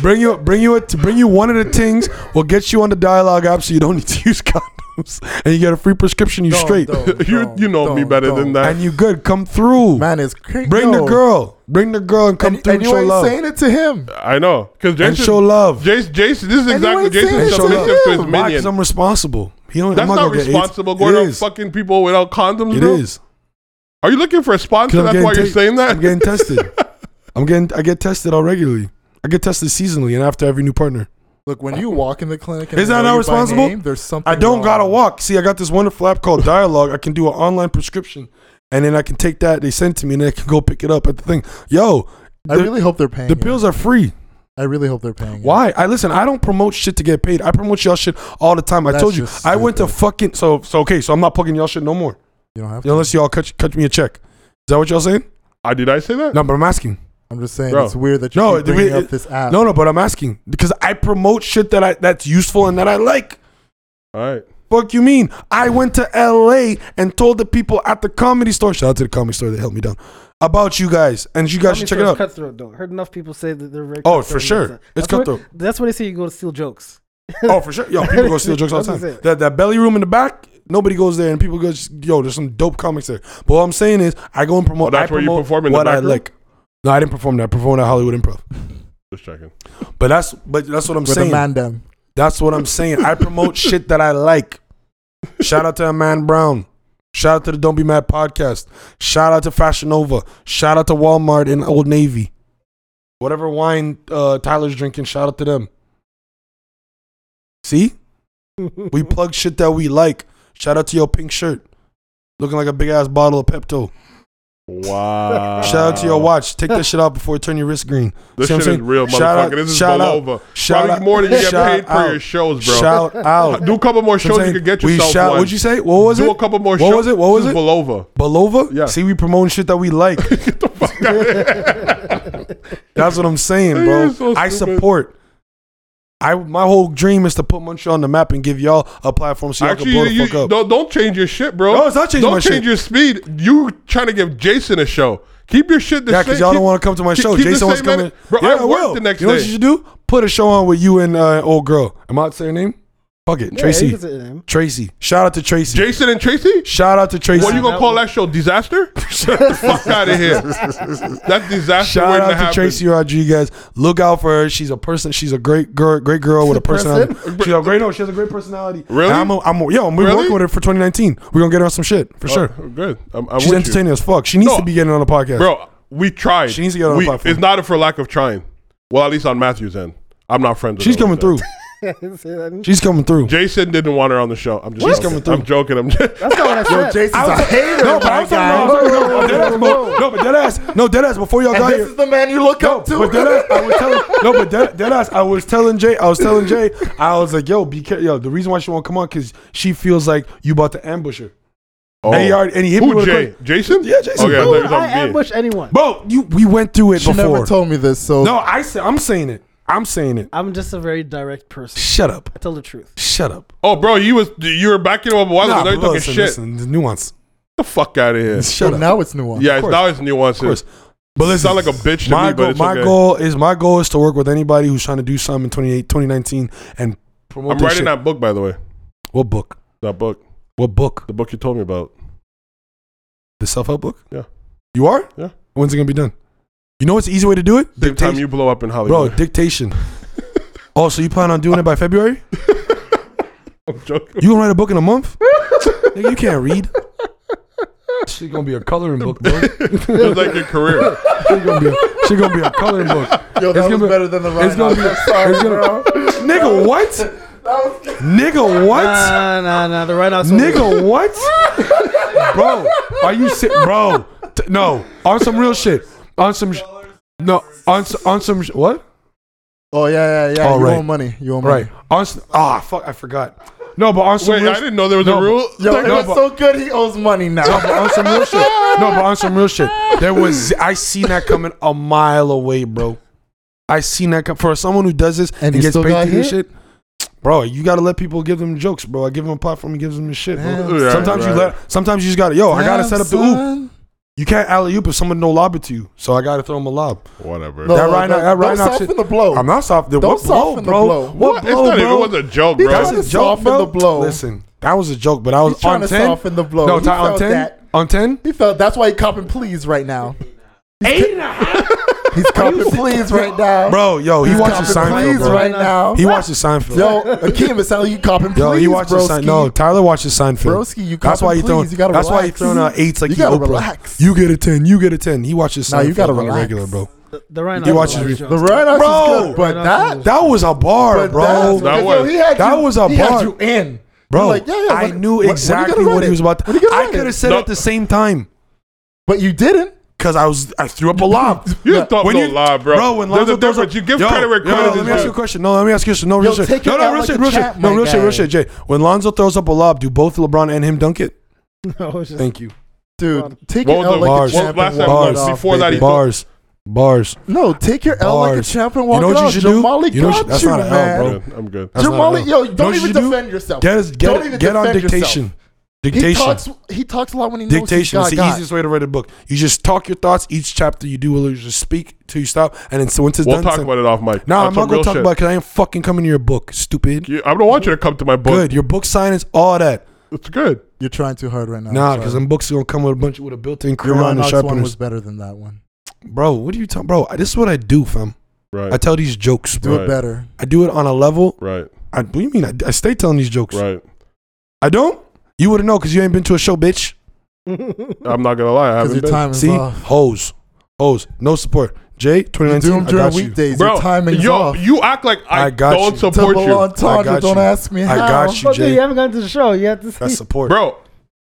S3: Bring you, bring you, a, to bring you one of the things. We'll get you on the dialogue app, so you don't need to use condoms, and you get a free prescription. You
S1: Don't,
S3: straight,
S1: don't,
S2: You-
S1: don't,
S2: you know me
S1: don't,
S2: better than
S1: don't.
S2: that.
S3: and you good. Come through.
S1: Man is crazy.
S3: bring the girl. Bring the girl and come
S1: And,
S3: through.
S1: and
S3: and
S1: you
S3: show
S1: ain't
S3: love.
S1: saying it to him.
S2: I know, because
S3: and
S2: Jason,
S3: show love.
S2: Jason, Jason, this is exactly
S1: ain't saying
S2: Jason's
S1: it's
S3: and show
S2: submissive
S1: love.
S2: to his
S3: Why? 'Cause
S2: minion.
S3: I'm responsible. He don't,
S2: That's
S3: I'm not,
S2: not
S3: gonna get AIDS.
S2: responsible
S3: It
S2: going out
S3: is.
S2: fucking people without condoms,
S3: It
S2: bro.
S3: is.
S2: Are you looking for a sponsor?
S3: 'Cause I'm
S2: That's why
S3: getting
S2: you're
S3: ta-
S2: saying that.
S3: I'm getting tested. I'm getting. I get tested all regularly. I get tested seasonally and after every new partner.
S1: Look, when you walk in the clinic, and
S3: Is
S1: they
S3: that
S1: know
S3: not
S1: you by
S3: responsible?
S1: name, there's something.
S3: I don't
S1: wrong.
S3: gotta walk. See, I got this wonderful app called Dialogue. I can do an online prescription, and then I can take that they send to me, and then I can go pick it up at the thing. Yo,
S1: I
S3: the,
S1: really hope they're paying.
S3: the
S1: you.
S3: pills are free.
S1: I really hope they're paying. you.
S3: Why? I listen. I don't promote shit to get paid. I promote y'all shit all the time. I
S1: That's
S3: told you.
S1: just
S3: I went to
S1: stupid.
S3: fucking so so. Okay, so I'm not plugging y'all shit no more
S1: You don't have to.
S3: unless y'all cut cut me a check. Is that what y'all saying?
S2: I Ah, did I say that?
S3: No, but I'm asking.
S1: I'm just saying
S2: Bro.
S1: it's weird that you
S3: No,
S1: keep bringing
S3: it-
S1: up this app.
S3: No, no, but I'm asking because I promote shit that I that's useful and that I like.
S2: All right.
S3: Fuck you mean? I went to LA and told the people at the comedy store, shout out to the comedy store that helped me down, about you guys. And you guys
S4: Comedy
S3: should check it
S4: stores
S3: out.
S4: Cutthroat though. Heard enough people say that they're very.
S3: Oh,
S4: cutthroat
S3: for sure.
S4: That's-
S3: It's
S4: that's where-
S3: cutthroat.
S4: That's where they say you go to steal jokes.
S3: Oh, for sure. Yo, people go steal jokes all the
S4: That's
S3: time.
S4: it.
S3: That, that belly room in the back, nobody goes there and people go, yo, there's some dope comics there. But what I'm saying is, I go and promote,
S2: Well, that's
S3: I
S2: where you
S3: promote
S2: perform in the
S3: what
S2: back
S3: I
S2: room?
S3: like. No, I didn't perform that. I performed at Hollywood Improv.
S2: Just checking.
S3: But that's but that's what I'm
S1: with
S3: saying.
S1: a man down.
S3: That's what I'm saying. I promote shit that I like. Shout out to Aman Brown. Shout out to the Don't Be Mad podcast. Shout out to Fashion Nova. Shout out to Walmart and Old Navy. Whatever wine uh, Tyler's drinking, shout out to them. See? We plug shit that we like. Shout out to your pink shirt. Looking like a big ass bottle of Pepto.
S2: Wow.
S3: Shout out to
S2: Ah.
S3: your watch. Take that shit out before it turn your wrist green.
S2: This
S3: See
S2: shit
S3: what I'm
S2: is
S3: saying?
S2: real, motherfucker.
S3: Shout out-
S2: this is
S3: shout out-
S2: Belova.
S3: shout
S2: Probably
S3: out-
S2: more than you get
S3: shout
S2: paid for
S3: out.
S2: your shows, bro.
S3: Shout out.
S2: Do a couple more
S3: See what
S2: shows
S3: I'm
S2: you can
S3: saying?
S2: get
S3: we
S2: yourself
S3: shout,
S2: one.
S3: What'd you say? What was
S2: Do
S3: it?
S2: a couple more
S3: What
S2: shows.
S3: was it? What was
S2: This is
S3: it?
S2: Belova.
S3: Belova?
S2: Yeah.
S3: See, we promoting shit that we like. That's what I'm saying,
S2: You're
S3: bro.
S2: so
S3: I
S2: stupid.
S3: support. I my whole dream is to put Montreal on the map and give y'all a platform so y'all
S2: Actually,
S3: can blow the
S2: you,
S3: fuck up.
S2: don't, don't change your shit, bro.
S3: No, it's not changing
S2: Don't
S3: my
S2: change
S3: shit.
S2: your speed. You trying to give Jason a show. Keep your shit the
S3: yeah,
S2: same.
S3: because y'all
S2: keep-
S3: don't want to come to my
S2: keep-
S3: show.
S2: keep the
S3: Jason wants to
S2: same
S3: come in.
S2: ener- Bro,
S3: yeah,
S2: I
S3: will.
S2: work the next
S3: You know what
S2: day.
S3: you should do? Put a show on with you and uh, old girl. Am I allowed to say her name? Fuck it, Tracy. Tracy. Shout out to Tracy.
S2: Jason and Tracy.
S3: Shout out to Tracy.
S2: What are you gonna
S4: that
S2: call
S4: one.
S2: that show? Disaster? Shut the fuck out of here. That's disaster
S3: Shout
S2: waiting
S3: out
S2: to
S3: to
S2: happen.
S3: Tracy Rodriguez. Look out for her. She's a person. She's a great girl. Great girl with a personality. She's a great. No, she has a great personality.
S2: Really?
S3: And I'm. A, I'm. A, yo, we're
S2: Really?
S3: working with her for 2019. We're gonna get her on some shit for sure.
S2: Oh, good. I'm, I'm
S3: She's
S2: with
S3: entertaining as fuck. She needs
S2: No.
S3: to be getting on the podcast.
S2: you. bro. We tried.
S3: She needs to get on
S2: we,
S3: the platform.
S2: It's not for lack of trying. Well, at least on Matthew's end, I'm not friends. with
S3: she's
S2: her like
S3: coming
S2: that.
S3: through. She's coming through.
S2: Jason didn't want her on the show. I'm just
S3: She's
S2: joking.
S3: coming through.
S2: I'm joking. I'm just,
S4: That's not what I said.
S1: Jason's
S3: I was-
S1: a hater.
S3: No, but
S1: my
S3: I'm sorry,
S1: guy.
S3: no, I'm sorry, no, I'm deadass, no, no, but deadass, no, deadass. Before y'all got
S1: And
S3: here,
S1: this is the man you look
S3: No,
S1: up to.
S3: but deadass, I was telling, no, but dead, deadass, I was telling Jay, I was telling Jay, I was like, yo, be care- yo. The reason why she won't come on because she feels like you about to ambush her.
S2: oh.
S3: And he already, and he hit me
S2: Who?
S3: with a
S2: Jay?
S3: question.
S2: Jason?
S3: Yeah, Jason.
S2: Okay, I thought
S3: Who
S2: you
S3: would
S2: were
S4: I
S2: talking about me.
S4: ambush anyone.
S3: Bro, you, we went through it
S1: she never
S3: before.
S1: told me this, so
S3: no, I said, I'm saying it. I'm saying it.
S4: I'm just a very direct person.
S3: Shut up.
S4: I tell the truth.
S3: Shut up.
S2: Oh, bro, you was you were backing him up a while ago. Now
S3: Nah, but
S2: you're talking
S3: listen,
S2: shit.
S3: listen, the nuance.
S2: Get the fuck out of here.
S1: so
S3: Shut up.
S1: now it's nuanced.
S2: Yeah,
S3: Of
S2: it's,
S3: course.
S2: now it's nuances.
S3: Of course. But listen,
S2: sound like a bitch to
S3: my
S2: me, but
S3: goal,
S2: it's
S3: my
S2: okay.
S3: goal is my goal is to work with anybody who's trying to do something in 28 2019 and promote.
S2: I'm
S3: their
S2: writing
S3: shit.
S2: that book, by the way.
S3: What book?
S2: That book,
S3: What book?
S2: the book you told me about.
S3: The self help book.
S2: Yeah.
S3: You are.
S2: Yeah.
S3: When's it gonna be done? You know what's an easy way to do it?
S2: Same time
S3: Dictation.
S2: you blow up in
S3: Bro,
S2: Hollywood.
S3: dictation. oh, so you plan on doing it by February?
S2: I'm joking.
S3: You gonna write a book in a month? Nigga, you can't read. She's gonna be a coloring book, bro.
S2: It's like your career.
S3: She's gonna be a, she gonna be a coloring book.
S1: Yo, that
S3: It's gonna
S1: was
S3: be-
S1: better than the Ryan.
S3: it's gonna be-
S1: I'm sorry,
S3: it's gonna-
S1: bro.
S3: Nigga, what? Nigga, what?
S4: Nah, nah, nah. The right outside.
S3: Nigga, what? bro, are you si- bro? T- no, on some real shit. On some sh- no, on s- on some sh- what?
S1: Oh yeah, yeah, yeah.
S3: All
S1: you
S3: right.
S1: want money? You want
S3: Right.
S1: money?
S3: On s- ah fuck, I forgot. No, but on some
S2: Wait,
S3: real
S2: I
S3: sh-
S2: didn't know there was
S3: No,
S2: a rule.
S1: Yo,
S3: No,
S1: it was
S3: but-
S1: so good. He owes money
S3: no,
S1: now.
S3: but on some real shit. No, but on some real shit. There was I seen that coming a mile away, bro. I seen that come for someone who does this and,
S1: you
S3: gets
S1: still
S3: paid
S1: got
S3: to this
S1: hit?
S3: shit. Bro, you gotta let people give them jokes, bro. I give them a platform and gives them the shit. Bro.
S1: Damn,
S3: Sometimes you
S2: right.
S3: let. Sometimes you just gotta. Yo, I gotta set up the oop.
S1: Son.
S3: You can't alley oop if someone don't lob it to you, so I gotta throw him a lob.
S2: Whatever.
S1: No,
S3: that
S1: no,
S3: right
S1: no,
S3: now, that right
S1: don't
S3: now,
S1: soften
S3: shit-
S1: the blow.
S3: I'm not soft. Don't
S1: Don't
S3: what blow,
S1: soften the
S3: bro?
S1: blow.
S3: What
S2: it's
S3: blow,
S2: not even. It
S3: bro?
S2: was a joke,
S1: He
S2: bro.
S1: does
S3: That's
S1: it. Trying to
S3: a joke,
S1: soften
S3: bro.
S1: the blow.
S3: Listen, that was a joke, but I was
S1: He's trying
S3: on
S1: to
S3: ten.
S1: soften the blow.
S3: No,
S1: He
S3: ti- on
S1: felt
S3: ten.
S1: that.
S3: On ten.
S1: He felt that's why he copping please right now.
S3: Eight and a half.
S1: He's copping please right now.
S3: Bro, yo, he
S1: He's
S3: watches
S1: copping
S3: Seinfeld,
S1: please
S3: bro.
S1: right now.
S3: He watches Seinfeld.
S1: Yo, Akeem, it sounds like you copping please.
S3: Yo, he watches
S1: broski.
S3: Seinfeld. No, Tyler watches Seinfeld.
S1: Broski, you
S3: that's why
S1: copping
S3: he throwing.
S1: please. You gotta
S3: that's why he
S1: relax.
S3: throwing out eights like
S1: You
S3: he
S1: gotta
S3: Oprah.
S1: relax.
S3: You get a ten. You get a ten. He watches Seinfeld
S1: Nah, you gotta
S3: on a
S1: relax.
S3: regular, bro.
S4: The, the right
S3: He
S4: outside
S3: watches
S4: is
S3: re-
S4: Jones.
S1: The right ox
S3: Bro.
S1: is good, but
S4: Right ox
S1: that, that,
S4: is
S3: That was a bar,
S1: but
S3: bro.
S2: That
S1: because
S2: was-
S1: he had
S3: that
S1: you-
S3: was a
S1: he had
S3: bar.
S1: you in.
S3: Bro,
S1: Like, yeah, yeah,
S3: I
S1: when-
S3: knew
S1: when- when you
S3: exactly
S1: gonna
S3: what
S1: run
S3: he
S1: it?
S3: was about. To,
S1: When you gonna
S3: I
S1: run
S3: could
S1: it?
S3: have said
S2: No.
S3: it at the same time
S1: But you didn't.
S3: because I was I threw up a lob.
S2: You just thought
S3: When
S2: no lie, bro.
S3: Bro, when
S2: There's a
S3: Lonzo throws
S2: difference.
S3: up-
S2: You give credit where credit is
S3: Let me ask
S2: due.
S3: you a question. No, let me ask you a question. No, real
S1: Yo,
S3: shit.
S1: take
S3: No,
S1: it
S3: no,
S1: out
S3: real
S1: like
S3: shit,
S1: a
S3: real
S1: champ,
S3: shit. No,
S1: my
S3: real shit, real
S1: guy.
S3: shit. Jay, when Lonzo throws up a lob, do both LeBron and him dunk it?
S4: No, it's just-
S3: Thank you.
S1: Dude, take
S2: What
S1: your
S2: was
S1: L
S2: the-
S1: like
S3: bars?
S1: a champ
S2: What
S1: and walk
S2: last time
S1: it
S2: was?
S1: off.
S2: Before that, he
S1: baby.
S3: Bars, bars.
S1: no, take your L like a
S3: Bars.
S1: champ and
S3: You
S1: walk
S3: know
S1: it
S3: what you
S1: off.
S3: should do?
S1: Jamali
S3: You know
S1: got
S3: what- that's
S1: you,
S3: not an L,
S1: man.
S3: bro.
S2: Good. I'm good.
S3: That's not
S1: Jamali,
S3: an
S1: yo,
S3: L.
S1: don't
S3: You know
S1: even
S3: what you should do?
S1: defend yourself.
S3: Get,
S1: Don't
S3: get,
S1: even
S3: get on
S1: defend
S3: dictation.
S1: He
S3: Dictation.
S1: talks. He talks a lot when he knows
S3: Dictation
S1: he's
S3: is
S1: got
S3: the
S1: God.
S3: easiest way to write a book. You just talk your thoughts. Each chapter you do will you just speak till you stop, and then so once it's
S2: We'll
S3: done,
S2: talk
S3: so-
S2: about it off mic.
S3: Nah,
S2: On
S3: I'm
S2: some
S3: not gonna
S2: real
S3: talk
S2: shit.
S3: about it because I ain't fucking coming to your book, stupid.
S2: You- I don't want you to come to my book.
S3: Good, your book science, all that.
S2: It's good.
S1: You're trying too hard right now.
S3: Nah,
S1: I'm
S3: because
S1: sorry.
S3: them books are gonna come with a bunch with a built-in
S1: your
S3: crayon
S1: Ron
S3: and
S1: Knox one was
S3: sharpeners.
S1: better than that one.
S3: Bro, what are you talking? Bro, this is what I do, fam.
S2: Right.
S3: I tell these jokes.
S1: Do
S2: Right.
S1: it better.
S3: I do it on a level.
S2: right.
S3: I, what do you mean? I, I stay telling these jokes.
S2: Right.
S3: I don't. You wouldn't know because you ain't been to a show, bitch.
S2: I'm not gonna lie, I
S1: Because your
S2: haven't been.
S1: time is
S3: See,
S1: off.
S3: hoes, hoes, no support. Jay,
S1: You do them
S3: 2019, I
S1: during
S3: got you.
S1: weekdays.
S2: Bro,
S1: your timing's
S2: yo,
S1: off.
S2: you act like I,
S3: I got
S2: don't
S3: you.
S2: support
S1: Double
S2: you,
S1: entendre.
S3: got
S1: Don't
S3: you.
S1: ask me
S3: I
S1: how.
S3: got you,
S4: But dude, you
S3: Jay.
S4: haven't gotten to the show. You have to see.
S3: That's support.
S2: bro.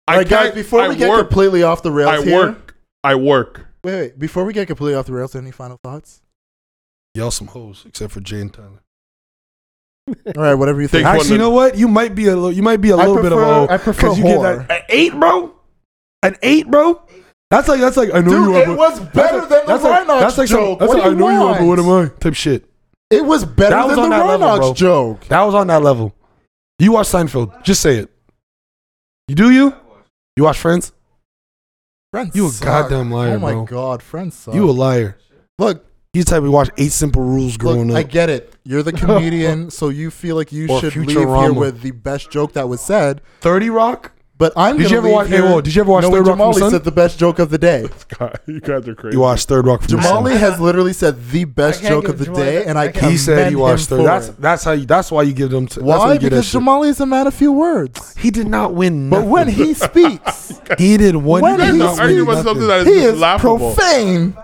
S2: I
S1: All right, guys,
S2: can't-
S1: before
S2: I
S1: we get
S2: work,
S1: completely off the rails
S2: I
S1: here,
S2: work, I work.
S1: Wait, wait, before we get completely off the rails, any final thoughts?
S3: Yell some hoes, except for Jay and Tyler.
S1: All right, whatever you think.
S2: Thanks,
S3: Actually, you know what? You might be a little, you might be a
S1: I
S3: little bit of a hoe.
S1: prefer, I prefer
S3: 'cause you get
S1: whore.
S3: that an eight, bro. An eight, bro. That's like that's like I know you.
S1: Dude,
S3: are,
S1: it
S3: but-
S1: was better
S3: that's
S1: than the
S3: that's like,
S1: Rhinox
S3: that's like some-
S1: joke.
S3: that's
S1: What
S3: like
S1: do
S3: I
S1: you
S3: know you are, but what am I?
S1: want?
S3: Type shit.
S1: It was better
S3: That was
S1: than
S3: on
S1: the
S3: that level, bro.
S1: Ronox joke.
S3: That was on that level. You watch Seinfeld. Just say it. You do you? You watch Friends?
S1: Friends
S3: You a
S1: suck.
S3: goddamn liar,
S1: Oh my
S3: bro.
S1: god, friends suck.
S3: You a liar.
S1: look,
S3: You the type who watch Eight Simple Rules growing
S1: look I
S3: up.
S1: get it. You're the comedian, so you feel like you
S3: Or
S1: should leave here
S3: Futurama.
S1: with the best joke that was said.
S3: Thirty Rock.
S1: But I'm
S3: Did
S1: gonna
S3: you ever
S1: leave
S3: watch? Hey,
S1: here
S3: whoa, did you ever watch
S1: knowing
S3: Third Rock from the
S1: Jamali
S3: Sun?
S1: said the best joke of the day.
S2: God, you guys are crazy.
S3: you watched Third Rock from the Sun.
S1: Jamali has literally said the best
S4: can't
S1: joke
S4: give
S1: of the
S4: Jamali
S1: day,
S4: that-
S1: and
S4: I
S1: I
S4: can't-
S1: commend
S3: He said he
S1: him
S3: watched Third.
S1: for
S3: That's
S1: it.
S3: that's how you. That's why you give them. T- That's how
S1: Why?
S3: you get that
S1: Because
S3: shit.
S1: Jamali is a man of few words.
S3: He did not win.
S1: But when he speaks,
S3: he did one,
S1: When
S3: he
S2: You
S3: did
S1: he
S3: not
S2: guys
S1: he's
S2: are arguing
S3: win
S1: speaks-
S2: about
S3: nothing.
S2: something that is
S1: he
S2: just
S1: is
S2: laughable.
S1: profane.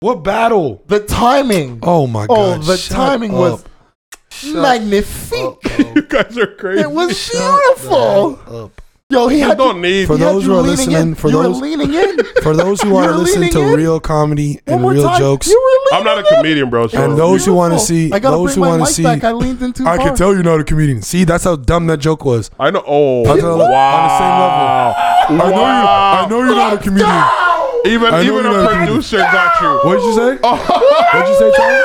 S3: What battle?
S1: The timing.
S3: Oh my
S1: Oh,
S3: god!
S1: the
S3: shut
S1: timing
S3: up.
S1: was
S3: Shut
S1: magnifique.
S2: You guys are crazy.
S1: It was
S3: Shut
S1: beautiful.
S3: the hell up.
S1: Yo, he
S2: you
S1: had
S2: don't
S1: you,
S2: need.
S1: he
S3: For
S1: had
S3: those
S1: you
S3: who are
S1: leaning
S3: listening,
S1: in.
S3: for
S1: you
S3: those-
S1: were leaning in.
S3: For those who
S1: You're
S3: want to listen
S1: leaning
S3: to
S1: in?
S3: real comedy
S1: One
S3: and
S1: more
S3: real
S1: time.
S3: jokes,
S1: You were
S2: I'm not a
S1: leaning in.
S2: comedian, bro. So
S3: And those who wanna
S1: Beautiful.
S3: see-
S1: I gotta bring
S3: those who
S1: my
S3: wanna
S1: mic
S3: see-
S1: back. I leaned in too
S3: I
S1: far.
S3: can tell you're not a comedian. See, that's how dumb that joke was.
S2: I know. Oh,
S3: That's on the-
S2: wow.
S3: on
S2: wow.
S3: I know you. I know you're not a comedian.
S2: Even
S3: I know
S2: even
S3: you
S2: a
S3: know comedian.
S2: producer got you.
S3: What did you say?
S1: Oh.
S3: What'd you say, Ty?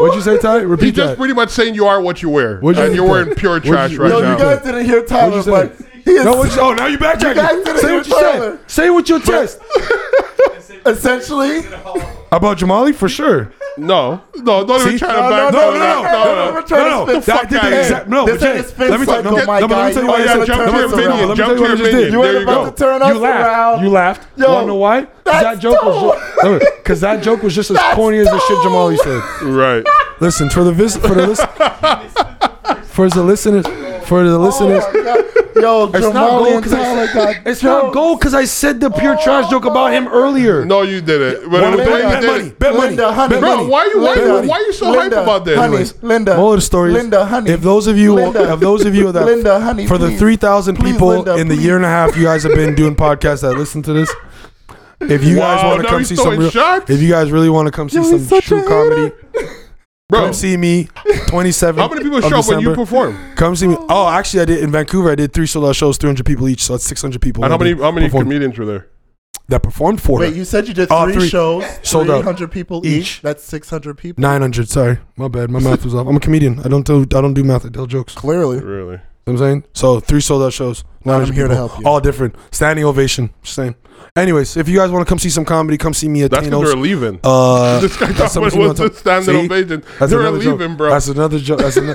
S3: What'd you say, Ty?
S2: He's
S3: Repeat
S2: just
S3: that.
S2: pretty much saying you are what you wear,
S3: What'd you
S2: and
S3: think
S2: you're wearing
S3: that?
S2: pure
S3: What'd you-
S2: trash right
S1: Yo,
S2: now.
S1: you guys didn't hear Tyler,
S3: What'd you
S1: but
S3: say?
S1: he is
S3: No, what you, oh, now you
S1: guys didn't
S3: backtracking. Say
S1: hear
S3: what you said.
S1: Tyler.
S3: Say what you test.
S1: essentially.
S3: About Jamali, for sure.
S2: No, no, don't even
S3: See?
S2: try
S3: No,
S2: to
S1: no,
S2: back
S1: no,
S2: down
S1: no,
S2: that.
S1: no, no, no, no. Trying to spin
S3: That did
S2: fuck out
S3: the
S2: of
S3: exact.
S1: here.
S3: No,
S1: This
S3: but Jay,
S1: ain't a spin
S3: let me tell you.
S1: cycle,
S3: No,
S1: my
S3: no, but let
S1: guy.
S3: me tell you
S1: You
S3: why.
S1: ain't
S3: I said-
S1: about to
S3: let me
S1: turn us
S3: tell you- let me tell
S2: around.
S3: you what I
S2: You
S3: just
S2: ain't
S3: did.
S1: You ain't
S2: There you
S1: about
S2: go.
S1: to turn us
S3: You laughed.
S1: around.
S3: You laughed.
S1: Yo,
S3: Wanna know why? Because
S1: that's
S3: that joke was
S1: dope.
S3: just, because that joke was just as
S1: That's
S3: corny as the shit
S1: dope.
S3: Jamali said.
S2: Right.
S3: Listen for the vis- for the listen for the listeners for the listeners.
S1: Oh. Yo,
S3: it's not
S1: Jamal
S3: gold
S1: and
S3: because I
S1: Tyler got
S3: it's not gold because I said the pure trash joke about him earlier.
S2: No, you didn't. But
S3: Wanna
S2: it was
S3: bet,
S2: the way you
S3: bet
S2: did
S3: money,
S2: it.
S3: bet money,
S1: Linda, honey.
S3: bet
S2: Bro,
S3: money.
S2: why you why,
S1: Linda,
S2: you- why you so
S1: Linda,
S2: hype about this?
S1: Honey,
S3: Anyways,
S1: Linda.
S3: Moral of the story is,
S1: Linda, honey.
S3: if those of you,
S1: Linda.
S3: if those of you that,
S1: Linda, honey,
S3: for the
S1: please.
S3: three thousand
S1: Please,
S3: people
S1: Linda,
S3: in the
S1: please.
S3: year and a half you guys have been doing podcasts that listen to this, if you guys
S2: Wow,
S3: want to
S2: now
S3: come
S2: he's
S3: see
S2: throwing
S3: some, real,
S2: shots?
S3: if you guys really want to come see
S1: Yo, he's
S3: some
S1: such a
S3: true
S1: hater.
S3: comedy,
S2: Bro,
S3: come see me. Twenty seven.
S2: how many people show up when you perform?
S3: Come see me. Oh, actually, I did in Vancouver. I did three sold out shows, three hundred people each, so that's six hundred people.
S2: And how
S3: that
S2: many
S3: did
S2: how many
S3: perform-
S2: comedians were there?
S3: that performed for
S1: Wait, you said you did
S3: Oh,
S1: three,
S3: three.
S1: shows,
S3: Sold out.
S1: 300 people each.
S3: Each.
S1: That's 600 people.
S3: nine hundred? Sorry, my bad. My math was off. I'm a comedian. I don't do I don't do math. I tell jokes.
S1: Clearly.
S2: Really?
S3: You know what I'm saying? So three sold out shows. Not
S1: I'm here to help you.
S3: All different. Standing ovation. Just saying. Anyways, if you guys want to come see some comedy, come see me at
S2: That's because
S3: Tino's.
S2: they're leaving.
S3: Uh,
S2: This guy
S3: that's
S2: thought
S3: something
S2: was
S3: you wanna
S2: the
S3: talk-
S2: standing
S3: See?
S2: ovation.
S3: That's
S2: They're
S3: another joke.
S2: leaving, bro.
S3: That's another joke. That's, an-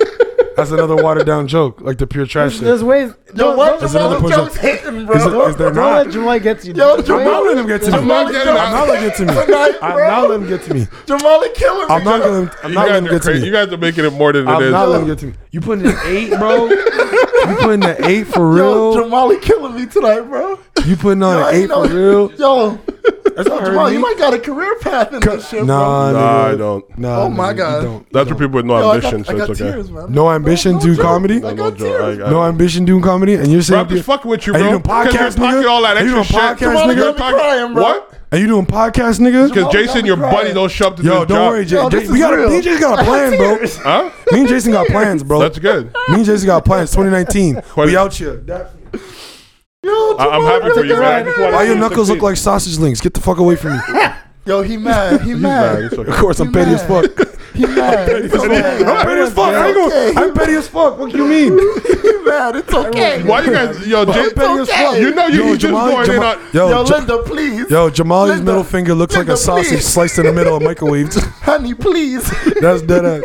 S3: that's another watered down joke, like the pure trash
S4: There's,
S3: shit. Is
S4: there's ways.
S1: Yo,
S4: Don't,
S1: why
S4: don't,
S3: That's another
S1: Jamal
S3: push-up.
S1: Jones hitting, bro?
S3: there- is there
S4: don't let
S3: not?
S4: Jamali get to you.
S1: Yo,
S4: There's
S1: Jamal-
S3: I'm
S4: ways-
S3: not letting him get to me.
S2: I'm
S3: I'm
S2: not getting
S3: not
S2: out.
S3: letting him get to me.
S1: Tonight,
S3: I'm
S1: bro.
S3: not letting him get to me.
S1: Jamali killing me.
S3: I'm not gonna. I'm
S2: you
S3: not
S2: guys
S3: letting him
S2: are
S3: get to
S2: crazy.
S3: me.
S2: You guys are making it more than it
S3: I'm
S2: is.
S3: not letting him get to me. You putting an eight, bro? You putting an eight for
S1: Yo,
S3: real?
S1: Jamali killing me tonight, bro.
S3: You putting
S1: Yo,
S3: on an
S1: you
S3: eight
S1: know-
S3: for real?
S1: Yo,
S3: That's not hurting
S1: Jamal,
S3: me.
S1: you might got a career path in this shit, bro.
S3: Nah,
S2: Nah, I
S3: nigga.
S2: don't.
S3: Nah,
S1: Oh my
S3: nigga, you
S1: God.
S3: don't. You
S2: That's
S3: don't.
S2: for people with no
S1: Yo, I
S2: ambition,
S1: got, I
S2: so
S1: got
S2: it's okay.
S1: tears, man.
S3: No ambition
S1: No
S3: to do
S1: joke.
S3: comedy?
S1: I
S2: No, no,
S1: got
S2: Joe, I-
S1: tears.
S2: I-
S3: No ambition doing comedy? And you're
S2: Bro,
S3: saying
S2: I'm just fucking with you,
S3: Are
S2: bro.
S3: you doing
S2: 'Cause you're
S3: podcasts,
S2: talking
S3: nigga?
S2: all that
S3: Are
S2: extra
S3: you doing
S2: shit.
S3: podcasts,
S1: Jamal,
S3: nigga?
S1: got me crying, bro.
S2: What?
S3: Are you doing podcasts, nigga?
S2: Because Jason,
S1: got
S2: your
S1: me crying.
S2: buddy, don't show up to do
S3: Yo,
S2: his
S3: don't
S2: job.
S3: worry, Jay.
S1: Yo,
S3: Jay-
S1: this
S3: we
S1: is
S3: got a,
S1: real.
S3: me and Jason got a plan, bro.
S2: Huh?
S3: Me and Jason got plans, bro.
S2: That's good.
S3: me and Jason got plans. 2019.
S2: Twenty-
S3: we out here.
S1: Yo,
S2: I- I'm
S1: Jamal
S2: happy for
S1: really
S2: you, man. I
S1: got
S2: just
S1: me.
S2: wanna
S3: Why
S2: see
S3: your
S2: you
S3: knuckles look
S2: succeed.
S3: like sausage links? Get the fuck away from me.
S1: Yo, he mad. He
S2: Nah,
S1: mad.
S2: it's okay.
S3: Of course, I'm petty as fuck.
S1: He mad. It's
S3: I'm
S1: okay.
S3: petty as fuck. I ain't
S1: Okay.
S3: gonna, I'm petty as fuck. What do you mean?
S1: He mad. It's okay.
S2: Why you guys, yo, Jay,
S1: petty as fuck.
S2: you know you,
S3: Yo,
S2: you just
S3: Jamali-
S2: going in
S3: Jama-
S2: on.
S3: yo,
S1: Yo,
S3: Ja-
S1: Linda, please.
S3: Yo, Jamali's
S1: Linda,
S3: middle finger looks like
S1: Linda,
S3: a sausage
S1: please.
S3: sliced in the middle of microwaved.
S1: honey, please.
S3: That's dead ass.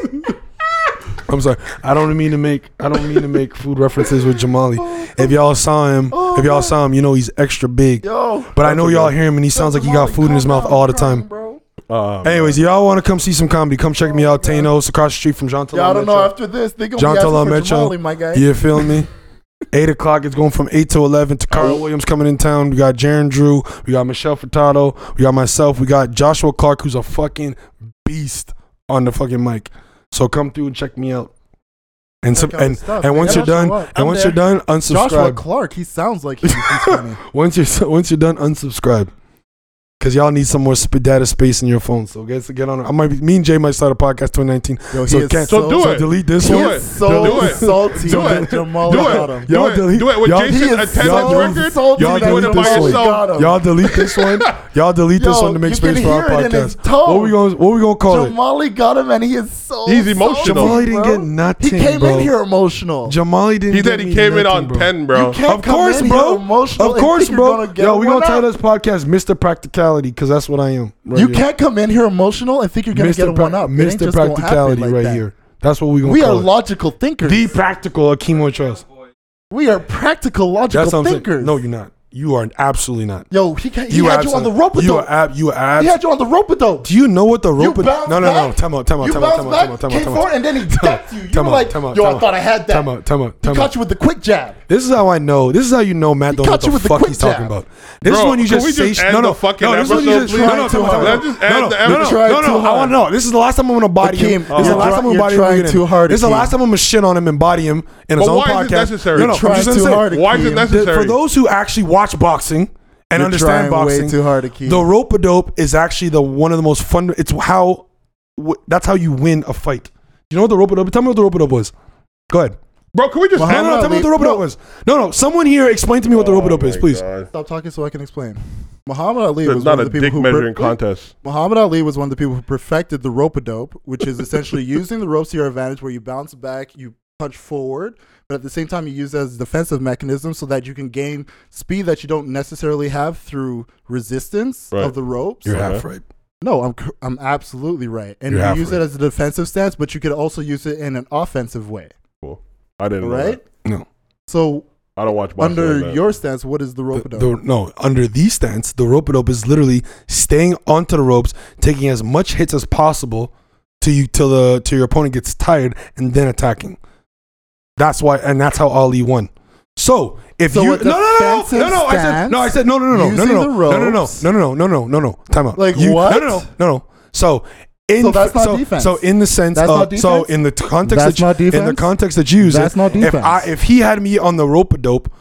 S3: I'm sorry. I don't mean to make I don't mean to make food references with Jamali. If y'all saw him, if y'all saw him, you know he's extra big.
S1: Yo.
S3: But I know y'all hear him and he sounds like he got food in his mouth all the time.
S1: Bro.
S2: Uh,
S3: Anyways, y'all want to come see some comedy? Come check me out, Tano's across the street from John.
S1: Yeah, I
S3: Talal
S1: don't know.
S3: Metro.
S1: After this, they gonna
S3: John
S1: be asking for
S3: Talametro.
S1: Jamali, my guy.
S3: You feel me? Eight o'clock. It's going from eight to eleven. Takara Williams coming in town. We got Jaron Drew. We got Michelle Furtado. We got myself. We got Joshua Clark, who's a fucking beast on the fucking mic. So come through and check me out. And some,
S1: Check out
S3: and
S1: his stuff.
S3: and once
S1: Yeah,
S3: you're
S1: Joshua
S3: done, and
S1: Clark. I'm
S3: once
S1: there.
S3: you're done,
S1: Joshua
S3: unsubscribe.
S1: Clark, he sounds like he's, he's funny.
S3: Once you're once you're done, unsubscribe. Cause y'all need some more sp- data space in your phone. So get get on. it. I might be, me and Jay might start a podcast 2019.
S1: Yo, he
S3: So
S1: is
S3: can't-
S2: so do
S3: So
S2: it.
S3: delete this
S2: Do
S3: one.
S1: He
S2: it.
S1: is so
S2: Do it.
S1: salty
S2: Do
S1: that
S2: it.
S1: Jamal
S2: Do
S1: got him.
S2: it. Do
S3: Y'all
S2: it.
S3: delete-
S2: Do it with
S3: y'all-
S1: He
S2: Jason's
S1: is
S2: attendance
S1: so
S2: record.
S1: salty
S2: you
S3: Y'all
S1: that
S2: do it
S3: delete
S1: he
S2: by
S3: this one.
S1: got him.
S2: yourself.
S3: Y'all delete this one. Y'all delete this
S1: Yo,
S3: one to make
S1: you
S3: space
S1: can
S3: for our
S1: hear it in his
S3: podcast.
S1: tone.
S3: What we gonna What we gonna call it?
S1: Jamali got him, and he is so
S2: He's emotional.
S1: salty,
S3: Jamali didn't
S1: bro.
S3: get nothing,
S1: He came
S3: bro.
S1: in here emotional.
S3: Jamali didn't.
S2: He
S3: give
S2: said he
S3: me
S2: came in
S3: nothing,
S2: on
S3: bro.
S2: ten, bro.
S1: You can't
S3: of
S1: come
S3: course,
S1: in
S3: bro.
S1: here emotional
S3: Of
S1: and
S3: course,
S1: think you're
S3: bro.
S1: gonna get
S3: Yo,
S1: it.
S3: we
S1: We're
S3: gonna title
S1: not.
S3: this podcast "Mr. Practicality" because that's what I am. Right
S1: you
S3: here.
S1: can't come in here emotional and think you're gonna get a
S3: Pra-
S1: one up. It ain't
S3: Mr.
S1: just gonna happen
S3: Practicality,
S1: like
S3: right
S1: that.
S3: here. That's what we gonna.
S1: We are
S3: call it.
S1: logical thinkers.
S3: the practical Akimo Trust.
S1: we are practical, logical
S3: That's what I'm saying.
S1: thinkers.
S3: No, you're not. You are absolutely not.
S1: yo, he, ca- he
S3: you are
S1: had you on the
S3: absolutely-
S1: rope with
S3: You are
S1: though.
S3: ab. You are
S1: He
S3: ab.
S1: had you on the rope with though.
S3: Do you know what the rope?
S1: you bounced
S3: no, no, no.
S1: back.
S3: Time out. Time out.
S1: You
S3: Time out.
S1: bounced
S3: Time
S1: back,
S3: out. Time out.
S1: came
S3: Time
S1: forward,
S3: out.
S1: and then he
S3: Time out,
S1: decked you. You
S3: time
S1: were
S3: out,
S1: like,
S3: time out,
S1: yo,
S3: time
S1: I
S3: out.
S1: thought I had that.
S3: Time out. Time out.
S1: He
S3: Time
S1: caught
S3: out.
S1: you with the quick jab.
S3: This is how I know. This is how you know Matt don't know what
S1: caught you
S3: the
S1: with the
S3: fuck
S1: quick
S3: he's talking
S1: jab.
S3: about. This is
S2: Bro,
S3: when you
S2: can
S3: just
S2: we
S3: say
S2: just
S3: sh-
S2: end
S3: no, no,
S2: the fucking
S3: no. This is when you
S2: episode,
S3: just
S2: please?
S3: no, no,
S1: Trying
S3: no,
S1: too
S3: no,
S1: hard.
S2: Let's just
S3: no,
S2: end
S3: no,
S2: the
S3: no,
S2: episode.
S3: no, no, no.
S1: Try
S3: I want to know. This is the last time I'm gonna body him.
S1: Akeem,
S3: This is the
S1: you're
S3: last time
S1: try-
S3: I'm gonna body
S1: you're
S3: him.
S1: trying
S3: again.
S1: too hard,
S3: This is the
S1: Akeem.
S3: last time I'm gonna shit on him and body him in his
S2: But
S3: own
S2: why is
S3: podcast.
S2: it necessary?
S3: No, no,
S2: You're
S3: I'm
S1: trying
S3: Oh, just gonna
S1: too
S3: say,
S1: hard,
S2: Why is it
S1: Akeem.
S3: the-
S2: necessary?
S3: for those who actually watch boxing and
S1: You're
S3: understand
S1: trying way
S3: boxing,
S1: too hard, Akeem.
S3: the rope a dope is actually the one of the most fun. It's how wh- that's how you win a fight. You know what the rope a dope? Tell me what the rope a dope was. Go ahead.
S2: bro, can we just
S3: No, no,
S2: end
S3: no,
S1: Muhammad
S3: tell me what the
S1: Ali-
S3: rope a dope
S1: no.
S3: was. No, no. Someone here explain to me
S2: Oh
S3: what the rope a dope is, please.
S1: Stop talking so I can explain. Muhammad Ali
S2: It's
S1: was
S2: not
S1: one
S2: a
S1: of the people
S2: dick
S1: who
S2: measuring
S1: per-
S2: contest.
S1: Muhammad Ali was one of the people who perfected the rope a dope, which is essentially using the ropes to your advantage where you bounce back, you punch forward, but at the same time, you use it as a defensive mechanism so that you can gain speed that you don't necessarily have through resistance
S2: Right.
S1: of the ropes.
S3: You're
S2: Okay.
S3: half right.
S1: No, I'm, cor- I'm absolutely right. And
S3: You're half
S1: you use
S3: right.
S1: it as a defensive stance, but you could also use it in an offensive way,
S2: I didn't know
S1: right?
S2: that.
S3: No.
S1: So,
S2: I don't watch boxing.
S1: under
S2: like that.
S1: your stance, what is the rope a
S3: The-
S1: dope?
S3: the- no, under these stance, the rope a dope is literally staying onto the ropes, taking as much hits as possible to you till the till your opponent gets tired and then attacking. That's why, and that's how Ali won. So if
S1: So
S3: you
S1: a
S3: no no no no
S1: defensive
S3: no no I said no I said no no no no no
S1: stance,
S3: no
S1: using
S3: no
S1: the
S3: no no no
S1: ropes.
S3: no no no no no no time out
S1: Like,
S3: You-
S1: what?
S3: no no no no no so. In,
S1: So that's not
S3: so,
S1: defense.
S3: so in the sense
S1: That's
S3: of
S1: not
S3: so
S1: defense?
S3: in the context
S1: That's
S3: that you-
S1: not
S3: in the
S1: defense?
S3: context that you use
S1: That's
S3: it,
S1: not
S3: if
S1: defense.
S3: I if he had me on the rope a dope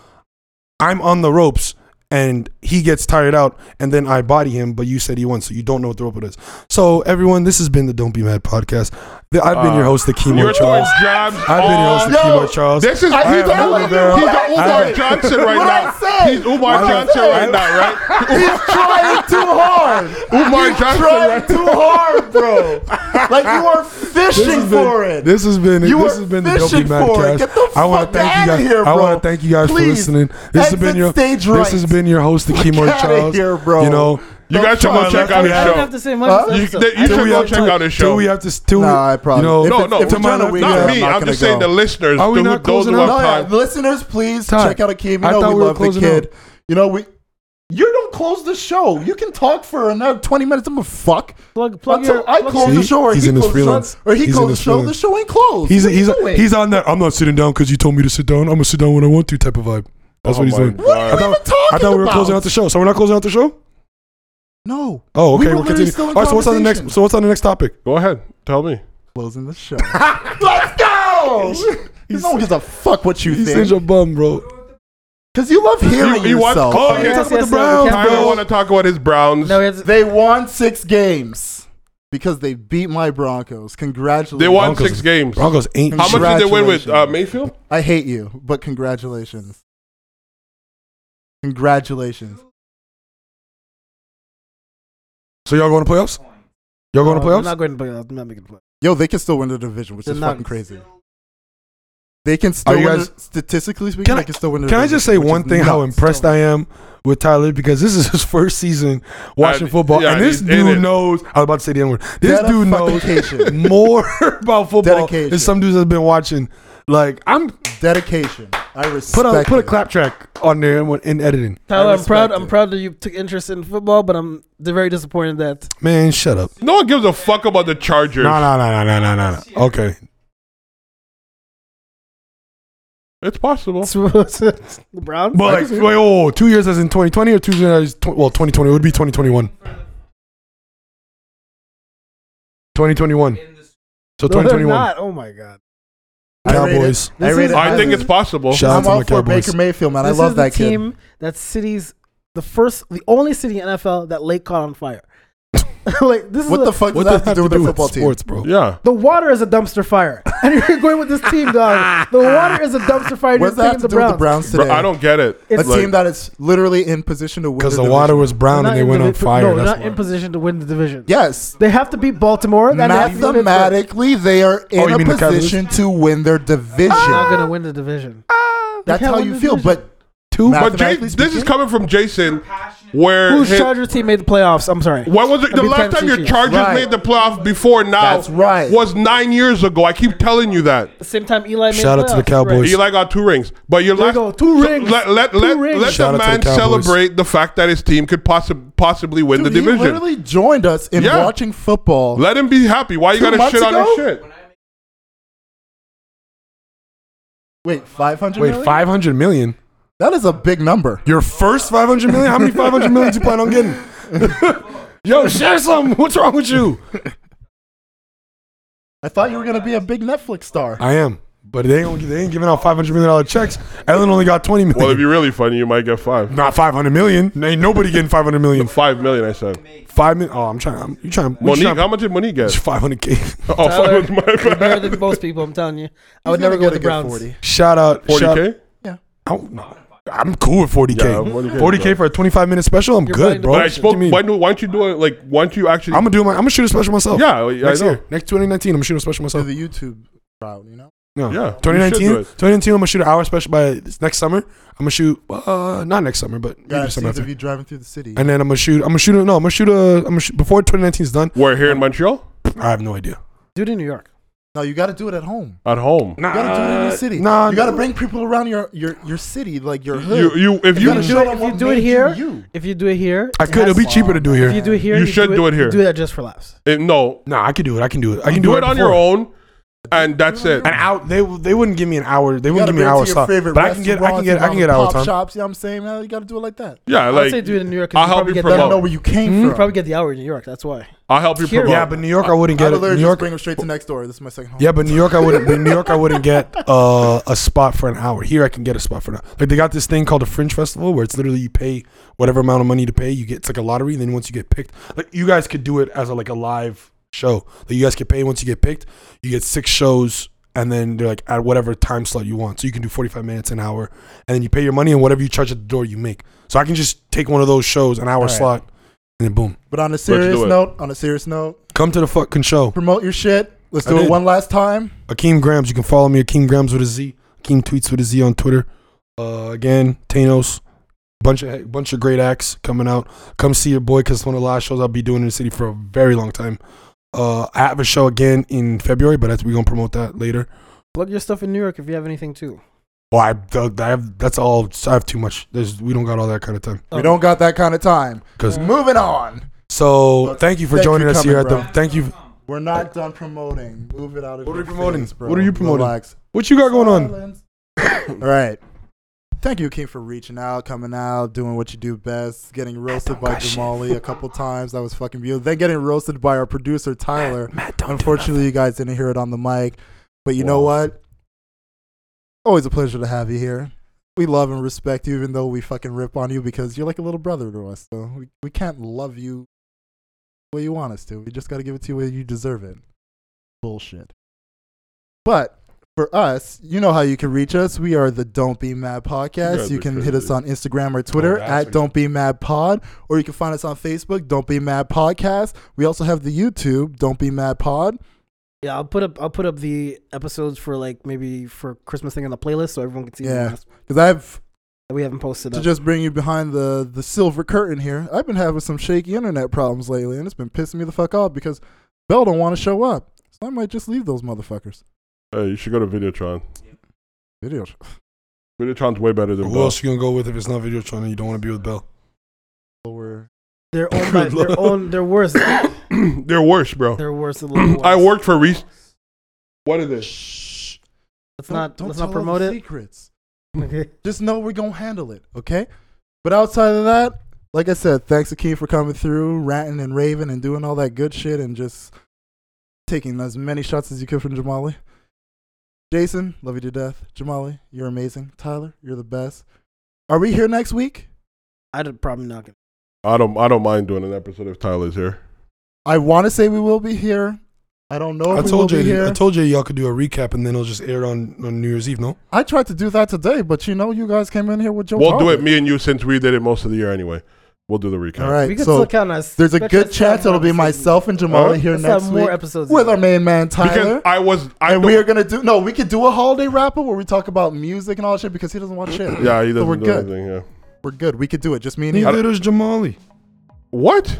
S3: I'm on the ropes and he gets tired out and then I body him, but you said he won, so you don't know what the rope it is. So everyone, this has been the Don't Be Mad podcast. The- I've been
S2: Uh,
S3: your host, the
S2: You're
S3: Chemo
S2: doing
S3: Charles.
S2: jobs.
S3: I've been your host, the
S1: Oh,
S2: all-
S3: Chemo Charles.
S2: This is
S1: I-
S2: he's
S1: he's
S2: the
S1: all
S2: Umar,
S1: like-
S2: he's the
S1: I-
S2: Umar
S1: I-
S2: Johnson right
S1: What I
S2: now.
S1: say?
S2: He's Umar
S1: What I
S2: Johnson
S1: say?
S2: right now, right?
S1: He's trying too hard.
S2: Umar
S1: He's
S2: Johnson
S1: trying
S2: right
S1: too hard, bro. Like you are fishing
S3: has been-
S1: for it.
S3: This has been
S1: You
S3: this
S1: were
S3: has been the Don't Be
S1: fishing
S3: Mad
S1: for it.
S3: cast.
S1: Get the
S3: I wanna
S1: fuck
S3: thank you
S1: outta
S3: guys.
S1: here,
S3: I want
S1: bro.
S3: to thank you guys for
S1: Please,
S3: listening. This has been
S1: exit
S3: your
S1: stage
S3: this
S1: right.
S3: has been your host, the Chemo
S1: outta
S3: Charles.
S1: here, bro.
S3: You know,
S2: You guys should go
S3: Charles,
S2: check
S3: I
S2: out his
S3: have-
S4: I don't have
S2: show.
S4: to say much.
S1: Huh?
S4: this
S2: You,
S4: episode.
S2: that- you
S4: I
S2: should
S4: don't
S2: go
S4: have to-
S2: check out his
S3: till
S2: show.
S3: we have to till we-
S1: Nah, I probably-
S3: you know,
S1: if
S2: No,
S1: it's-
S2: no,
S1: if
S3: it's
S2: not
S3: on a
S2: me.
S3: weekend, I'm
S1: not
S2: I'm
S1: gonna
S2: just saying
S1: go.
S2: the listeners,
S3: Are we
S2: who-
S3: not
S2: those who
S3: closing
S2: have
S1: No,
S3: out?
S1: yeah,
S2: time.
S1: the listeners, please
S3: Ty,
S1: check out Akeem. You
S3: I
S1: know
S3: thought
S1: we,
S3: we were
S1: love the
S3: closing
S1: kid.
S3: out.
S1: You know we. You don't close the show. You can talk for another twenty minutes. I'm a fuck.
S4: Plug, plug
S1: Until
S4: your.
S1: I
S4: plug
S1: close
S4: your-
S1: the show, or
S3: He's
S1: he
S3: in his
S1: closes the
S3: freelance.
S1: show, or he
S3: He's in
S1: closes
S3: his
S1: the show. The
S3: freelance.
S1: show ain't closed.
S3: He's
S1: What are you
S3: he's
S1: doing?
S3: he's on that. I'm not sitting down because you told me to sit down. I'm gonna sit down when I want to. Type of vibe. That's
S2: Oh
S3: what he's
S2: my
S3: doing.
S2: God. What are you
S3: I thought,
S1: even talking
S3: I thought we were
S1: about?
S3: closing out the show. So we're not closing out the show.
S1: no
S3: Oh,
S1: We
S3: okay.
S1: were
S3: We will
S1: literally
S3: continue.
S1: still
S3: All
S1: in
S3: right. So what's on the next?
S1: conversation.
S3: So what's on the next topic?
S2: Go ahead, tell me.
S1: closing the show. Let's go. no one gives a fuck what you
S3: He's
S1: think
S3: such a bum, bro.
S1: because you love hearing
S2: You- you want-
S1: yourself.
S2: Oh,
S3: Oh,
S2: yeah.
S3: you
S4: yes,
S3: talk about
S4: yes,
S3: the
S4: no, we
S3: Browns,
S4: can't
S2: I don't want
S3: bro.
S2: to talk about his Browns.
S4: No, it's,
S1: They won six games because they beat my Broncos. Congratulations.
S2: They won
S3: Broncos-
S2: six games. How
S3: Broncos ain't.
S1: How
S2: much
S3: shit.
S2: did they win with uh,
S1: Congratulations.
S2: Mayfield?
S1: I hate you, but congratulations. Congratulations.
S3: So y'all going to playoffs? Y'all going to
S4: No, they're
S3: playoffs?
S4: Uh, Not going to playoffs. I'm not making playoffs.
S1: Yo, they can still win the division, which
S4: They're
S1: is
S4: not-
S1: fucking crazy. They can still
S3: Are you
S1: win
S3: guys-
S1: the, statistically speaking,
S3: Can I-
S1: they can still win the
S3: Can I
S1: division,
S3: just say
S1: which
S3: one
S1: is
S3: thing? How
S1: nuts.
S3: impressed I am with Tyler because this is his first season watching
S2: Uh,
S3: football,
S2: yeah,
S3: and this
S2: he's in
S3: dude
S2: it.
S3: knows. I was about to say the N word. This dude knows
S1: Dedication.
S3: more about football
S1: Dedication.
S3: than some dudes have been watching. Like I'm
S1: Dedication. I respect
S3: put a put a
S1: it.
S3: clap track on there in, in editing.
S4: Tyler, I'm
S1: respect
S4: proud.
S1: it.
S4: I'm proud that you took interest in football, but I'm very disappointed that
S3: Man, shut up.
S2: No one gives a fuck about the Chargers.
S3: No, no, no, no, no, no, no. no. Okay,
S2: It's possible.
S4: the Browns.
S3: But like, wait, oh, two years as in 2020 or two years as tw- well, 2020 it would be 2021. 2021. So
S4: No, they're
S3: 2021.
S4: not. Oh my god.
S3: Cowboys.
S1: I
S4: This
S1: rate
S4: is-
S1: it.
S2: I think it's possible.
S3: Shout out
S1: I'm
S3: to
S1: all
S3: my
S1: for
S3: Cowboys.
S1: Baker Mayfield, man.
S4: This
S1: I love
S4: is the
S1: that kid.
S4: team that city's the first, the only city in NFL that lake caught on fire. like this is
S1: What
S4: a-
S1: the fuck does that have to do with their football team?
S3: sports, bro?
S2: Yeah.
S4: the water is a dumpster fire, and you're going with this team, dog. The water is a dumpster fire. and
S1: What does that
S4: you're
S1: have
S4: picking
S1: to do with the Browns
S2: Bro,
S1: today?
S2: I don't get it.
S4: It's-
S1: A team that is literally in position to win
S3: Because
S1: their
S3: the water
S1: division.
S3: was brown
S4: They're
S3: and they
S4: not
S3: went
S4: in
S3: on
S4: the-
S3: fire.
S4: No, they're
S3: that's
S4: not
S3: why.
S4: in position to win the division.
S1: Yes.
S4: They have to beat Baltimore. and they have to beat Pittsburgh.
S1: Mathematically, they are
S3: Oh,
S1: in
S3: you mean
S1: a
S3: the Cowboys?
S1: position to win their division.
S4: They're not gonna win the division.
S1: That's
S4: can't
S1: how
S4: win
S1: you
S4: Ah, the
S1: feel.
S4: division.
S1: But two.
S2: But Jay, this is coming from Jason, where
S4: Whose
S2: his-
S4: Chargers team made the playoffs? I'm sorry.
S2: when was it?
S4: I
S2: The
S4: mean,
S2: last
S4: Kansas
S2: time your
S4: City.
S2: Chargers
S1: Right.
S2: made the playoff before now
S1: That's right.
S2: was nine years ago. I keep telling you that.
S4: The same time Eli made
S3: Shout
S4: the
S3: out to the
S4: playoffs.
S3: Cowboys.
S2: Eli got two rings, but your
S4: There
S2: last
S4: you go, two rings,
S2: let let
S4: two
S2: let,
S4: rings.
S2: let
S3: Shout
S2: the
S3: out to the
S2: man
S3: Cowboys.
S2: celebrate the fact that his team could possi- possibly win
S1: Dude,
S2: the
S1: He
S2: division.
S1: literally joined us in
S2: Yeah.
S1: watching football.
S2: Let him be happy. Why you
S1: Two
S2: gotta
S1: months
S2: shit on his
S1: ago?
S2: shit?
S1: Wait, five hundred.
S3: Wait, 500 million?
S1: That is a big number.
S3: Your first 500 million? How many 500 million do you plan on getting? Yo, share some. What's wrong with you?
S1: I thought you were gonna be a big Netflix star.
S3: I am. But they ain't, they ain't giving out $500 million checks. Ellen only got 20 million.
S2: Well, if you're really funny, you might get five.
S3: Not 500 million. Ain't nobody getting 500 million.
S2: Five million, I said.
S3: Five million. Oh, I'm trying. I'm, you trying. we
S2: Monique,
S3: trying-
S2: how much did Monique get?
S3: 500K.
S2: Oh, fuck
S4: Tyler,
S2: with my
S4: You're
S2: bad.
S4: better than most people. I'm telling you. I
S1: He's
S4: would never
S1: gonna
S4: go
S1: get a
S4: with the
S1: good
S4: Browns.
S1: 40.
S3: Shout out.
S2: Forty
S3: shout-
S2: k.
S3: I don't know. I'm cool with 40K.
S2: Yeah, 40K
S3: 40K,
S2: is good.
S3: for a 25 minute special. I'm
S4: You're
S3: good,
S4: buying the
S3: bro.
S2: But I
S3: What
S2: spoke.
S3: do you mean?
S2: Why, do, why don't you do it? Like, why don't you actually?
S3: I'm gonna do my. I'm gonna shoot a special myself.
S2: yeah, I-
S3: next
S2: I know.
S3: year, next 2019, I'm gonna shoot a special
S1: To
S3: myself.
S1: the YouTube route, you know.
S3: No,
S2: Yeah, you should
S3: 2019,
S2: do it.
S3: 2019, I'm gonna shoot an hour special by this next summer. I'm gonna shoot, uh, not next summer, but maybe
S1: Yeah,
S3: summer
S1: seems to
S3: after.
S1: be driving through the city.
S3: And then I'm gonna shoot. I'm gonna shoot. a- No, I'm gonna shoot a. I'm gonna shoot, before 2019 is done.
S2: We're here in Montreal
S3: I have no idea.
S4: Dude in New York.
S1: No, you got to do it at home.
S2: at home.
S1: You got to do it in
S2: Uh,
S1: your city.
S3: Nah,
S1: you got to bring people around your your your city, like your hood.
S2: You, you, if
S1: You gotta
S2: you,
S4: If
S1: show them
S4: if
S1: what
S4: you do
S1: made
S4: it
S1: you
S4: here,
S1: you.
S4: if you do it here,
S3: I could. It'll be cheaper to do here.
S4: If you do it here,
S2: You should do it here.
S4: Do that just for laughs.
S2: eh, no,
S3: nah, I could do it. I can do it. I can
S2: do,
S3: do,
S2: it on your
S3: before.
S2: own, and that's it.
S3: An hour. They they wouldn't give me an hour. They
S1: You gotta
S3: wouldn't give me an
S1: bring it
S3: hour
S1: to your
S3: slot.
S1: favorite
S3: But I can get. I can
S1: restaurants,
S3: get. I can get
S1: mom-and-pop
S3: hour time.
S1: Shops, you know what I'm saying? Man, you got to do it like that.
S2: Yeah,
S4: I'd
S2: like
S4: say do it in New York. 'cause
S2: I'll
S4: you
S2: help
S4: probably
S2: you
S4: get
S1: Let
S4: the,
S1: them
S2: promote.
S1: know where you came
S3: Hmm?
S1: from.
S4: You Mm-hmm. probably get the hour in New York. That's why.
S2: I'll help you
S4: Here.
S2: promote.
S3: Yeah, but New York, I wouldn't
S1: I
S3: get it.
S1: literally
S3: New
S1: just
S3: York.
S1: bring them straight to next door. This is my second home.
S3: Yeah, but New York, I wouldn't. in New York, I wouldn't get uh, a spot for an hour. Here, I can get a spot for an hour. Like they got this thing called a fringe festival where it's literally you pay whatever amount of money to pay. You get it's like a lottery, and then once you get picked, like you guys could do it as a, like a live show. Like you guys could pay once you get picked. You get six shows, and then they're like at whatever time slot you want. So you can do forty five minutes an hour, and then you pay your money, and whatever you charge at the door, you make. So I can just take one of those shows, an hour
S1: Alright.
S3: slot, and then boom,
S1: But on a
S2: do
S1: serious
S2: it.
S1: note, on a serious note,
S3: come to the fucking show.
S1: promote your shit. Let's
S3: I
S1: do it
S3: did.
S1: one last time.
S3: Akeem Grams. You can follow me, Akeem Grams with a Z. Akeem tweets with a Z on Twitter. Uh, again, Thanos. Bunch of bunch of great acts coming out. Come see your boy because it's one of the last shows I'll be doing in the city for a very long time. Uh, I have a show again in February, but that's, we're gonna promote that later.
S4: Plug your stuff in New York if you have anything too.
S3: Well, I, th- I have that's all. I have too much. There's we don't got all that kind of time.
S1: We
S4: Um, Oh.
S1: don't got that kind of time.
S3: 'Cause-
S1: moving on.
S3: So thank you for
S1: Thank you
S3: joining us
S1: coming,
S3: here at the.
S1: bro.
S3: Thank you.
S1: We're not done promoting. Move it out of
S3: What are
S1: your
S3: we promoting?
S1: face, bro.
S3: What are you promoting?
S1: Relax.
S3: What you got going on?
S1: All right. Thank you, King, for reaching out, coming out, doing what you do best, getting roasted by Jamali a couple times. That was fucking beautiful. Then getting roasted by our producer, Tyler.
S3: Matt, don't
S1: Unfortunately, you guys didn't hear it on the mic. But you know what? Always a pleasure to have you here. We love and respect you, even though we fucking rip on you because you're like a little brother to us. So we, we can't love you the way you want us to. We just got to give it to you the way you deserve it. Bullshit. But for us, you know how you can reach us. We are the Don't Be Mad podcast.
S2: guys
S1: You
S2: are
S1: can hit
S2: crazy.
S1: us on Instagram or
S4: Oh,
S1: Twitter
S3: that's what
S1: at
S3: you-
S1: Don't Be Mad Pod, or you can find us on Facebook, Don't Be Mad Podcast. We also have the YouTube, Don't Be Mad Pod.
S4: Yeah, I'll put up I'll put up the episodes for like maybe for Christmas thing on the playlist so everyone can see.
S1: Yeah.
S4: the last one
S1: Because I've
S4: that we haven't posted.
S1: to
S4: Up.
S1: just bring you behind the the silver curtain here. I've been having some shaky internet problems lately, and it's been pissing me the fuck off because Bell don't want to show up. So I might just leave those motherfuckers.
S2: Hey, you should go to Videotron.
S1: Videos.
S2: Videotron's way better than
S3: Who
S2: Bell.
S3: else you gonna go with if it's not Videotron and you don't want to be with Bell?
S1: Lower.
S4: Oh, They're owned by
S2: Good
S4: their
S2: lord.
S4: own. They're worse.
S2: They're worse, bro.
S4: They're worse. than Little
S2: I
S4: Ones.
S2: worked for Reese. What is this?
S1: Shh.
S4: Let's not
S1: Don't
S4: let's
S1: tell
S4: not
S1: all the
S4: promote it.
S1: Secrets.
S4: Okay.
S1: Just know we're gonna handle it, okay? But outside of that, like I said, thanks Akeem for coming through, ranting and raving and doing all that good shit and just taking as many shots as you could from Jamali. Jason, love you to death. Jamali, you're amazing. Tyler, you're the best. Are we here next week?
S4: I'd probably not gonna.
S2: I don't. I don't mind doing an episode if Tyler's here.
S1: I want to say we will be here. I don't know if
S3: I
S1: we
S3: told
S1: will
S3: you.
S1: be here.
S3: I told you y'all could do a recap and then it'll just air on, on New Year's Eve. No,
S1: I tried to do that today, but you know, you guys came in here with Joe.
S2: We'll do it,
S1: Target.
S2: me and you, since we did it most of the year anyway. We'll do the recap.
S1: All right.
S4: We can
S1: so
S4: still count us.
S1: there's a good chance it'll be myself and Jamal
S2: Huh?
S1: here
S4: Let's
S1: next
S4: have more
S1: week
S4: episodes.
S1: with our main man
S2: Because
S1: Tyler.
S2: I was. I
S1: and we
S2: don't-
S1: are gonna do no, we could do a holiday wrap up where we talk about music and all that shit because he doesn't watch shit.
S2: Yeah, he doesn't
S1: So we're
S2: do
S1: good.
S2: anything. Yeah.
S1: We're good. We could do it. Just me and you.
S2: I don't-
S3: neither does Jamali.
S2: What?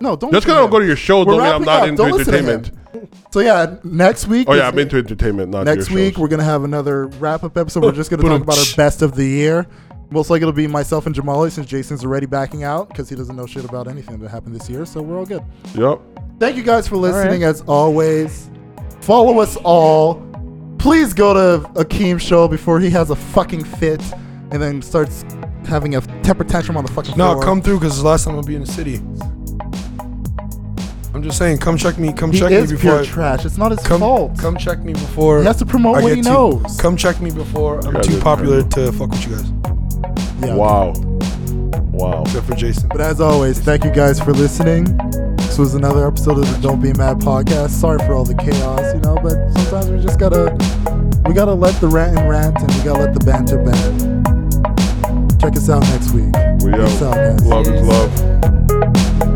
S1: No, don't.
S2: Just
S1: listen
S2: because I
S1: to
S2: don't go
S1: him.
S2: to your show
S1: We're
S2: don't mean I'm
S1: wrapping
S2: not
S1: up.
S2: into
S1: Don't listen to
S2: entertainment.
S1: So yeah, next week.
S2: Oh yeah,
S1: is-
S2: I'm into entertainment, not
S1: next
S2: your
S1: week
S2: shows.
S1: we're gonna have another wrap up episode. We're just gonna talk about our best of the year. Most likely it'll be myself and Jamali since Jason's already backing out because he doesn't know shit about anything that happened this year. So we're all good.
S2: Yep.
S1: Thank you guys for listening as always. Follow us all. Please go to Akeem's show before he has a fucking fit and then starts having a temper tantrum on the fucking
S3: No,
S1: floor.
S3: come through because the last time I'll be in the city. I'm just saying, come check me. Come
S1: He
S3: check
S1: is
S3: me
S1: pure
S3: before. I,
S1: trash. It's not his
S3: come,
S1: fault.
S3: come check me before.
S1: He has to promote
S3: I
S1: what
S3: get
S1: he
S3: too-
S1: knows.
S3: Come check me before I'm
S2: Yeah,
S3: too
S2: dude.
S3: popular to fuck with you guys.
S1: Yeah.
S2: Wow. Wow.
S3: Except for Jason.
S1: But as always, thank you guys for listening. This was another episode of the Don't Be Mad podcast. Sorry for all the chaos, you know, but sometimes we just gotta we gotta let the rant and rant and we gotta let the banter ban. Check us out next week.
S2: We
S1: Peace out,
S2: out.
S1: guys.
S2: Love is love.